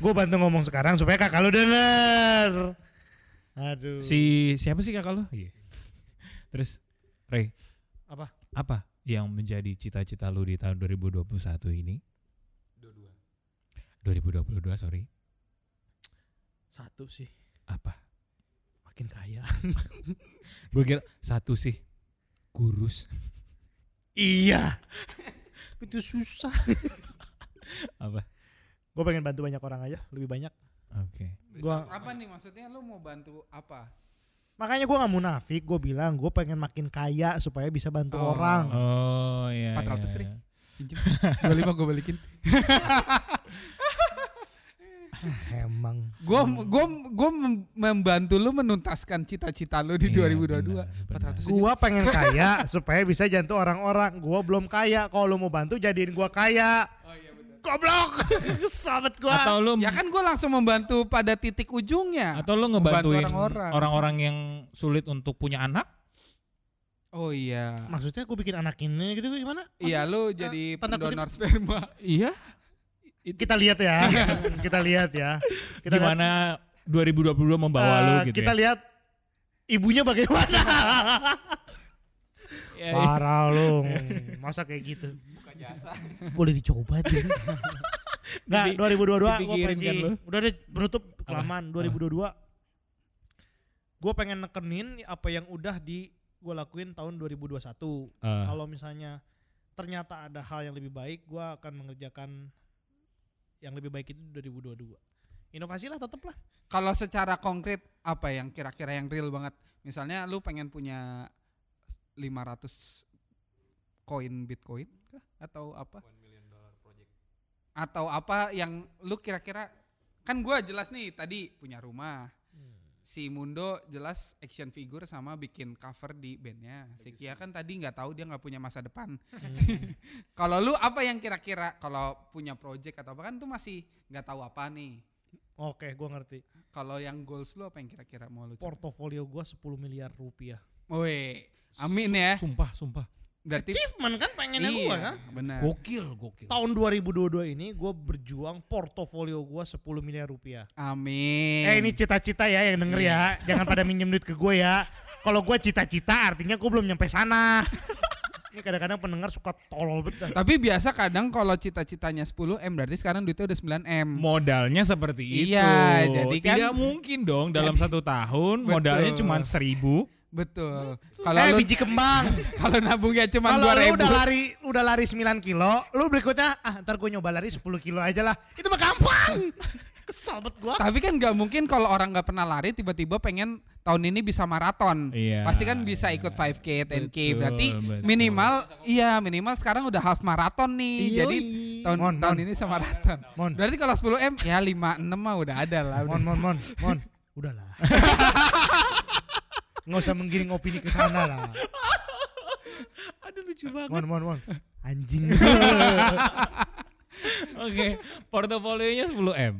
[SPEAKER 3] Gue bantu ngomong sekarang supaya kakak lo denger. Aduh.
[SPEAKER 1] si siapa sih kakak lo Iya. terus Ray
[SPEAKER 3] Apa?
[SPEAKER 1] apa yang menjadi cita-cita lu di tahun 2021 ini 2022 sorry
[SPEAKER 7] Satu sih,
[SPEAKER 1] apa
[SPEAKER 7] makin kaya.
[SPEAKER 1] gue kira satu sih kurus
[SPEAKER 7] Iya. Itu susah.
[SPEAKER 1] apa
[SPEAKER 3] Gue pengen bantu banyak orang aja, lebih banyak.
[SPEAKER 1] oke
[SPEAKER 3] Gua
[SPEAKER 2] Apa nih maksudnya lu mau bantu apa?
[SPEAKER 3] makanya gue nggak munafik. Gue bilang gue pengen makin kaya supaya bisa bantu
[SPEAKER 2] Oh.
[SPEAKER 3] orang.
[SPEAKER 1] oh iya
[SPEAKER 2] 400
[SPEAKER 1] iya,
[SPEAKER 2] Ray.
[SPEAKER 1] iya.
[SPEAKER 2] Pinjem. 25 gue balikin.
[SPEAKER 3] Emang.
[SPEAKER 2] Gua gua gua mem- membantu lu menuntaskan cita-cita lu di
[SPEAKER 1] Iya,
[SPEAKER 2] 2022.
[SPEAKER 1] benar, benar.
[SPEAKER 2] 400 aja.
[SPEAKER 3] Gua pengen kaya supaya bisa jantu orang-orang. Gua belum kaya. Kalau lu mau bantu jadiin gua kaya. Goblok. Sahabat gua.
[SPEAKER 1] atau lu
[SPEAKER 2] Ya kan gue langsung membantu pada titik ujungnya.
[SPEAKER 1] atau lu ngebantuin
[SPEAKER 2] Membantu orang-orang.
[SPEAKER 1] orang-orang yang sulit untuk punya anak
[SPEAKER 2] oh iya.
[SPEAKER 3] Maksudnya gua bikin anak ini gitu gimana?
[SPEAKER 2] Iya lu jadi
[SPEAKER 3] tanda kutip-
[SPEAKER 2] pendonor sperma.
[SPEAKER 1] iya
[SPEAKER 3] Kita lihat ya. kita lihat ya. Kita lihat,
[SPEAKER 1] gimana 2022 membawa lu
[SPEAKER 3] eh,
[SPEAKER 1] gitu
[SPEAKER 3] Kita
[SPEAKER 1] ya?
[SPEAKER 3] lihat ibunya bagaimana.
[SPEAKER 1] Iya, iya.
[SPEAKER 3] Parah lu. Masa kayak gitu. Boleh dicoba aja. Nah,
[SPEAKER 1] Dipi-
[SPEAKER 3] 2022 gue
[SPEAKER 1] dipikirin kan lu?
[SPEAKER 3] pengen udah deh menutup kelamaan 2022. Gue pengen nekenin apa yang udah di gue lakuin tahun 2021.
[SPEAKER 1] Eh,
[SPEAKER 3] Kalau misalnya ternyata ada hal yang lebih baik, gue akan mengerjakan yang lebih baik itu 2022. Inovasi lah tetep lah.
[SPEAKER 2] Kalau secara konkret apa yang kira-kira yang real banget? Misalnya lu pengen punya 500 koin Bitcoin kah? atau apa? atau apa yang lu kira-kira kan gua jelas nih tadi punya rumah si Mundo jelas action figure sama bikin cover di bandnya si Kia kan tadi nggak tahu dia nggak punya masa depan kalau lu apa yang kira-kira kalau punya project atau apa kan tuh masih nggak tahu apa nih
[SPEAKER 3] Oke, gua ngerti.
[SPEAKER 2] kalau yang goals lu apa yang kira-kira mau lu capai?
[SPEAKER 3] Portofolio gua 10 miliar rupiah.
[SPEAKER 2] Woi, amin ya
[SPEAKER 3] eh.
[SPEAKER 1] Sumpah, sumpah.
[SPEAKER 2] berarti
[SPEAKER 3] Achievement kan pengennya
[SPEAKER 2] iya,
[SPEAKER 3] gua kan.
[SPEAKER 2] benar
[SPEAKER 1] Gokil, gokil.
[SPEAKER 3] Tahun 2022 ini gua berjuang portofolio gua 10 miliar rupiah.
[SPEAKER 2] amin
[SPEAKER 3] Eh ini cita-cita ya yang denger
[SPEAKER 2] Iya.
[SPEAKER 3] ya. Jangan pada minjem duit ke gue ya. Kalau gue cita-cita artinya gue belum nyampe sana. ini kadang-kadang pendengar suka tolol betul.
[SPEAKER 2] tapi biasa kadang kalau cita-citanya 10 m berarti sekarang duitnya udah 9 m
[SPEAKER 1] Modalnya seperti
[SPEAKER 2] Iya,
[SPEAKER 1] itu.
[SPEAKER 2] jadi kan-
[SPEAKER 1] tidak mungkin dong dalam satu tahun
[SPEAKER 2] Betul.
[SPEAKER 1] modalnya cuma seribu.
[SPEAKER 2] betul kalau
[SPEAKER 3] Eh
[SPEAKER 2] lu
[SPEAKER 3] biji kembang.
[SPEAKER 2] kalau nabungnya cuma
[SPEAKER 3] Kalau
[SPEAKER 2] dua
[SPEAKER 3] lu
[SPEAKER 2] ribu
[SPEAKER 3] udah lari udah lari 9 kilo, lu berikutnya ah ntar gue nyoba lari 10 kilo aja lah. Itu mah gampang. Kesel bet gue.
[SPEAKER 2] tapi kan nggak mungkin kalau orang nggak pernah lari tiba-tiba pengen tahun ini bisa maraton
[SPEAKER 1] Iya,
[SPEAKER 2] pasti kan bisa ikut 5k 10k
[SPEAKER 1] Betul,
[SPEAKER 2] berarti
[SPEAKER 1] betul.
[SPEAKER 2] minimal iya minimal sekarang udah half maraton nih jadi tahun
[SPEAKER 3] Iya, Mon,
[SPEAKER 2] tahun
[SPEAKER 3] mon.
[SPEAKER 2] ini sama maraton
[SPEAKER 3] Mon.
[SPEAKER 2] berarti kalau 10 m ya 5 6 mah udah ada lah
[SPEAKER 3] Mon, mon, mon, mon. Udahlah. Nggak usah menggiring opini ke sana lah.
[SPEAKER 1] Aduh lucu banget.
[SPEAKER 3] Mon, mon, mon. Anjing.
[SPEAKER 1] Oke, portofolionya 10
[SPEAKER 3] Iya,
[SPEAKER 1] m.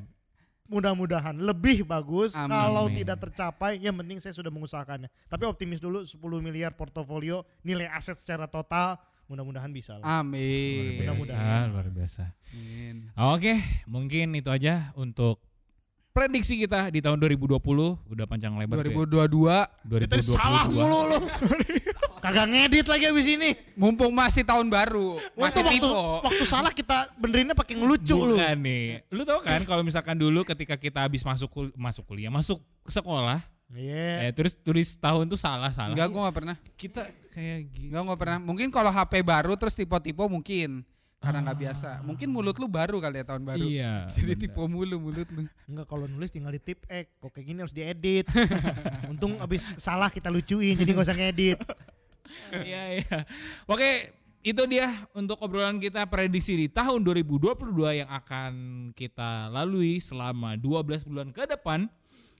[SPEAKER 3] Mudah-mudahan lebih bagus.
[SPEAKER 2] Amin.
[SPEAKER 3] Kalau tidak tercapai, yang penting saya sudah mengusahakannya. Tapi optimis dulu 10 miliar portofolio, nilai aset secara total, mudah-mudahan bisa lah.
[SPEAKER 2] amin
[SPEAKER 1] Luar biasa,
[SPEAKER 3] Mudah-mudahan.
[SPEAKER 1] luar biasa.
[SPEAKER 2] Amin.
[SPEAKER 1] Oke, mungkin itu aja untuk prediksi kita di tahun 2020. Udah panjang lebar. tuh
[SPEAKER 2] 2022
[SPEAKER 1] ya. 2022.
[SPEAKER 3] Tadi salah mulu lu. Sorry. Kagak ngedit lagi abis ini.
[SPEAKER 2] mumpung masih tahun baru masih
[SPEAKER 3] Waktu, waktu,
[SPEAKER 2] typo
[SPEAKER 3] waktu salah kita benerinnya pakai ngelucu lu.
[SPEAKER 1] Bukan nih. Lu tau kan kalau misalkan dulu ketika kita habis masuk kul- masuk kuliah, masuk ke sekolah,
[SPEAKER 3] Iya.
[SPEAKER 1] eh, terus tulis tahun tuh salah-salah.
[SPEAKER 2] Enggak, gue gak pernah.
[SPEAKER 1] Kita kayak gitu. gini.
[SPEAKER 2] Enggak, gue pernah. Mungkin kalau HP baru terus tipe-tipe mungkin. Karena nggak biasa. Mungkin mulut lu baru kali ya tahun baru.
[SPEAKER 1] Iya.
[SPEAKER 2] Jadi
[SPEAKER 1] bener.
[SPEAKER 2] tipe mulu mulut lu.
[SPEAKER 3] Enggak kalau nulis tinggal di tip eh kok kayak gini harus diedit. Untung abis salah kita lucuin jadi nggak usah ngedit.
[SPEAKER 1] Iya iya. Oke, itu dia untuk obrolan kita prediksi di tahun 2022 yang akan kita lalui selama 12 bulan ke depan.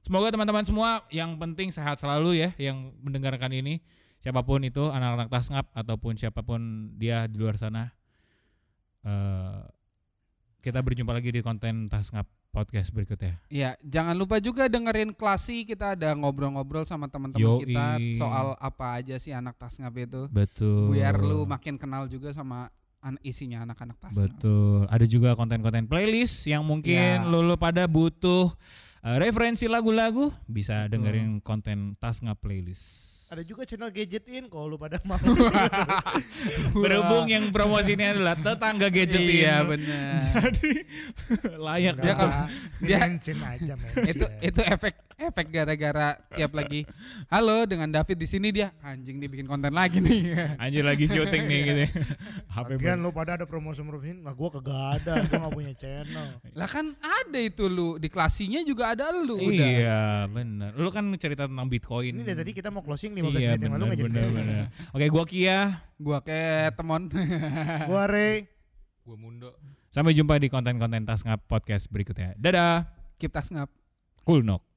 [SPEAKER 1] Semoga teman-teman semua yang penting sehat selalu ya yang mendengarkan ini. Siapapun itu anak-anak tasngap ataupun siapapun dia di luar sana. Eh, kita berjumpa lagi di konten tasngap podcast berikutnya.
[SPEAKER 2] Iya, jangan lupa juga dengerin klasi kita ada ngobrol-ngobrol sama teman-teman
[SPEAKER 1] Yoi.
[SPEAKER 2] kita soal apa aja sih anak tasngap itu.
[SPEAKER 1] Betul.
[SPEAKER 2] Biar lu makin kenal juga sama an- isinya anak-anak tasngap.
[SPEAKER 1] Betul. Ada juga konten-konten playlist yang mungkin
[SPEAKER 2] Ya.
[SPEAKER 1] lu lu pada butuh eh, referensi lagu-lagu bisa dengerin konten Tasnga playlist.
[SPEAKER 3] Ada juga channel gadgetin kalau lu pada mau.
[SPEAKER 1] Berhubung yang promosinya adalah tetangga gadget
[SPEAKER 2] Iya,
[SPEAKER 1] ini.
[SPEAKER 2] benar.
[SPEAKER 1] Jadi layak ya.
[SPEAKER 3] Enggak
[SPEAKER 1] Iya, dia kalau
[SPEAKER 3] lah,
[SPEAKER 2] dia-
[SPEAKER 3] mention aja mention.
[SPEAKER 2] itu itu efek efek gara-gara tiap lagi halo dengan David di sini dia anjing dia bikin konten lagi nih.
[SPEAKER 1] anjir lagi syuting nih gitu. HP
[SPEAKER 3] Lagian lu pada ada promosi promosi, nah gua kagak ada, gua nggak punya channel.
[SPEAKER 2] Lah kan ada itu lu di klasinya juga ada lu udah.
[SPEAKER 1] Iya, bener. Lu kan cerita tentang Bitcoin.
[SPEAKER 3] Ini dari tadi kita mau closing 15
[SPEAKER 1] Iya,
[SPEAKER 3] menit yang lalu
[SPEAKER 1] bener,
[SPEAKER 3] nggak jadi.
[SPEAKER 1] bener, bener. Oke, gua Kia.
[SPEAKER 2] Gua ke temon.
[SPEAKER 3] Gua Ray.
[SPEAKER 5] Gue mundo.
[SPEAKER 1] Sampai jumpa di konten-konten Tasnga podcast berikutnya. Dadah.
[SPEAKER 2] Keep tasngap.
[SPEAKER 1] Cool Nok.